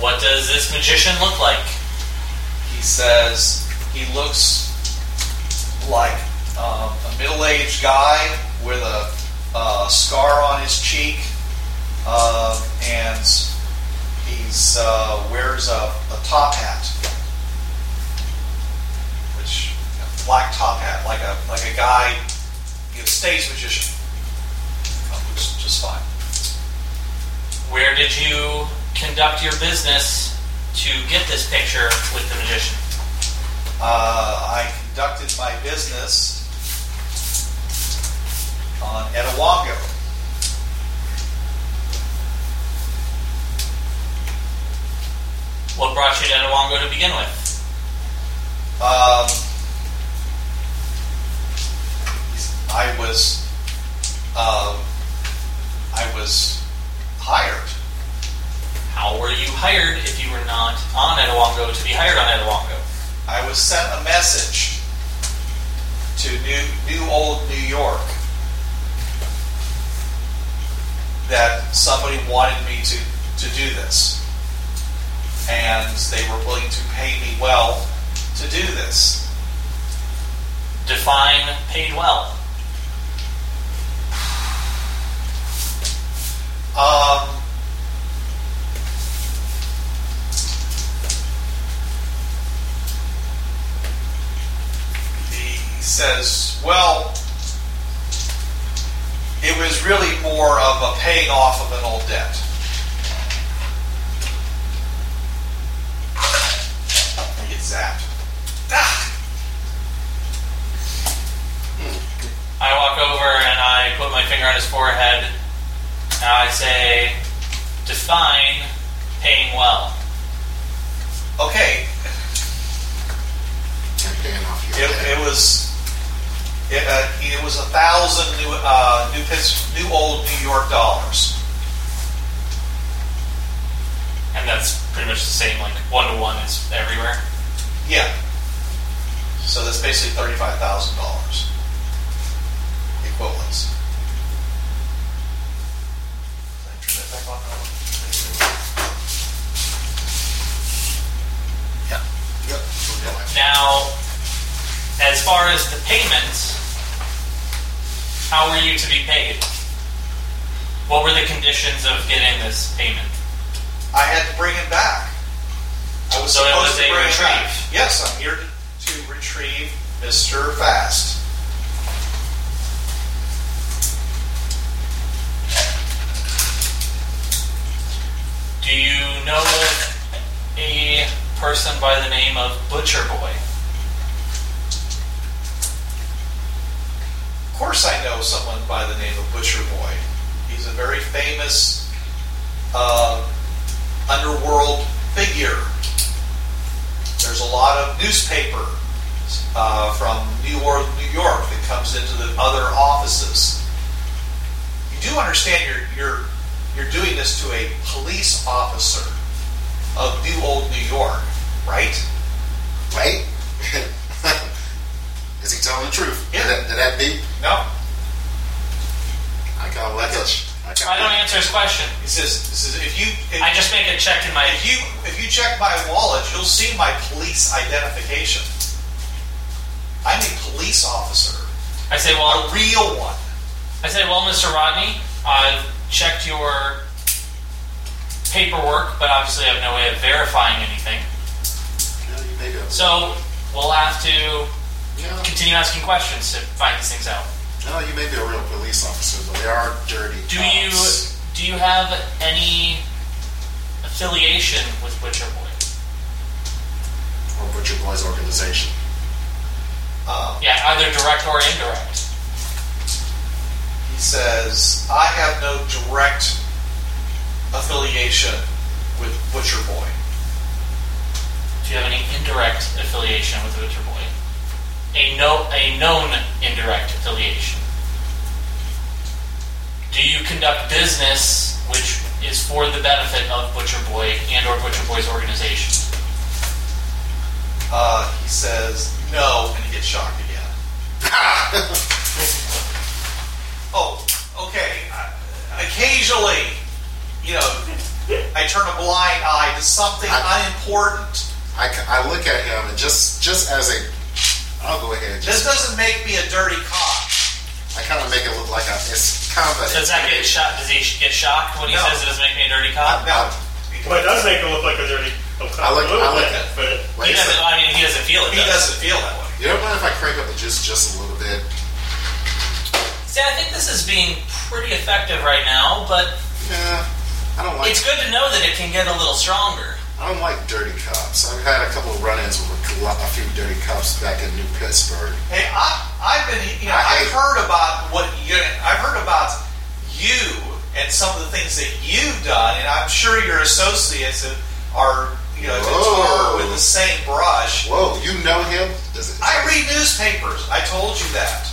What does this magician look like? He says he looks like um, a middle aged guy with a uh, scar on his cheek, uh, and he's uh, wears a, a top hat, which a black top hat, like a like a guy, you know, stage magician. Uh, Looks just fine. Where did you conduct your business to get this picture with the magician? Uh, I conducted my business on Etawago. What brought you to Etawango to begin with? Um, I was, um, I was hired. How were you hired if you were not on Etawango to be hired on Etawango? I was sent a message to new, new old New York that somebody wanted me to, to do this. And they were willing to pay me well to do this. Define paid well. Um, he says, well, it was really more of a paying off of an old debt. I get zapped. Ah! I walk over and I put my finger on his forehead and I say, define paying well. Okay, You're paying off your It, it debt. was it, uh, it was a thousand new uh, new Pitts, new old New York dollars. And that's pretty much the same, like one to one is everywhere. Yeah. So that's basically thirty-five thousand dollars equivalents. Did I turn that back on? Yeah. Yep. We're going. Now, as far as the payments, how were you to be paid? What were the conditions of getting this payment? I had to bring it back. I was So it supposed was to a bring it back. retrieve. Yes, I'm here to, to retrieve Mr. Fast. Do you know a person by the name of Butcher Boy? Of course, I know someone by the name of Butcher Boy. He's a very famous uh, underworld figure. There's a lot of newspaper uh, from New York, New York, that comes into the other offices. You do understand you're you're you're doing this to a police officer of New Old New York, right? Wait. Is he telling the truth? Yeah. Did that, did that beep? No. I got lucky. I got I don't answer his question. He says, he says if you if, I just make a check in my. If you if you check my wallet, you'll see my police identification. I'm a police officer, I say, well, a real one. I say, well, Mr. Rodney, I've checked your paperwork, but obviously I have no way of verifying anything. Yeah, you may go. So we'll have to Yeah. continue asking questions to find these things out. No, you may be a real police officer, but they are dirty. Do you cops. do you have any affiliation with Butcher Boy? Or Butcher Boy's organization. Uh, Yeah, either direct or indirect. he says I have no direct affiliation with Butcher Boy. Do you have any indirect affiliation with Butcher Boy? A no, a known indirect affiliation. Do you conduct business which is for the benefit of Butcher Boy and or Butcher Boy's organization? Uh, he says no, and he gets shocked again. oh, okay. I- Occasionally, you know, I turn a blind eye to something I- unimportant. I, c- I look at him and just just as a, I'll go ahead. This Just doesn't make me a dirty cop. I kind of make it look like I'm. It's kind of. a- Does that get shot? Does he get shocked when he No. says it doesn't make me a dirty cop? No. Well, it does make him look like a dirty. A I like- a little I like bit, that. but Wait He a doesn't. second. I mean, he doesn't feel it. He Though. doesn't feel that way. You don't mind if I crank up the juice just a little bit? See, I think this is being pretty effective right now, but Yeah. I don't like. it's good to know that it can get a little stronger. I don't like dirty cops. I've had a couple of run-ins with a, lot- a few dirty cops back in New Pittsburgh. Hey, I, I've been, you know, I I have hate- heard about what you, I've heard about you and some of the things that you've done, and I'm sure your associates have, are, you know, to Whoa. tar with the same brush. Whoa, you know him? Does it? I read newspapers. I told you that.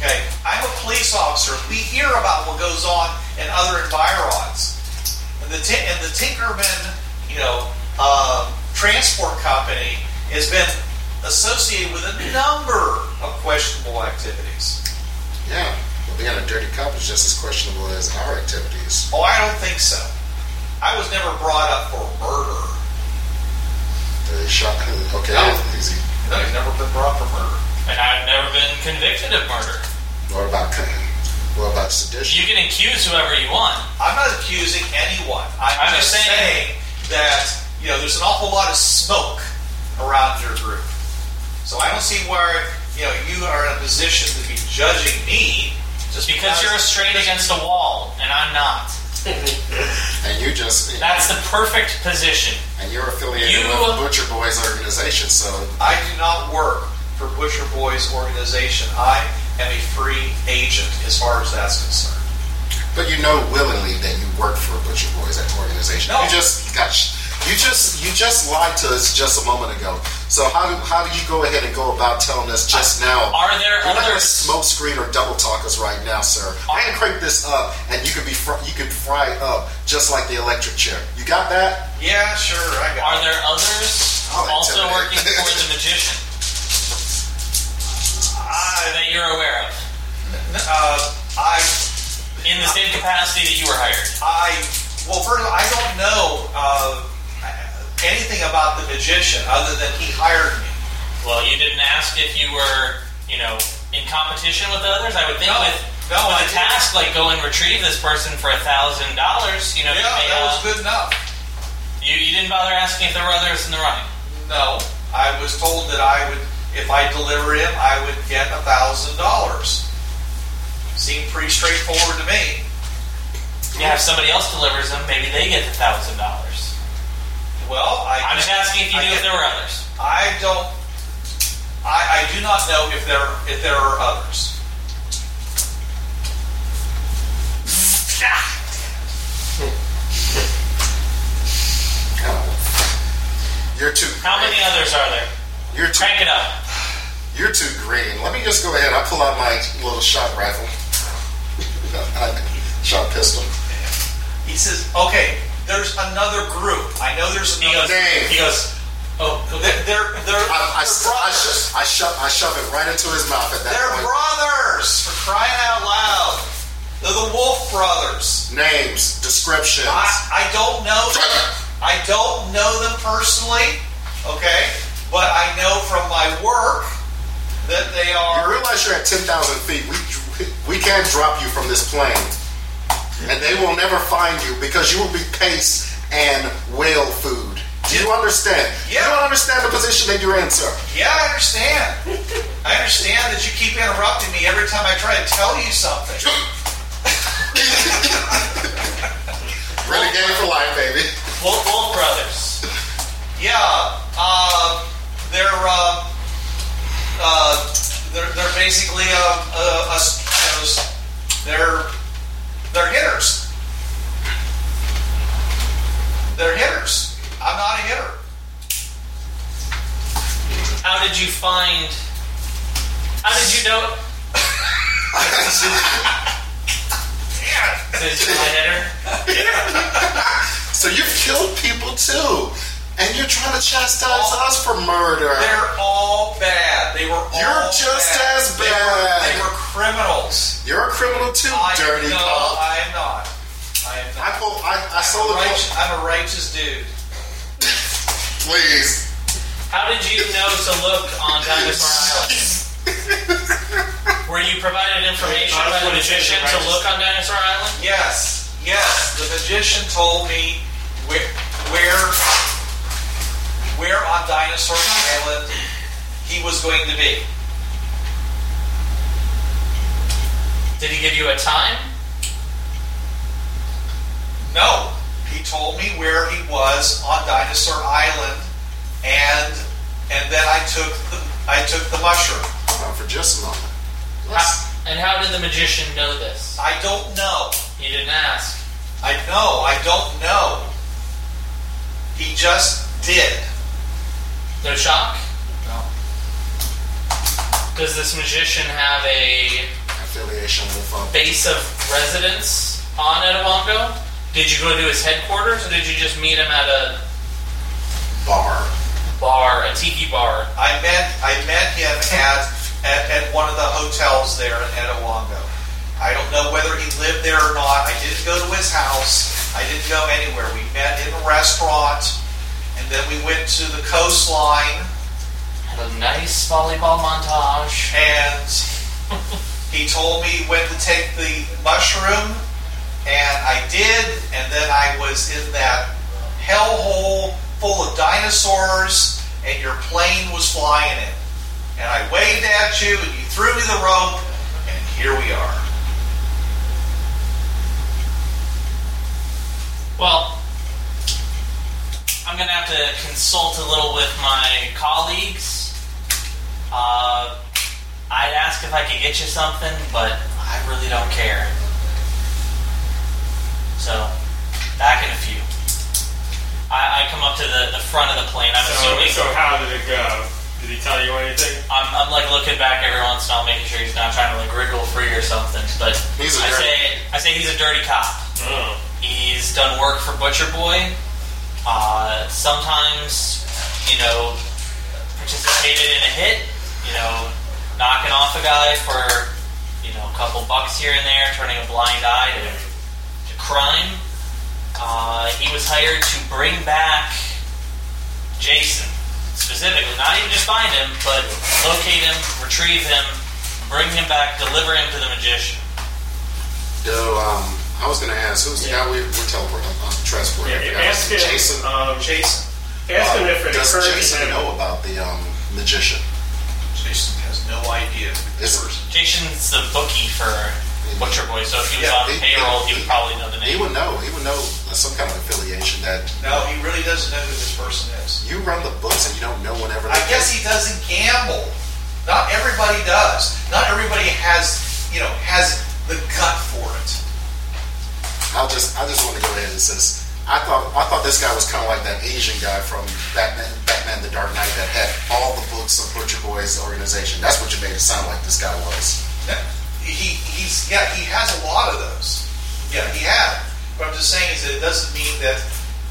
Okay, I'm a police officer. We hear about what goes on in other environs, and the Tin- and the Tinkerman, you know, uh, transport company has been associated with a number of questionable activities. yeah. Well, being a dirty cop is just as questionable as our activities. Oh, I don't think so. I was never brought up for murder. They shot. Okay, No. easy. No, he's never been brought up for murder. And I've never been convicted of murder. What about? What about sedition? You can accuse whoever you want. I'm not accusing anyone. I'm, I'm just just saying, that you know there's an awful lot of smoke around your group. So I don't see where you know you are in a position to be judging me just Because you're straight against the wall, and I'm not. and you just. That's the perfect position. And you're affiliated You- with the Butcher Boys organization, so I do not work for Butcher Boys organization. I am a free agent as far as that's concerned. but you know willingly that you work for Butcher Boys that organization. No. You just gosh, you just you just lied to us just a moment ago. So how do how do you go ahead and go about telling us just now? Are there You're not gonna others? smoke screen or double talk us right now, sir. I can crank this up, and you can be fr- you can fry up just like the electric chair. You got that? Yeah, sure, I got. Are it. there others Oh, I'll also intimidate. working for the magician I, that you're aware of uh, I in the same capacity that you were hired? I well, first of all, I don't know uh, anything about the magician other than he hired me. Well, you didn't ask if you were, you know, in competition with others. I would think No. with, No, I with a didn't. task like go and retrieve this person for a thousand dollars, you know, Yeah, you, may, that was uh, good enough. you, you didn't bother asking if there were others in the running. No, I was told that I would, if I delivered him, I would get a thousand dollars. Seemed pretty straightforward to me. Yeah, if somebody else delivers them, maybe they get the thousand dollars. Well, I I'm just asking if you I knew if get- there were others. I don't. I, I do not know if there if there are others. Oh. You're too. How many green. others are there? You're too. Crank it up. You're too green. Let me just go ahead. I pull out my little shot rifle, shot pistol. He says, okay, there's another group. I know there's He goes. another. Dang. He goes. Oh, They're they're, they're, I, I, I, they're sho- I, brothers. sho- I, sho- I shove it right into his mouth at that They're point. brothers, for crying out loud. They're the Wolf Brothers. Names, descriptions. I, I don't know them. I don't know them personally, okay? But I know from my work that they you are. realize you're at 10,000 feet. We, we can't drop you from this plane. And they will never find you because you will be paste and whale food. Do you understand? Yeah. You don't understand the position that you're in, sir. Yeah, I understand. I understand that you keep interrupting me every time I try to tell you something. Renegade for life, baby. Wolf, Wolf Brothers. Yeah, uh, they're uh, uh, they're they're basically uh, uh, us, you know, s- they're they're hitters. They're hitters. I'm not a hitter. How did you find? How did you know? Yeah. Did you find hitter? So you've killed people too. And you're trying to chastise us for murder. Oh. They're all bad. They were all You're just bad. as They were, bad. they were criminals. You're a criminal too, I, dirty no, cop. I am not. I am I, not. pull, I, I'm, I a sold a righteous, I'm a righteous dude. Please. How did you know to look on Dinosaur Island? Were you provided information by the magician to look on Dinosaur Island? Yes, yes. The magician told me where, where, where on Dinosaur Island he was going to be. Did he give you a time? No, he told me where he was on Dinosaur Island, and and then I took the, I took the mushroom. Hold on Uh, for just a moment. How, and how did the magician know this? I don't know. You didn't ask. I know. I don't know. He just did. No shock? No. Does this magician have a Affiliation with um, base of residence on Etabongo? Did you go to his headquarters, or did you just meet him at a bar. bar, a tiki bar? I met I met him at at, at one of the hotels there in Etowanda. I don't know whether he lived there or not. I didn't go to his house. I didn't go anywhere. We met in a restaurant, and then we went to the coastline, Had a nice volleyball montage. and he told me when to take the mushroom, and I did. And then I was in that hellhole full of dinosaurs, and your plane was flying in. and I waved at you, and you threw me the rope, and here we are. Well, I'm going to have to consult a little with my colleagues. Uh, I'd ask if I could get you something, but I really don't care. So, back in a few. I, I come up to the, the front of the plane. I'm So, assuming. so how did it go? Did he tell you anything? I'm, I'm like looking back every once in a while, making sure he's not trying to like wriggle free or something. But He's a I dirty- say, I say he's a dirty cop. Oh. He's done work for Butcher Boy. Uh, sometimes, you know, participated in a hit. You know, knocking off a guy for you know a couple bucks here and there, turning a blind eye to, to crime. Uh, he was hired to bring back Jason specifically, not even just find him, but locate him, retrieve him, bring him back, deliver him to the magician. Yo, um, I was gonna ask who's the guy we, we're teleporting, uh, transporting. Yeah, I ask forgot. him. Jason. uh, Um, Jason. ask him if it does occurred to Jason him. know about the um, magician? Jason has no idea. who this Is it- person- Jason's the bookie for Butcher Boy, so if he was Yeah, on he- he- payroll, he would probably know the He name. would know. He would know some kind of affiliation that No, he really doesn't know who this person is. you run the books and you don't know whenever. I guess he doesn't gamble. Not everybody does. Not everybody has, you know, has the gut for it. I'll just I just want to go ahead and says I thought I thought this guy was kind of like that Asian guy from Batman Batman the Dark Knight that had all the books of Butcher Boy's organization. That's what you made it sound like this guy was. He, he's yeah, he has a lot of those. Yeah, he had. What I'm just saying is that it doesn't mean that.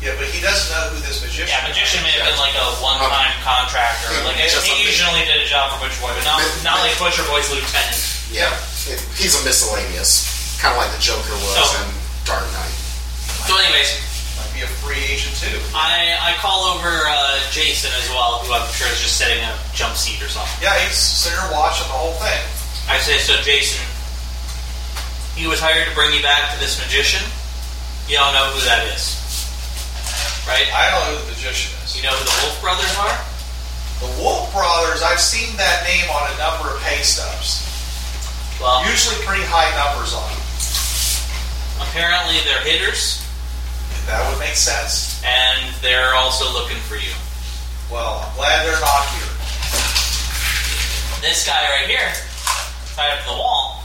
Yeah, but he doesn't know who this magician. Yeah, magician may have been like a Okay. one-time contractor, like Just something- occasionally did a job for Butcher Boy, but not, But- not but- like Butcher Boy's lieutenant. Yeah, it, he's a miscellaneous, kind of like the Joker was Oh. in Dark Knight. So, anyways, might be a free agent too. I, I call over uh, Jason as well, who I'm sure is just setting a jump seat or something. Yeah, he's sitting there watching the whole thing. I say, so Jason, he was hired to bring you back to this magician. You don't know who that is, right? I don't know who the magician is. You know who the Wolf Brothers are? The Wolf Brothers, I've seen that name on a number of pay stubs. Well, Usually pretty high numbers on them. apparently they're hitters, That would make sense. and they're also looking for you. Well, I'm glad they're not here. This guy right here, tied up to the wall,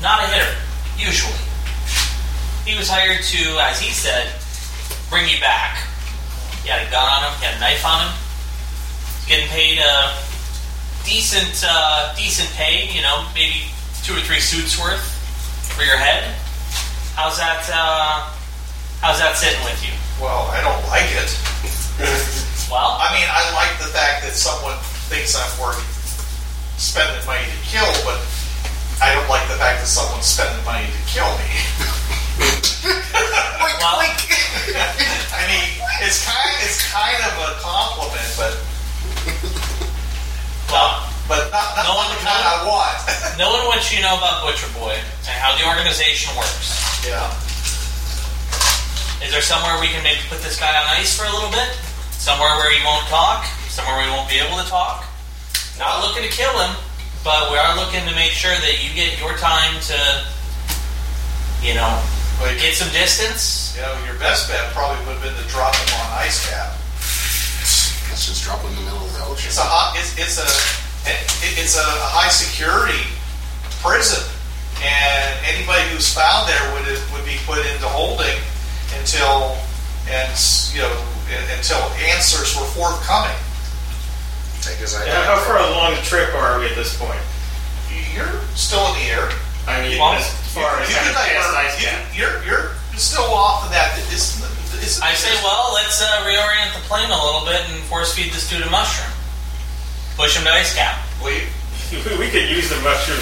not a hitter, usually. He was hired to, as he said, bring you back. He had a gun on him, he had a knife on him. He's getting paid a decent, uh, decent pay, you know, maybe two or three suits worth for your head. How's that, uh, how's that sitting with you? Well, I don't like it. Well, I mean, I like the fact that someone thinks I'm worth spending money to kill, but I don't like the fact that someone's spending money to kill me. well, I mean, it's kind it's kind of a compliment, but well, but not, not No one- the kind I want. knowing what you know about Butcher Boy and how the organization works, yeah. is there somewhere we can maybe put this guy on ice for a little bit? Somewhere where he won't talk? Somewhere we won't be able to talk? Not looking to kill him, but we are looking to make sure that you get your time to, you know, Well, you, get some distance. you know, your best bet probably would have been to drop him on ice cap. Let's just drop in the middle of the ocean. It's a hot, it's, it's a it, it's a high security prison, and anybody who's found there would would be put into holding until and you know until answers were forthcoming. Take his idea. Now, how far along the trip are we at this point? You're still in the air. I mean, Well, as far as you kind can of past divert. ice You, cap. you're you're still off of that. It's, it's, I say, well, let's uh, reorient the plane a little bit and force feed this dude a mushroom. Push him to ice cap. Well, you- We could use the mushroom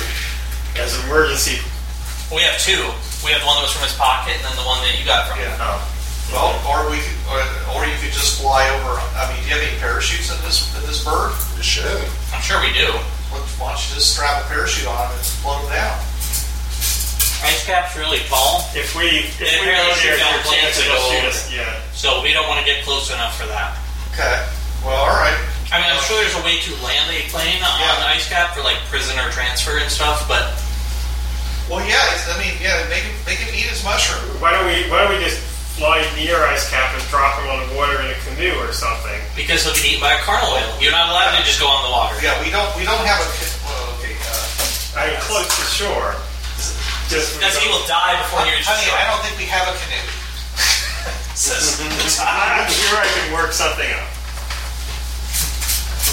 as emergency. We have two. We have one that was from his pocket, and then the one that you got from. him. yeah. Um, Well, or we could, or, or you could just fly over. I mean, do you have any parachutes in this in this bird? You should. I'm sure we do. Why don't you just strap a parachute on him and float him down? Ice cap's really tall, if we if It we apparently go there, shoots out there's a chance planes to it'll go shoot over. us. Yeah. so we don't want to get close enough for that. Okay. Well, all right. I mean, I'm sure there's a way to land a plane on Yeah. ice cap for like prisoner transfer and stuff, but Well, yeah. It's, I mean, yeah. Make him make him eat his mushroom. Why don't we Why don't we just fly near ice cap and drop him on the water in a canoe or something? because he'll get eaten by a carnal whale, you're not allowed to just go on the water. Yeah. We don't we don't have a. ca- Well, okay. Uh, I mean, close to shore. Just Because he will die before you reach the honey, I shore. don't think we have a canoe. Says- I'm sure I can work something up.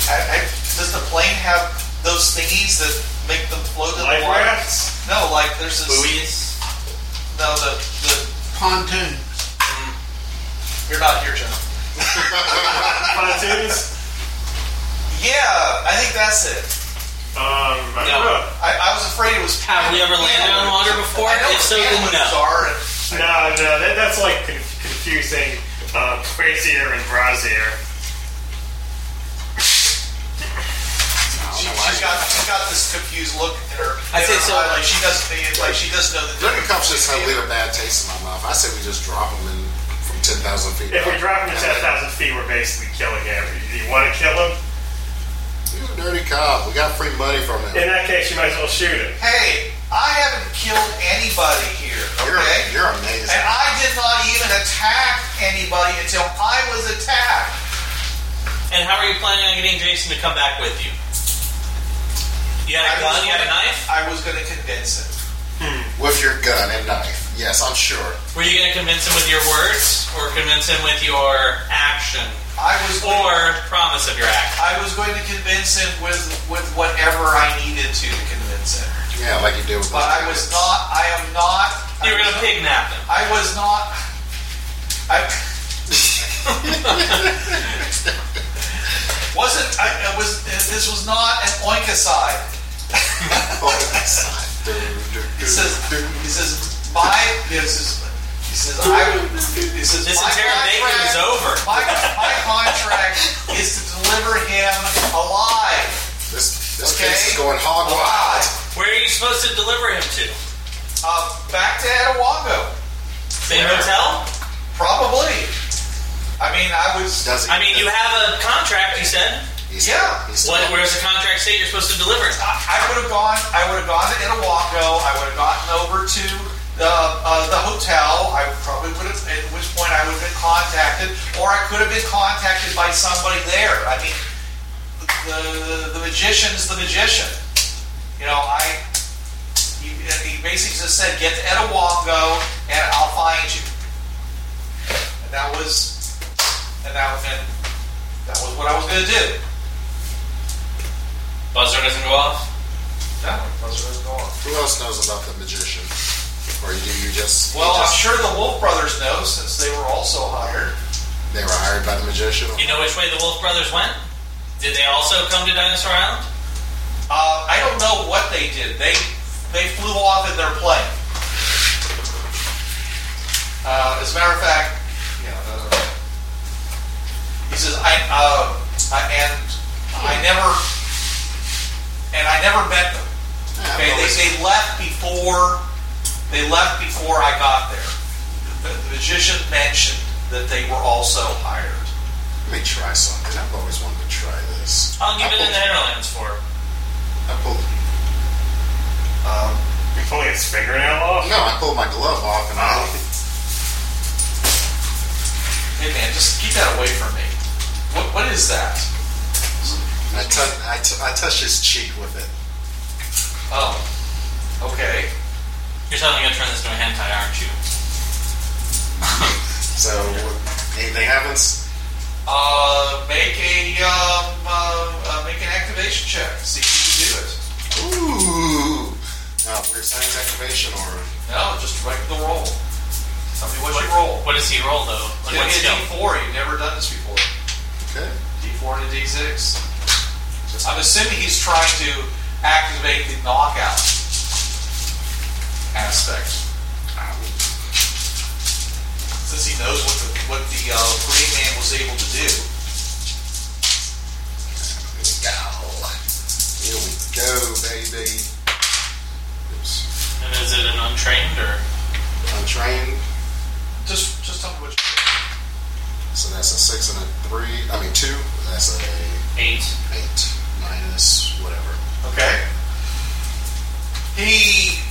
I, I, does the plane have those thingies that make them float in Life the water? rafts. No, like there's this. Buoys. No, the the. Pontoon. Hmm. You're not here, John. Pontoons? Yeah, I think that's it. Um, I No. don't know. I, I was afraid it was. Have we ever landed on water before? I know If so, what then penguins no. Are and, No, no, that, that's like conf- confusing uh, crazier and brazier. She, she's got she's got this confused look in her. I in say her so. eye, Like she doesn't think- like she doesn't know the Drinking difference. cups just have leave a bad taste in my mouth. I say we just drop them in from ten thousand feet. If we drop him to And 10,000 feet, we're basically killing him. Do you want to kill him? then, You dirty cop. We got free money from In him. that case, you might as well shoot him. Hey, I haven't killed anybody here, You're, okay? you're amazing. And I did not even attack anybody until I was attacked. And how are you planning on getting Jason to come back with you? You had a I gun, was you had a gonna- knife? I was going to convince him. With your gun and knife. Yes, I'm sure. Were you going to convince him with your words, or convince him with your action, I was going, or promise of your action? I was going to convince him with with whatever I needed to to convince him. Yeah, like you did with But those I was not. I am not. You were I going was- to pignap him. I was not. I wasn't. I, I was. This was not an oinkicide. Oh, guys. Do, do, He do, says. do. He says. My. This is. He says. I. would- He says. This my interrogation is contract- over. My, my contract is to deliver him alive. This, this Okay. case is going hog wild. Alive. Where are you supposed to deliver him to? Uh, back to Anawago, Same hotel? probably. I mean, I was. Does he? I mean, you have a contract, you said. He's, Yeah. He's What, where's the contract say you're supposed to deliver? I, I would have gone. I would have gone to Itawaco. I would have gotten over to the uh, the hotel. I probably would have. At which point, I would have been contacted, or I could have been contacted by somebody there. I mean, the the magician's the magician. You know, I. He, he basically just said, "Get to Itawaco, and I'll find you." And that was, and that was, and that was what I was going to do. Buzzer doesn't go off. That was what I was going. Who else knows about the magician? Or do you just? Well, I'm you just, sure the Wolf Brothers know since they were also hired. They were hired by the magician. You know which way the Wolf Brothers went? Did they also come to Dinosaur Island? Uh, I don't know what they did. They they flew off in their plane. Uh, as a matter of fact, yeah, that's all right. He says I uh, I, and I never and I never met them. Okay, they, they left before they left before I got there. The, the magician mentioned that they were also hired. Let me try something. I've always wanted to try this. I'll give I it in pulled- the Netherlands for. I pulled. You pulling his fingernail off? oh, No, I pulled my glove off and I. Hey man, just keep that away from me. What what is that? I tou- I tou- I touched his cheek with it. Oh, okay. You're suddenly going to turn this into a hentai, aren't you? So, anything happens? Uh, make a um, uh, uh, make an activation check. See if you can do it. Ooh! Uh, weird science activation or. No, just write the roll. Tell me what you roll. What does he roll, though? Like, Give what me skill? a D4. You've never done this before. Okay. D4 and a D6. I'm assuming he's trying to activate the knockout aspect. Since he knows what the, what the uh, Green Man was able to do. Here we go, baby. Oops. And is it an untrained or? Untrained. Just just tell me what you So that's a six and a three. I mean, two. That's a Eight. eight minus whatever. Okay. He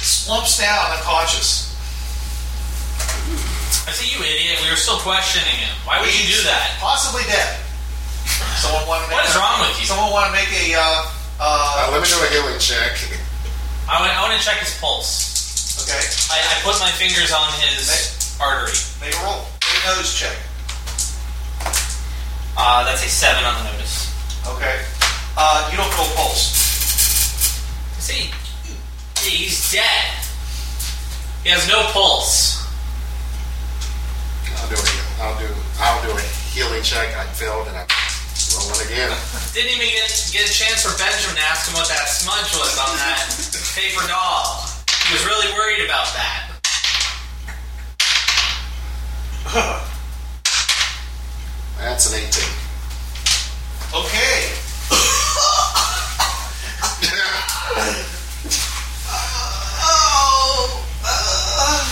slumps down unconscious. I say, you idiot. We were still questioning him. Why would you do that? Possibly dead. Someone want to make What is a- wrong with you? Someone want to make a uh, Uh, uh, let me do a healing check. I want, I want to check his pulse. okay, I, I put my fingers on his artery. make a roll, make a nose check. Uh, that's a seven on the notice. Okay, uh, you don't feel a pulse. I say, he's dead. He has no pulse. I'll do it. I'll do. I'll do a healing check. I failed and I roll it again. Didn't even get, get a chance for Benjamin to ask him what that smudge was on that paper doll. He was really worried about that. That's an eighteen. Okay, Oh, uh,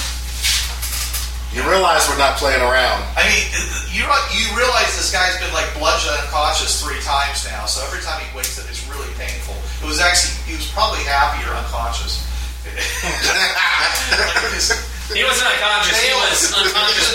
You realize we're not playing around. I mean, you re- you realize this guy's been like bludgeoned unconscious three times now, so every time he wakes up, it's really painful. It was actually he was probably happier unconscious. like his, He wasn't unconscious. He Bail. was unconscious,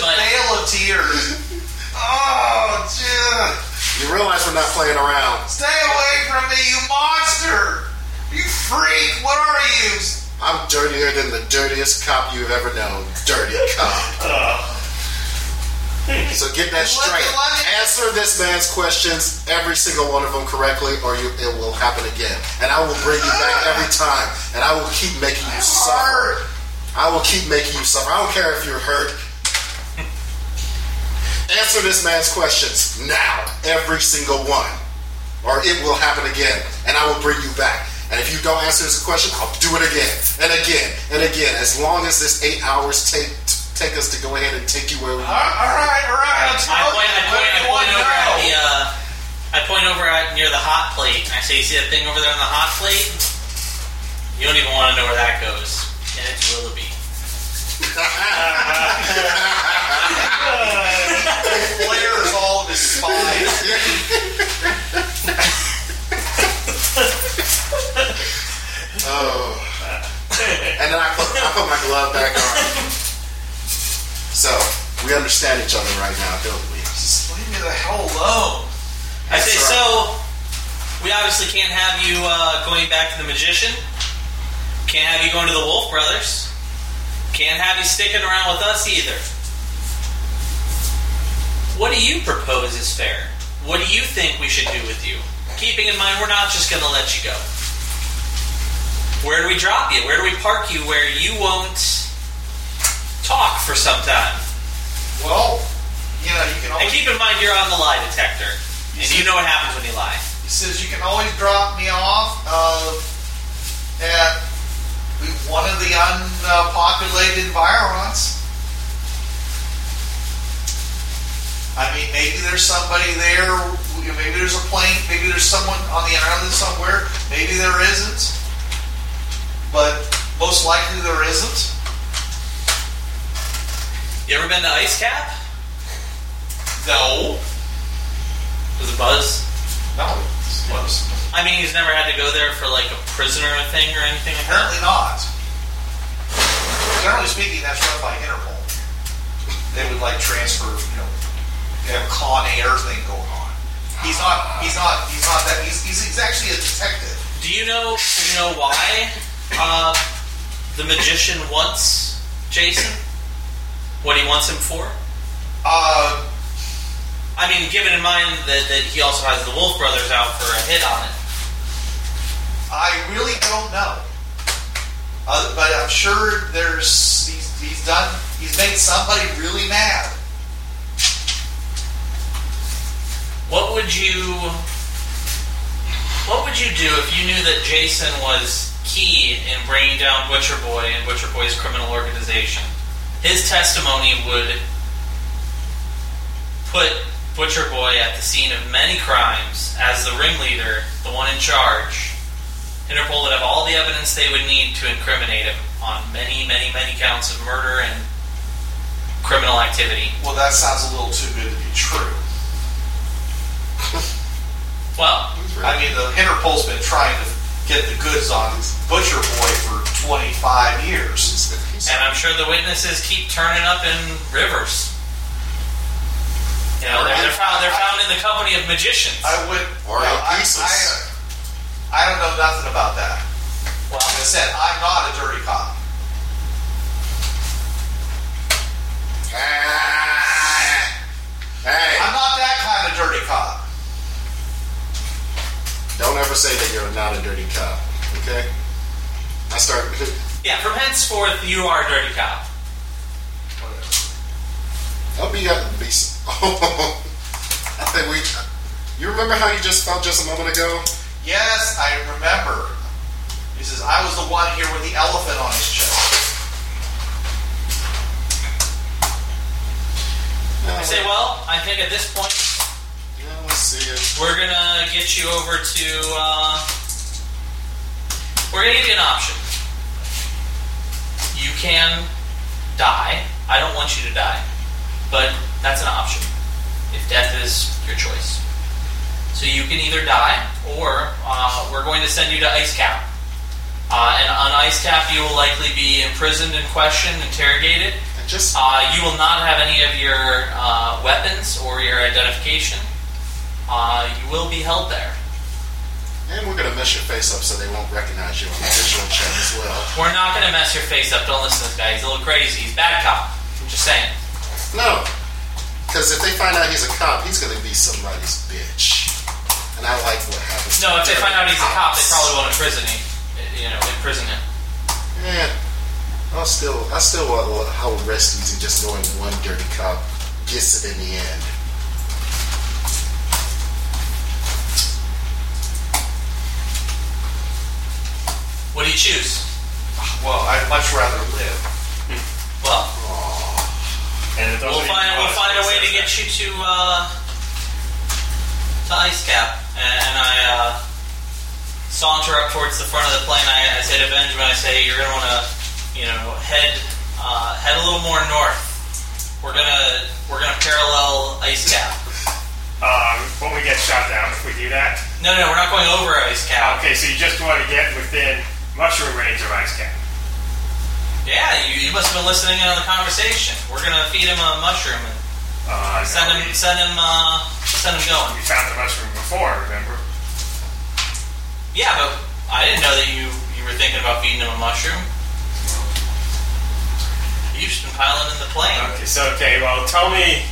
Just a but veil of tears. Oh, dude. You realize we're not playing around. Stay away from me, you monster! You freak! What are you? I'm dirtier than the dirtiest cop you've ever known. Dirty cop. So get that straight. Answer this man's questions, every single one of them correctly, or you, it will happen again. And I will bring you back every time. And I will keep making you suffer. Hurt. I will keep making you suffer. I don't care if you're hurt. Answer this man's questions now, every single one, or it will happen again, and I will bring you back. And if you don't answer this question, I'll do it again and again and again. As long as this eight hours take take us to go ahead and take you where we. All right, all right. I'll I tell point, you I point, I what point you over at want to the, know. uh, I point over at near the hot plate, and I say, "You see that thing over there on the hot plate? You don't even want to know where that goes, and it's Willoughby." Flares all of his spine. Oh. And then I put, I put my glove back on. So we understand each other right now, don't we? Just leave me the hell alone. I say, That's "So, we obviously can't have you uh, going back to the magician. Can't have you going to the Wolf Brothers. Can't have you sticking around with us either. What do you propose is fair? What do you think we should do with you? Keeping in mind, we're not just going to let you go." Where do we drop you? Where do we park you where you won't talk for some time? Well, you know, you can And always. keep in mind, you're on the lie detector, and you know what happens when you lie. He says you can always drop me off uh, at one of the unpopulated environments. I mean, maybe there's somebody there. you know, Maybe there's a plane. Maybe there's someone on the island somewhere. Maybe there isn't. But most likely there isn't. You ever been to Ice Cap? No. Does it buzz? No. it's close. I mean, he's never had to go there for like a prisoner thing or anything like that. Apparently not. Generally speaking, that's run by Interpol. They would like transfer, you know, they have a con air thing going on. He's not, he's not, he's not that, he's, he's, he's actually a detective. Do you know do you know why uh, the magician wants Jason? What he wants him for? Uh, I mean, given in mind that, that he also has the Wolf Brothers out for a hit on it. I really don't know. Uh, but I'm sure there's, he's, he's done, he's made somebody really mad. What would you What would you do if you knew that Jason was key in bringing down Butcher Boy and Butcher Boy's criminal organization? His testimony would put Butcher Boy at the scene of many crimes as the ringleader, the one in charge. Interpol would have all the evidence they would need to incriminate him on many, many, many counts of murder and criminal activity. Well, that sounds a little too good to be true. Well, I mean, the Interpol's been trying to get the goods on Butcher Boy for 25 years. And I'm sure the witnesses keep turning up in rivers. You know, they're, they're, found, they're found in the company of magicians. I would. Or no, in I, pieces. I, I don't know nothing about that. Well, Like I said, I'm not a dirty cop. Ah. Hey, I'm not that kind of dirty cop. don't ever say that you're not a dirty cop, okay? I start. yeah, from henceforth, you are a dirty cop. I'll be up be. Oh, I think we. You remember how you just felt just a moment ago? Yes, I remember. He says, I was the one here with the elephant on his chest. I say, well, I think at this point, Uh, Yeah, let's see it. we're going to get you over to. Uh, we're going to give you an option. You can die. I don't want you to die, but that's an option. If death is your choice. So you can either die, or uh, we're going to send you to Ice Cap. Uh, and on Ice Cap, you will likely be imprisoned and questioned, interrogated. I just. Uh, you will not have any of your uh, weapons or your identification. Uh, you will be held there. And we're gonna mess your face up so they won't recognize you on the visual check as well. We're not going to mess your face up. Don't listen to this guy. He's a little crazy. He's a bad cop. I'm just saying. No, because if they find out he's a cop, he's gonna be somebody's bitch. And I like what happens. No, if they find out he's a cop, they Cops. probably won't imprison him. You know, imprison him. Yeah, I still, I still want how rest easy just knowing one dirty cop gets it in the end. What do you choose? Well, I'd much rather live. Well, And it doesn't we'll even find we'll cost find a us way to that. get you to uh, to Ice Cap, and, and I uh, saunter up towards the front of the plane. I, I say to Benjamin, I say, "You're gonna want to, you know, head uh, head a little more north. We're gonna we're gonna parallel Ice Cap. Um, when we get shot down, if we do that. No, no, we're not going over Ice Cap. Okay, so you just want to get within mushroom range of ice cap. Yeah, you, you must have been listening in on the conversation. We're gonna feed him a mushroom and Uh, send no, him we- send him uh, send him going. We found the mushroom before, remember? Yeah, but I didn't know that you you were thinking about feeding him a mushroom. You've just been piling in the plane. Okay, so okay, well, tell me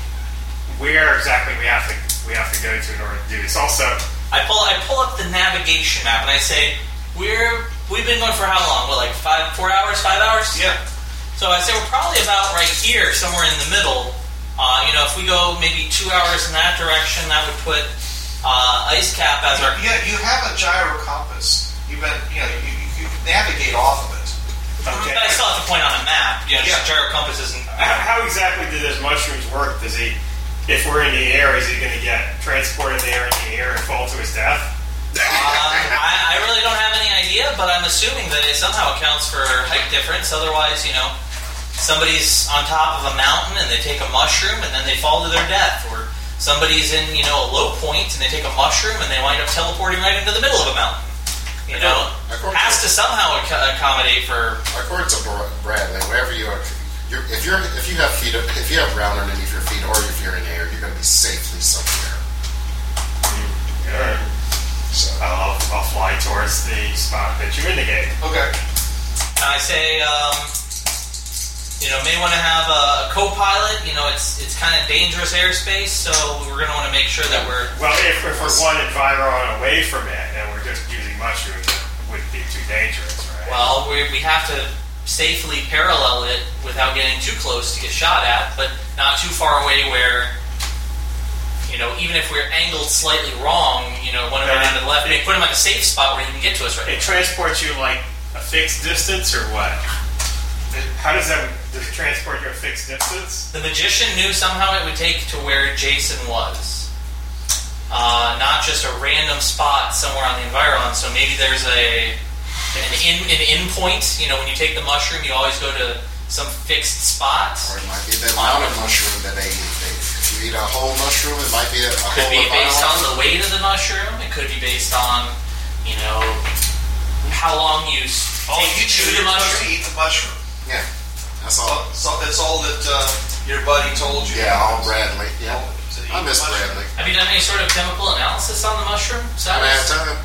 where exactly we have to we have to go to in order to do this. Also, I pull I pull up the navigation map and I say, "We're we've been going for how long? What, like five, four hours, five hours?" Yeah. So I say we're probably about right here, somewhere in the middle Uh, you know, if we go maybe two hours in that direction, that would put uh, Ice Cap as our. Yeah, you have a gyro compass. You've been, you know, you, you, you can navigate off of it. Okay. But I still have to point on a map. You know, Yeah. yeah, gyro compass isn't. How, how exactly do those mushrooms work? Does he, if we're in the air, is he going to get transported there in the air and fall to his death? Uh, I, I really don't have any idea, but I'm assuming that it somehow accounts for height difference. Otherwise, you know, somebody's on top of a mountain and they take a mushroom and then they fall to their death, or somebody's in you know a low point and they take a mushroom and they wind up teleporting right into the middle of a mountain. You know, According- has to somehow ac- accommodate for According to Bra- Bradley, wherever you are, you're, if you're if you have feet if you have ground underneath your feet, or if you're in air, you're going to be safely somewhere. Or So I'll, I'll fly towards the spot that you indicated. Okay. And I say, um, you know, may want to have a co-pilot. You know, it's it's kind of dangerous airspace, so we're going to want to make sure that we're Well, if, if we're one environ away from it and we're just using mushrooms, it wouldn't be too dangerous, right? well. We, we have to safely parallel it without getting too close to get shot at, but not too far away where. You know, even if we're angled slightly wrong, you know, one of them Yeah. down to the left, they put him on a safe spot where he can get to us right. it transports you like a fixed distance or what? How does that does it transport you a fixed distance? The magician knew somehow it would take to where Jason was. Uh, not just a random spot somewhere on the environ. So maybe there's a an in an in point. You know, when you take the mushroom, you always go to some fixed spot. or it might be the amount of mushroom that they eat. They, if you eat a whole mushroom, it might be a, a Could whole be amount based of on the weight of the mushroom. It could be based on you know how long you s- All take Oh, you to chew do you're supposed the to mushroom. eat the mushroom. Oh. Yeah, that's all. So, so that's all that uh, your buddy told you. Yeah, all Bradley. Yeah, So you I miss eat the mushroom. Bradley. Have you done any sort of chemical analysis on the mushroom? I Cyrus? don't have time.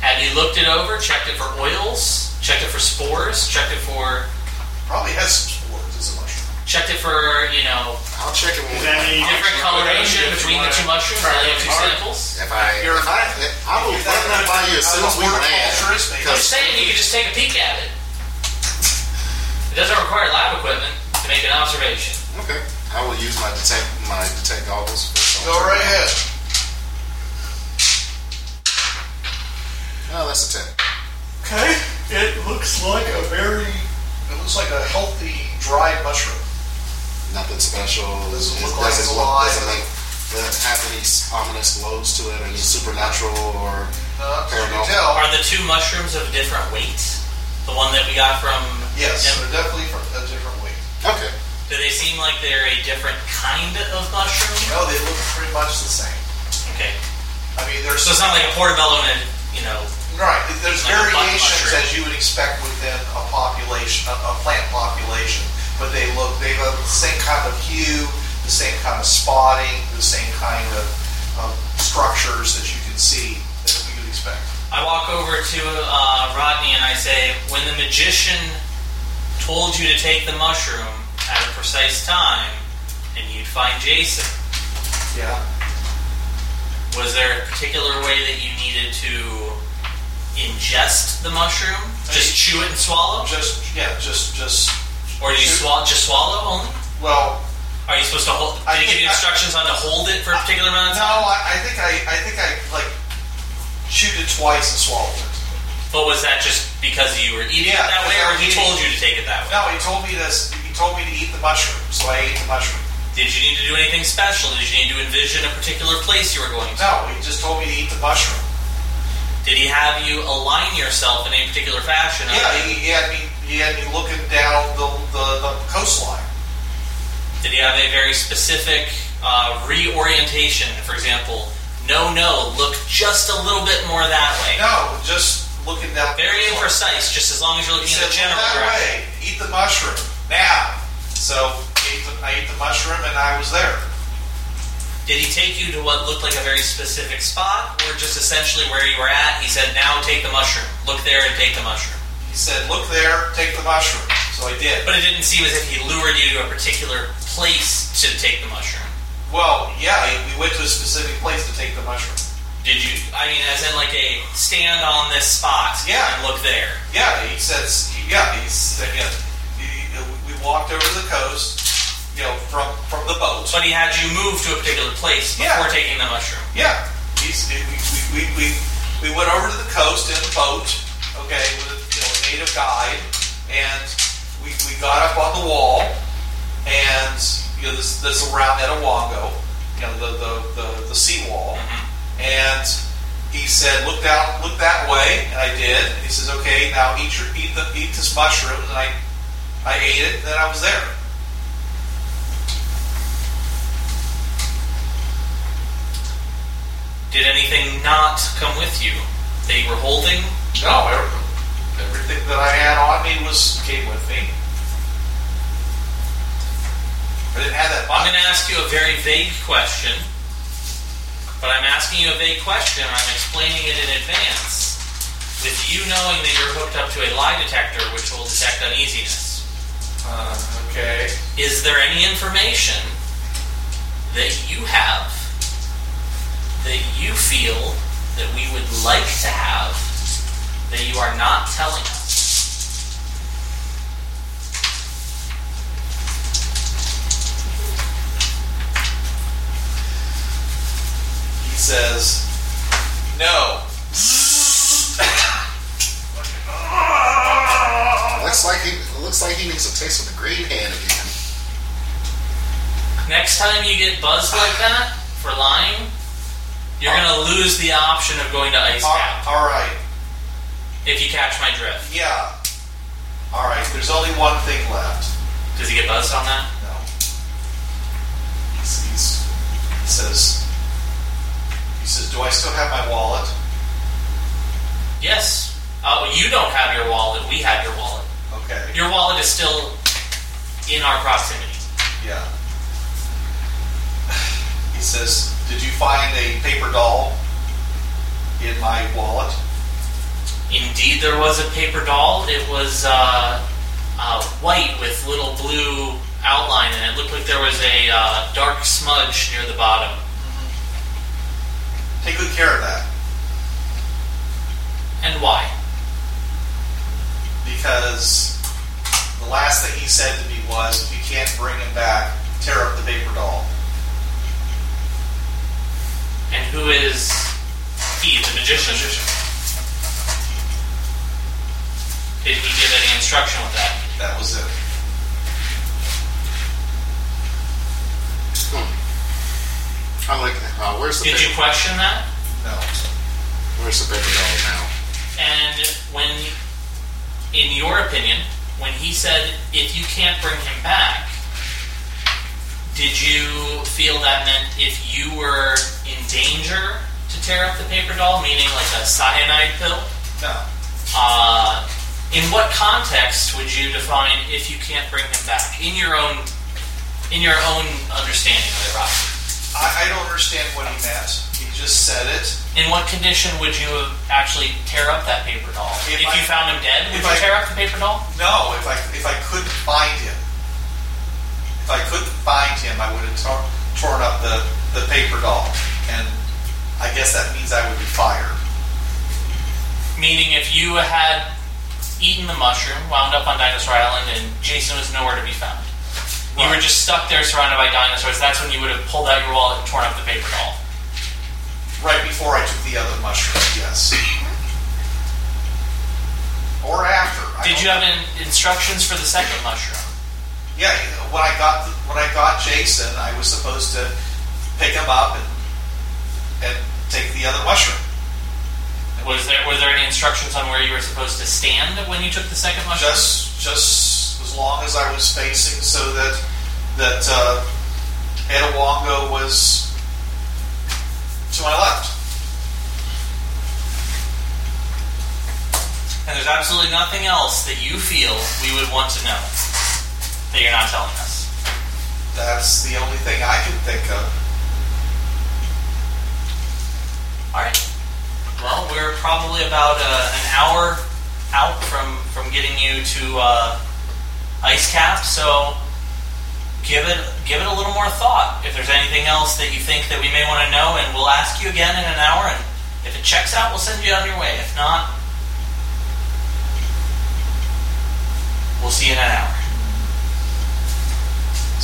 Have you looked it over, checked it for oils, checked it for spores, checked it for Probably has some spores as a mushroom. checked it for, you know, I'll check it when Does we. that mean different coloration between the two mushrooms? I have two samples. If I, You're- if I, I will If run that- that by you as I'm a soon as we land. horticulturist, maybe. I'm Because just saying you could just take a peek at it. It doesn't require lab equipment to make an observation. Okay. I will use my detect my detect goggles. For some- Go right ahead. Oh, that's a ten. Okay. It looks like a very. It looks like a healthy dried mushroom. Nothing special. Doesn't It look doesn't like it's alive. Doesn't, make, doesn't have any s- ominous glows to it, any supernatural or Uh, you paranormal. can tell. Are the two mushrooms of different weights? The one that we got from Yes, him, they're definitely from a different weight. Okay. do they seem like they're a different kind of mushroom? No, they look pretty much the same. Okay. I mean, there's So it's not like a portobello and, a, you know, right. There's Like a plant variations mushroom. as you would expect within a population, a, a plant population, but they look they have the same kind of hue, the same kind of spotting, the same kind of um, structures that you can see that you would expect. I walk over to uh, Rodney and I say, when the magician told you to take the mushroom at a precise time and you'd find Jason, Yeah. was there a particular way that you needed to ingest the mushroom? Just chew it and swallow? Just yeah. Just just Or do you swallow, just swallow only? well. Are you supposed to hold, I did he give think I- you instructions on to hold it for a particular amount of No, time? I, I think I I think I like chewed it twice and swallowed it. But was that just because you were eating Yeah, it that way because I or was he eating- told you to take it that way? No, he told me this. He told me to eat the mushroom, so I ate the mushroom. Did you need to do anything special? Did you need to envision a particular place you were going to? No, he just told me to eat the mushroom. Did he have you align yourself in a particular fashion? Yeah, he, he had me. He had me looking down the the, the coastline. Did he have a very specific uh, reorientation? For example, no, no, look just a little bit more that way. No, just looking down. Very the coastline. imprecise, just as long as you're He looking in said, the general "Look that direction. way. Eat the mushroom now." So I ate the, I ate the mushroom, and I was there. Did he take you to what looked like a very specific spot, or just essentially where you were at? He said, "Now take the mushroom. Look there and take the mushroom." He said, "Look there. Take the mushroom." So I did. But it didn't seem as if he lured you to a particular place to take the mushroom. Well, yeah, we went to a specific place to take the mushroom. Did you? I mean, as in like a stand on this spot Yeah. and look there. Yeah, he says. Yeah, he's again. He, we walked over to the coast, you know, from from the boat. But he had you move to a particular place Yeah. before taking the mushroom. Yeah, he's, we, we, we, we, we went over to the coast in a boat, okay, with a, you know, a native guide, and we, we got up on the wall, and you know this this around Etawango, you know the the the, the seawall, and he said, look down, look that way, and I did. And he says, okay, now eat your eat the eat this mushroom, and I I ate it, and then I was there. Did anything not come with you that you were holding? No, everything, everything that I had on me was came with me. I didn't have that I'm much. going to ask you a very vague question, but I'm asking you a vague question. I'm explaining it in advance with you knowing that you're hooked up to a lie detector, which will detect uneasiness. Uh, okay. Is there any information that you have that you feel that we would like to have that you are not telling us? He says, no. Looks like he looks like he needs a taste of the green hand again. Next time you get buzzed like that for lying, you're going to lose the option of going to ice All, cap all right. if you catch my drift. Yeah. All right. There's only one thing left. Does he get buzzed on that? No. He's, he's, he says, he says, do I still have my wallet? Yes. Uh, you don't have your wallet. We have your wallet. Okay. Your wallet is still in our proximity. Yeah. He says, Did you find a paper doll in my wallet? Indeed, there was a paper doll. It was uh, uh, white with little blue outline, and it looked like there was a uh, dark smudge near the bottom. Take good care of that And why? because the last thing he said to me was, If you can't bring him back, tear up the paper doll. And who is he? The magician. Did he give any instruction with that? That was it. Hmm. I like that. Uh, where's the Did you paper, question that? No. where's the paper doll now? And when, in your opinion, when he said, if you can't bring him back, did you feel that meant if you were in danger to tear up the paper doll, meaning like a cyanide pill? No. Uh, in what context would you define if you can't bring him back? In your own, in your own understanding of it, Rob. I, I don't understand what he meant. He just said it. In what condition would you have actually tear up that paper doll? If If, I- you found him dead, would if you I- tear up the paper doll? No, if I if I couldn't find him, if I couldn't find him, I would have tor- torn up the, the paper doll, and I guess that means I would be fired. Meaning, if you had eaten the mushroom, wound up on Dinosaur Island, and Jason was nowhere to be found, you were Right. just stuck there surrounded by dinosaurs, that's when you would have pulled out your wallet and torn up the paper doll. Right before I took the other mushroom, yes, or after. I Did don't- you have in instructions for the second mushroom? Yeah, you know, when I got when I got Jason, I was supposed to pick him up and and take the other mushroom. Was there were there any instructions on where you were supposed to stand when you took the second mushroom? just just as long as I was facing so that that uh, Etowongo was to my left. And there's absolutely nothing else that you feel we would want to know that you're not telling us. That's the only thing I can think of. All right. Well, we're probably about uh, an hour out from from getting you to uh, ice cap, so give it give it a little more thought. If there's anything else that you think that we may want to know, and we'll ask you again in an hour, and if it checks out, we'll send you on your way. If not, we'll see you in an hour.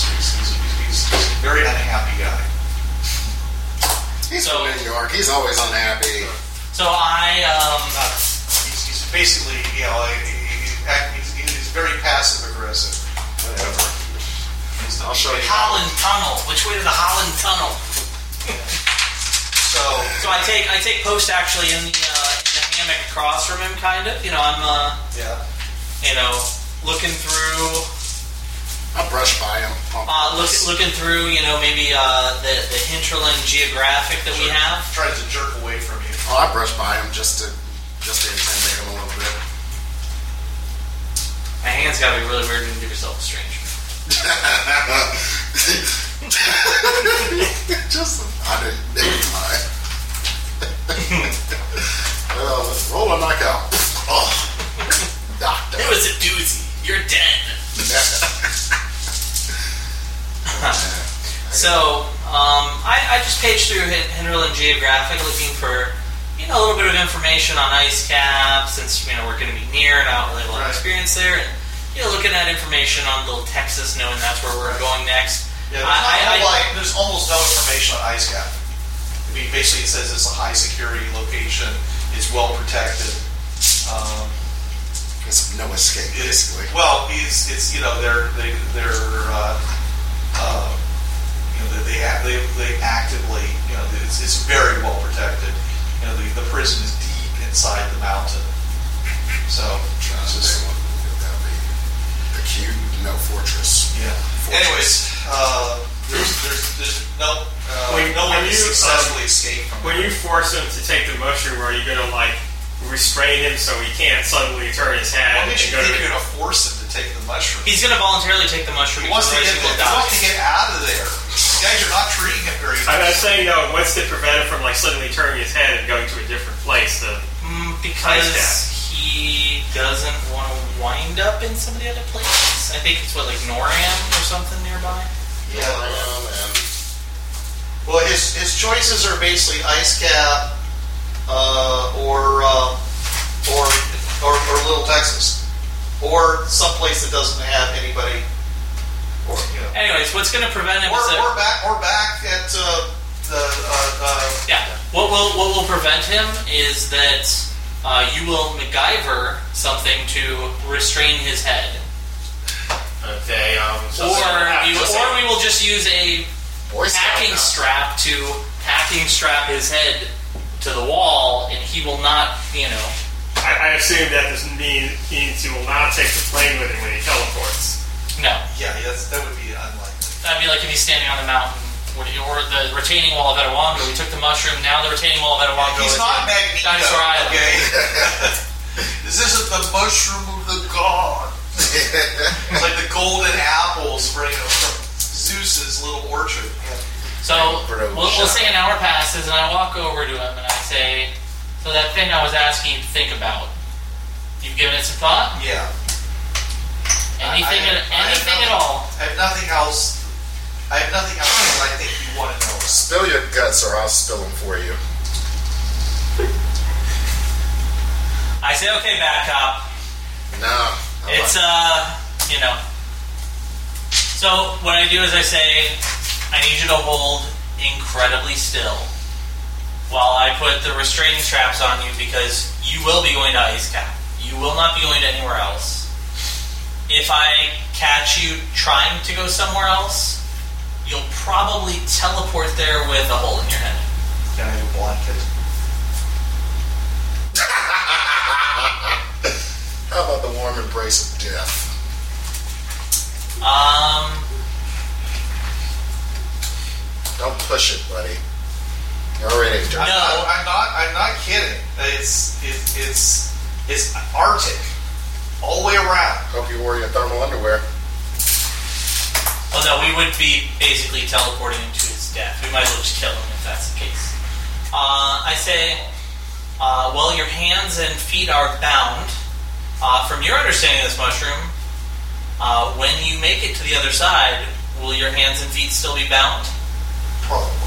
Species. very unhappy guy. He's So- from New York. He's always unhappy. So I, um, Not, he's, he's basically, you know, he, he, act- he's, he's very passive aggressive. Whatever. He's the- I'll show you. Holland Tunnel. Which way to the Holland Tunnel? So, So I take I take post actually in the uh, in the hammock across from him, kind of. You know, I'm uh, yeah. you know looking through I'll brush by him. I'll- uh, look, looking through you know maybe uh, the the hinterland geographic that we have. Tries to jerk away from you. Oh, I brush by him just to just to intimidate him a little bit. My hands gotta be really weird when you do yourself a stranger. just I didn't. Never mind. well, let's roll a knockout. Oh, doctor. It was a doozy. You're dead. So um, I, I just paged through Hin- Hinterland Geographic looking for you know a little bit of information on ice cap since you know we're going to be near and I don't really have a lot of Right. experience there and you know looking at information on little Texas knowing that's where we're going next. Yeah, there's, I, I, not, I- like, there's almost no information on ISCAP. I mean, basically, it says it's a high security location, it's well protected. Um, It's no escape, it is- basically. well, it's, it's you know they're they, they're uh, uh, you know they they, act, they they actively you know it's, it's very well protected. You know the, the prison is deep inside the mountain, so Trying it's to just- say what would that be? The cube, no fortress. Yeah. Fortress. Anyways, uh, there's, there's, there's no, uh, When- no one when you, successfully um, escaped from When it. you force him to take the mushroom, are you going to like restrain him so he can't suddenly turn his What head makes and you go think to? you're going to force him to take the mushroom? he's going to voluntarily take the mushroom. he wants to otherwise get, he he will die. wants to get out of there. You guys are not treating him very I'm not nice. saying no. What's to prevent him from like suddenly turning his head and going to a different place? The Mm, Ice because he doesn't want to wind up in some of the other places. I think it's what like Noram or something nearby. Yeah. Um, and Well, his, his choices are basically ice cap, uh, or, uh, or, or, or Little Texas, or someplace that doesn't have anybody. Or, you know. Anyways, what's going to prevent him? We're, is that- we're back. We're back at uh, the. Uh, uh, Yeah. What will what will prevent him is that uh, you will MacGyver something to restrain his head, okay, um, or we, or we will just use a Boy Scout. packing now. strap to packing strap his head to the wall, and he will not, you know. I, I assume that this mean, means he will not take the plane with him when he teleports. No, yeah, yes, that would be unlikely. that'd be like if he's standing on the mountain. Or or the retaining wall of Etowanda. We took the mushroom. Now the retaining wall of Etowanda. He's is not in Magneto. Dinosaur Island. Okay. this isn't the mushroom of the god. it's like the golden apples for you know, from Zeus's little orchard. So Bro, we'll, we'll shut say an hour passes, and I walk over to him and I say, "So that thing I was asking you to think about, you've given it some thought? Yeah. Anything, I- I- I at, have anything at nothing. all? I have nothing else. I have nothing else that I think you want to know. Spill your guts, or I'll spill them for you. I say, "Okay, back up. Nah. I It's uh, you know." So what I do is I say, "I need you to hold incredibly still." While I put the restraining straps on you because you will be going to ice cap. You will not be going to anywhere else. if I catch you trying to go somewhere else, you'll probably teleport there with a hole in your head. Can I have a blanket? How about the warm embrace of death? Um, Don't push it, buddy. You're already dirty. No. I'm, I'm not. I'm not kidding. It's it, it's it's Arctic, all the way around. Hope you wore your thermal underwear. well, no, we would be basically teleporting him to his death. We might as well just kill him if that's the case. Uh, I say, uh, well, your hands and feet are bound. Uh, from your understanding of this mushroom, uh, when you make it to the other side, will your hands and feet still be bound? Probably.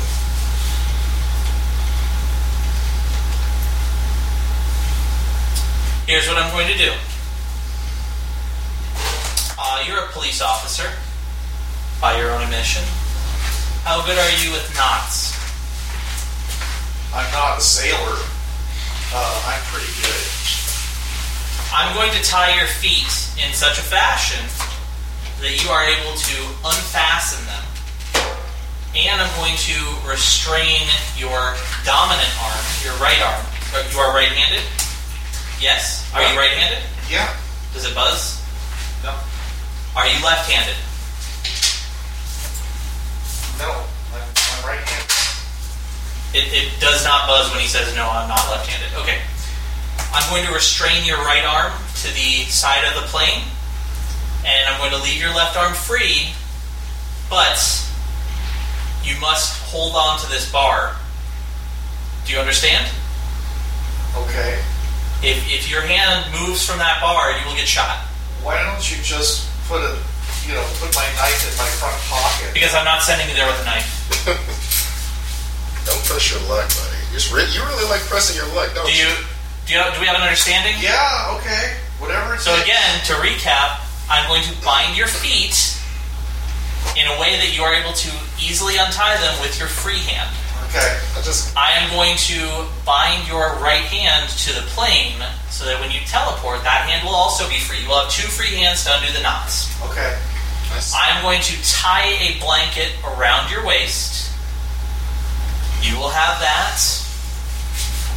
Here's what I'm going to do. Uh, you're a police officer, by your own admission. How good are you with knots? I'm not a sailor. Uh, I'm pretty good. I'm going to tie your feet in such a fashion that you are able to unfasten them. And I'm going to restrain your dominant arm, your right arm. Uh, You are right handed? Yes. Are you right handed? Yeah. Does it buzz? No. Are you left handed? No. I'm, I'm right handed. It, it does not buzz when he says, No, I'm not left handed. Okay. I'm going to restrain your right arm to the side of the plane, and I'm going to leave your left arm free, but you must hold on to this bar. Do you understand? Okay. If, if your hand moves from that bar, you will get shot. Why don't you just put a, you know, put my knife in my front pocket? Because I'm not sending you there with a knife. Don't press your luck, buddy. It's re- you really like pressing your luck, don't Do you? Do, you do we have an understanding? Yeah. Okay. Whatever. It So takes. again, to recap, I'm going to bind your feet in a way that you are able to easily untie them with your free hand. Okay. I just I am going to bind your right hand to the plane so that when you teleport, that hand will also be free. You will have two free hands to undo the knots. Okay. I s- I'm going to tie a blanket around your waist. You will have that.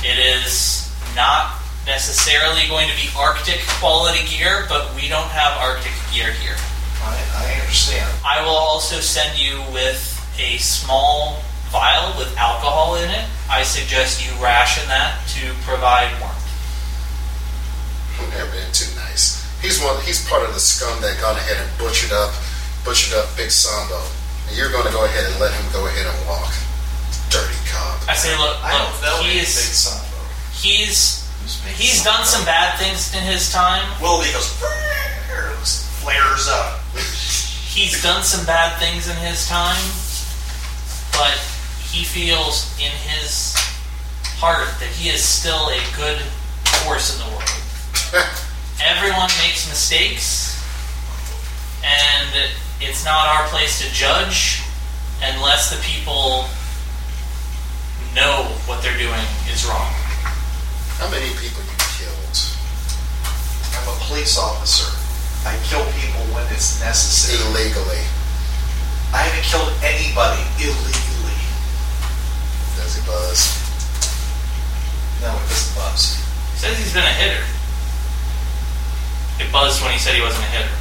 It is not necessarily going to be Arctic quality gear, but we don't have Arctic gear here. I, I understand. I will also send you with a small vial with alcohol in it. I suggest you ration that to provide warmth. I'm never been too nice. He's one. He's part of the scum that gone ahead and butchered up, butchered up Big Sambo, and you're going to go ahead and let him go ahead and walk, dirty cop. I say, look, I don't know. look Big he's, son. though. he's, Who's Big he's Son? done some bad things in his time. Willoughby goes. Flares up. he's done some bad things in his time, but he feels in his heart that he is still a good force in the world. Everyone makes mistakes, and it's not our place to judge unless the people know what they're doing is wrong. How many people you killed? I'm a police officer. I kill people when it's necessary. Illegally. I haven't killed anybody illegally. Does he buzz? No, it doesn't buzz. He says he's been a hitter. It buzzed when he said he wasn't a hitter.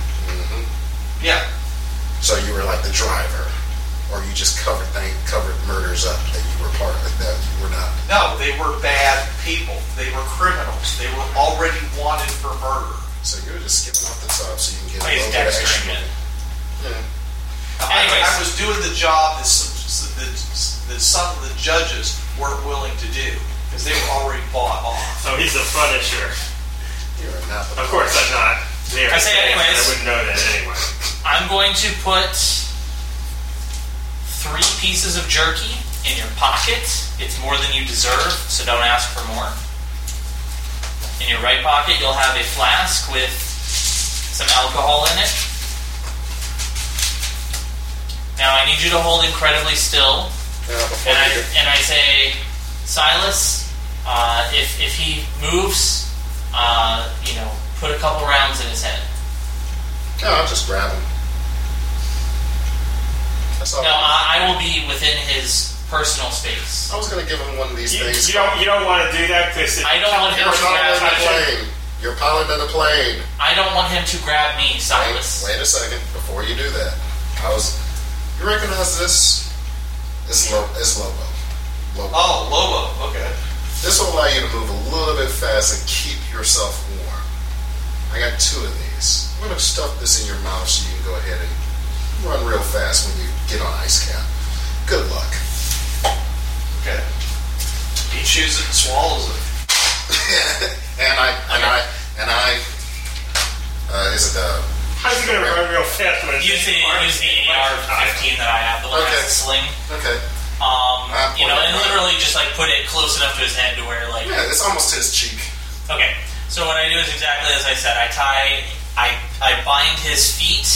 hmm Yeah. So you were like the driver, or you just covered thing, covered murders up that you were part of that you were not. No, they were bad people. They were criminals. They were already wanted for murder. So you were just skipping off the top so you can get He's a little bit extra. dextering it. Yeah. I, Anyways. I was doing the job that some, that, that some of the judges weren't willing to do because they were already bought off. So he's a punisher. You are not. The Of course I'm not. There. I say anyways. I wouldn't know that anyway. I'm going to put three pieces of jerky in your pocket. It's more than you deserve, so don't ask for more. In your right pocket, you'll have a flask with some alcohol in it. Now, I need you to hold incredibly still Now, before and I you and I say, Silas, uh, if if he moves, uh, you know, put a couple rounds in his head. get- no, I'll just grab him. That's all. No, I, I will be within his personal space. I was gonna give him one of these You, things. you don't. You don't want to do that because I don't want him You're to a pilot in a grab. plane. You're a pilot in a plane. I don't want him to grab me, Wait, Silas. wait a second before you do that. I was. You recognize this? It's Lo. It's Lobo. Lobo. Oh, Lobo. Okay. This will allow you to move a little bit fast and keep yourself warm. I got two of these. I'm gonna stuff this in your mouth so you can go ahead and run real fast when you get on ice cap. Good luck. Okay. He chews it and swallows it. and I and I and I. Uh, is it uh, How's he going to run real fast when it's Use the use the AR-15 that I have, the one that has the sling. okay? Um, I you know, pointed at and mine. literally just like put it close enough to his head to where like Yeah, it's almost to his cheek. Okay, so what I do is exactly as I said. I tie, I, I bind his feet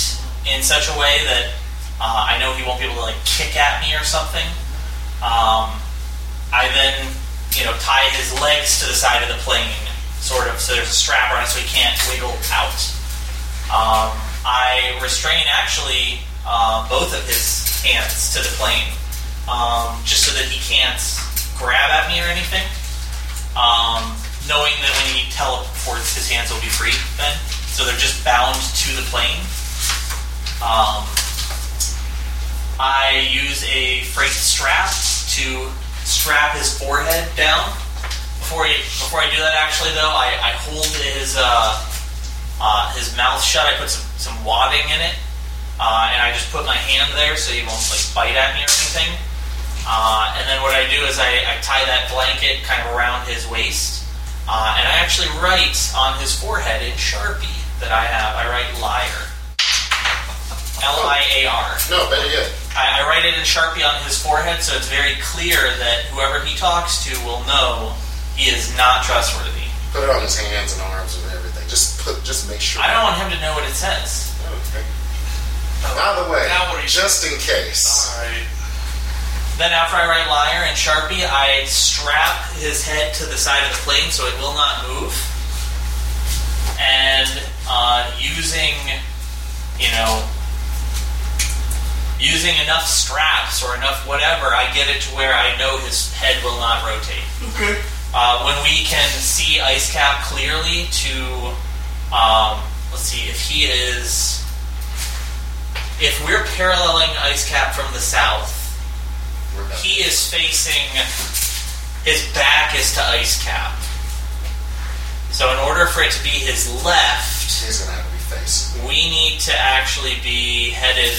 in such a way that Uh, I know he won't be able to like kick at me or something. Um, I then, you know, tie his legs to the side of the plane, sort of, so there's a strap on it so he can't wiggle out. Um, I restrain actually uh, both of his hands to the plane, um, just so that he can't grab at me or anything. Um, knowing that when he teleports, his hands will be free then, so they're just bound to the plane. Um, I use a freight strap to strap his forehead down. Before I, before I do that, actually, though, I, I hold his uh, uh, his mouth shut. I put some, some wadding in it, uh, and I just put my hand there so he won't like bite at me or anything. Uh, and then what I do is I, I tie that blanket kind of around his waist, uh, and I actually write on his forehead in Sharpie that I have. I write liar, L I A R. No, better yet. I, I write it in Sharpie on his forehead, so it's very clear that whoever he talks to will know he is not trustworthy. Put it on his hands and arms and everything. Just put, just make sure. I don't want him to know what it says. Okay. By the way, Now what are you- just in case, Alright. Then, after I write liar in Sharpie, I strap his head to the side of the plane so it will not move. And uh, using, you know, using enough straps or enough whatever, I get it to where I know his head will not rotate. Okay. uh, when we can see Ice Cap clearly to, um, let's see, if he is, if we're paralleling Ice Cap from the south, he is facing, his back is to Ice Cap. So in order for it to be his left, he's gonna have to be facing. we need to actually be headed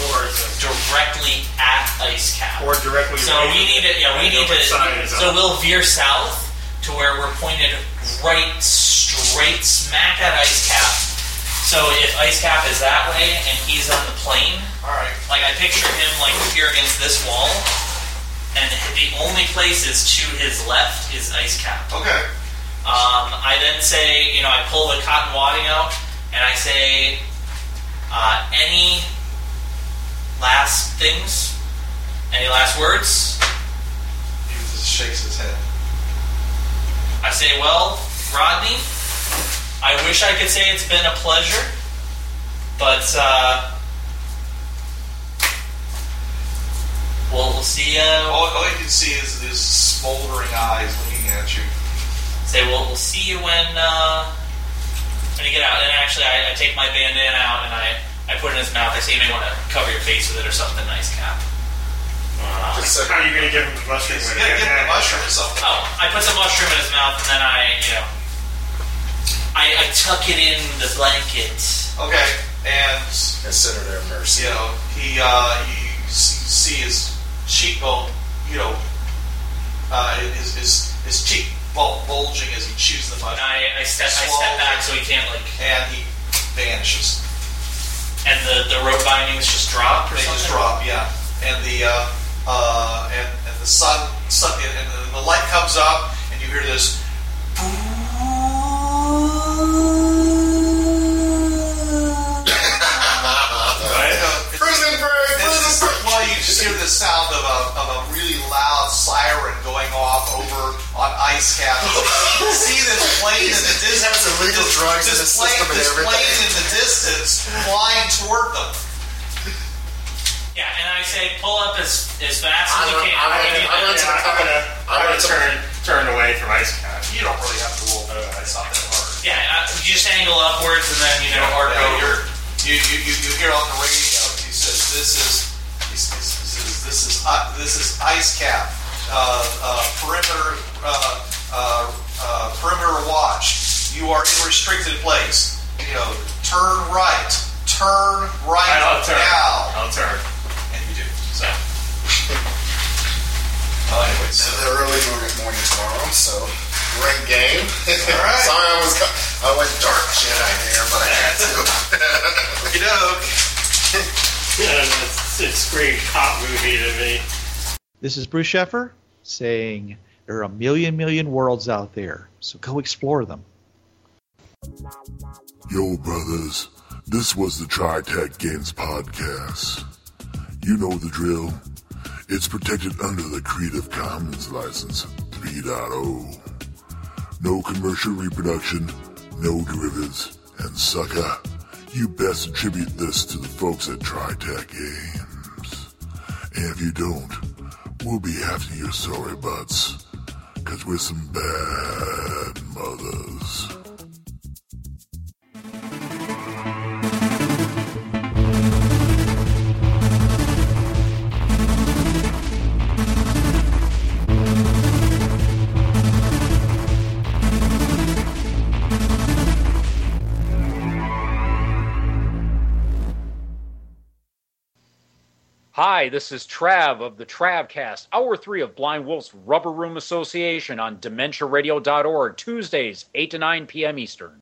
Towards him. directly at Ice Cap. Or directly. So away from we need him. to, yeah, we And need which side to. is So up. we'll veer south to where we're pointed right, straight smack at Ice Cap. So if Ice Cap is that way and he's on the plane, Alright. like I picture him like here against this wall, and the only place is to his left is Ice Cap. Okay. Um, I then say, you know, I pull the cotton wadding out and I say, uh, any last things? Any last words? He just shakes his head. I say, well, Rodney, I wish I could say it's been a pleasure, but uh, we'll, we'll see. Uh, All, all you can see is these smoldering eyes looking at you. say, we'll, we'll see you when uh, when you get out. And actually, I, I take my bandana out and I, I put it in his mouth. I say, you may want to cover your face with it or something. Nice cap. Just so- How are you going to give him the mushroom? You when gotta get he comes the back? mushroom or something. Oh, I put some mushroom in his mouth and then I, you know, I, I tuck it in the blanket. Okay. And consider their mercy. you know he uh, you see, see his cheekbone, you know, uh, his his his cheek bul- bulging as he chews the And mushroom, I, I step I step back so he can't like and he vanishes. and the, the rope bindings just drop or They something? just drop, yeah. And the uh, uh, and, and the sun, sun and the, the light comes up, and you hear this. uh, Right? Prison break, This prison is- break. Well, you just hear the sound of a, of a really loud siren going off over on ice cap. You see this plane in the He's distance. having some legal this, drugs in this the plane, system and this plane everything. in the distance flying toward them. Yeah, and I say pull up as, as fast as I you run- can. I run- And- I run- Yeah, I'm going to. I'm I'm gonna going to turn turn away from Ice Cap. You don't really have to roll. Uh, it's not that hard. yeah, uh, you just angle upwards and then you know Yeah, arc yeah, over. you're- You, you, you, you hear on the radio. He says, "This is this is this is this is, uh, this is ice cap uh, uh, perimeter uh, uh, uh, perimeter watch. You are in restricted place. You know, turn right, turn All right, right I'll turn. now, I'll turn. and you do." So, well, anyway, So so they're early morning, morning tomorrow, so great game. right. Sorry, I was co- I went dark Jedi there, but I had to. you know. Yeah, it's, it's great cop movie to me. This is Bruce Sheffer saying there are a million, million worlds out there, so go explore them. Yo, brothers, this was the Tri Tech Games Podcast. You know the drill. It's protected under the Creative Commons License 3.0. No commercial reproduction, no derivatives, and sucker, you best attribute this to the folks at TriTech Games. And if you don't, we'll be after your sorry butts, cause we're some bad mothers. Hi, this is Trav of the Travcast, Hour 3 of Blind Wolf's Rubber Room Association on DementiaRadio.org, Tuesdays, 8 to 9 p.m. Eastern.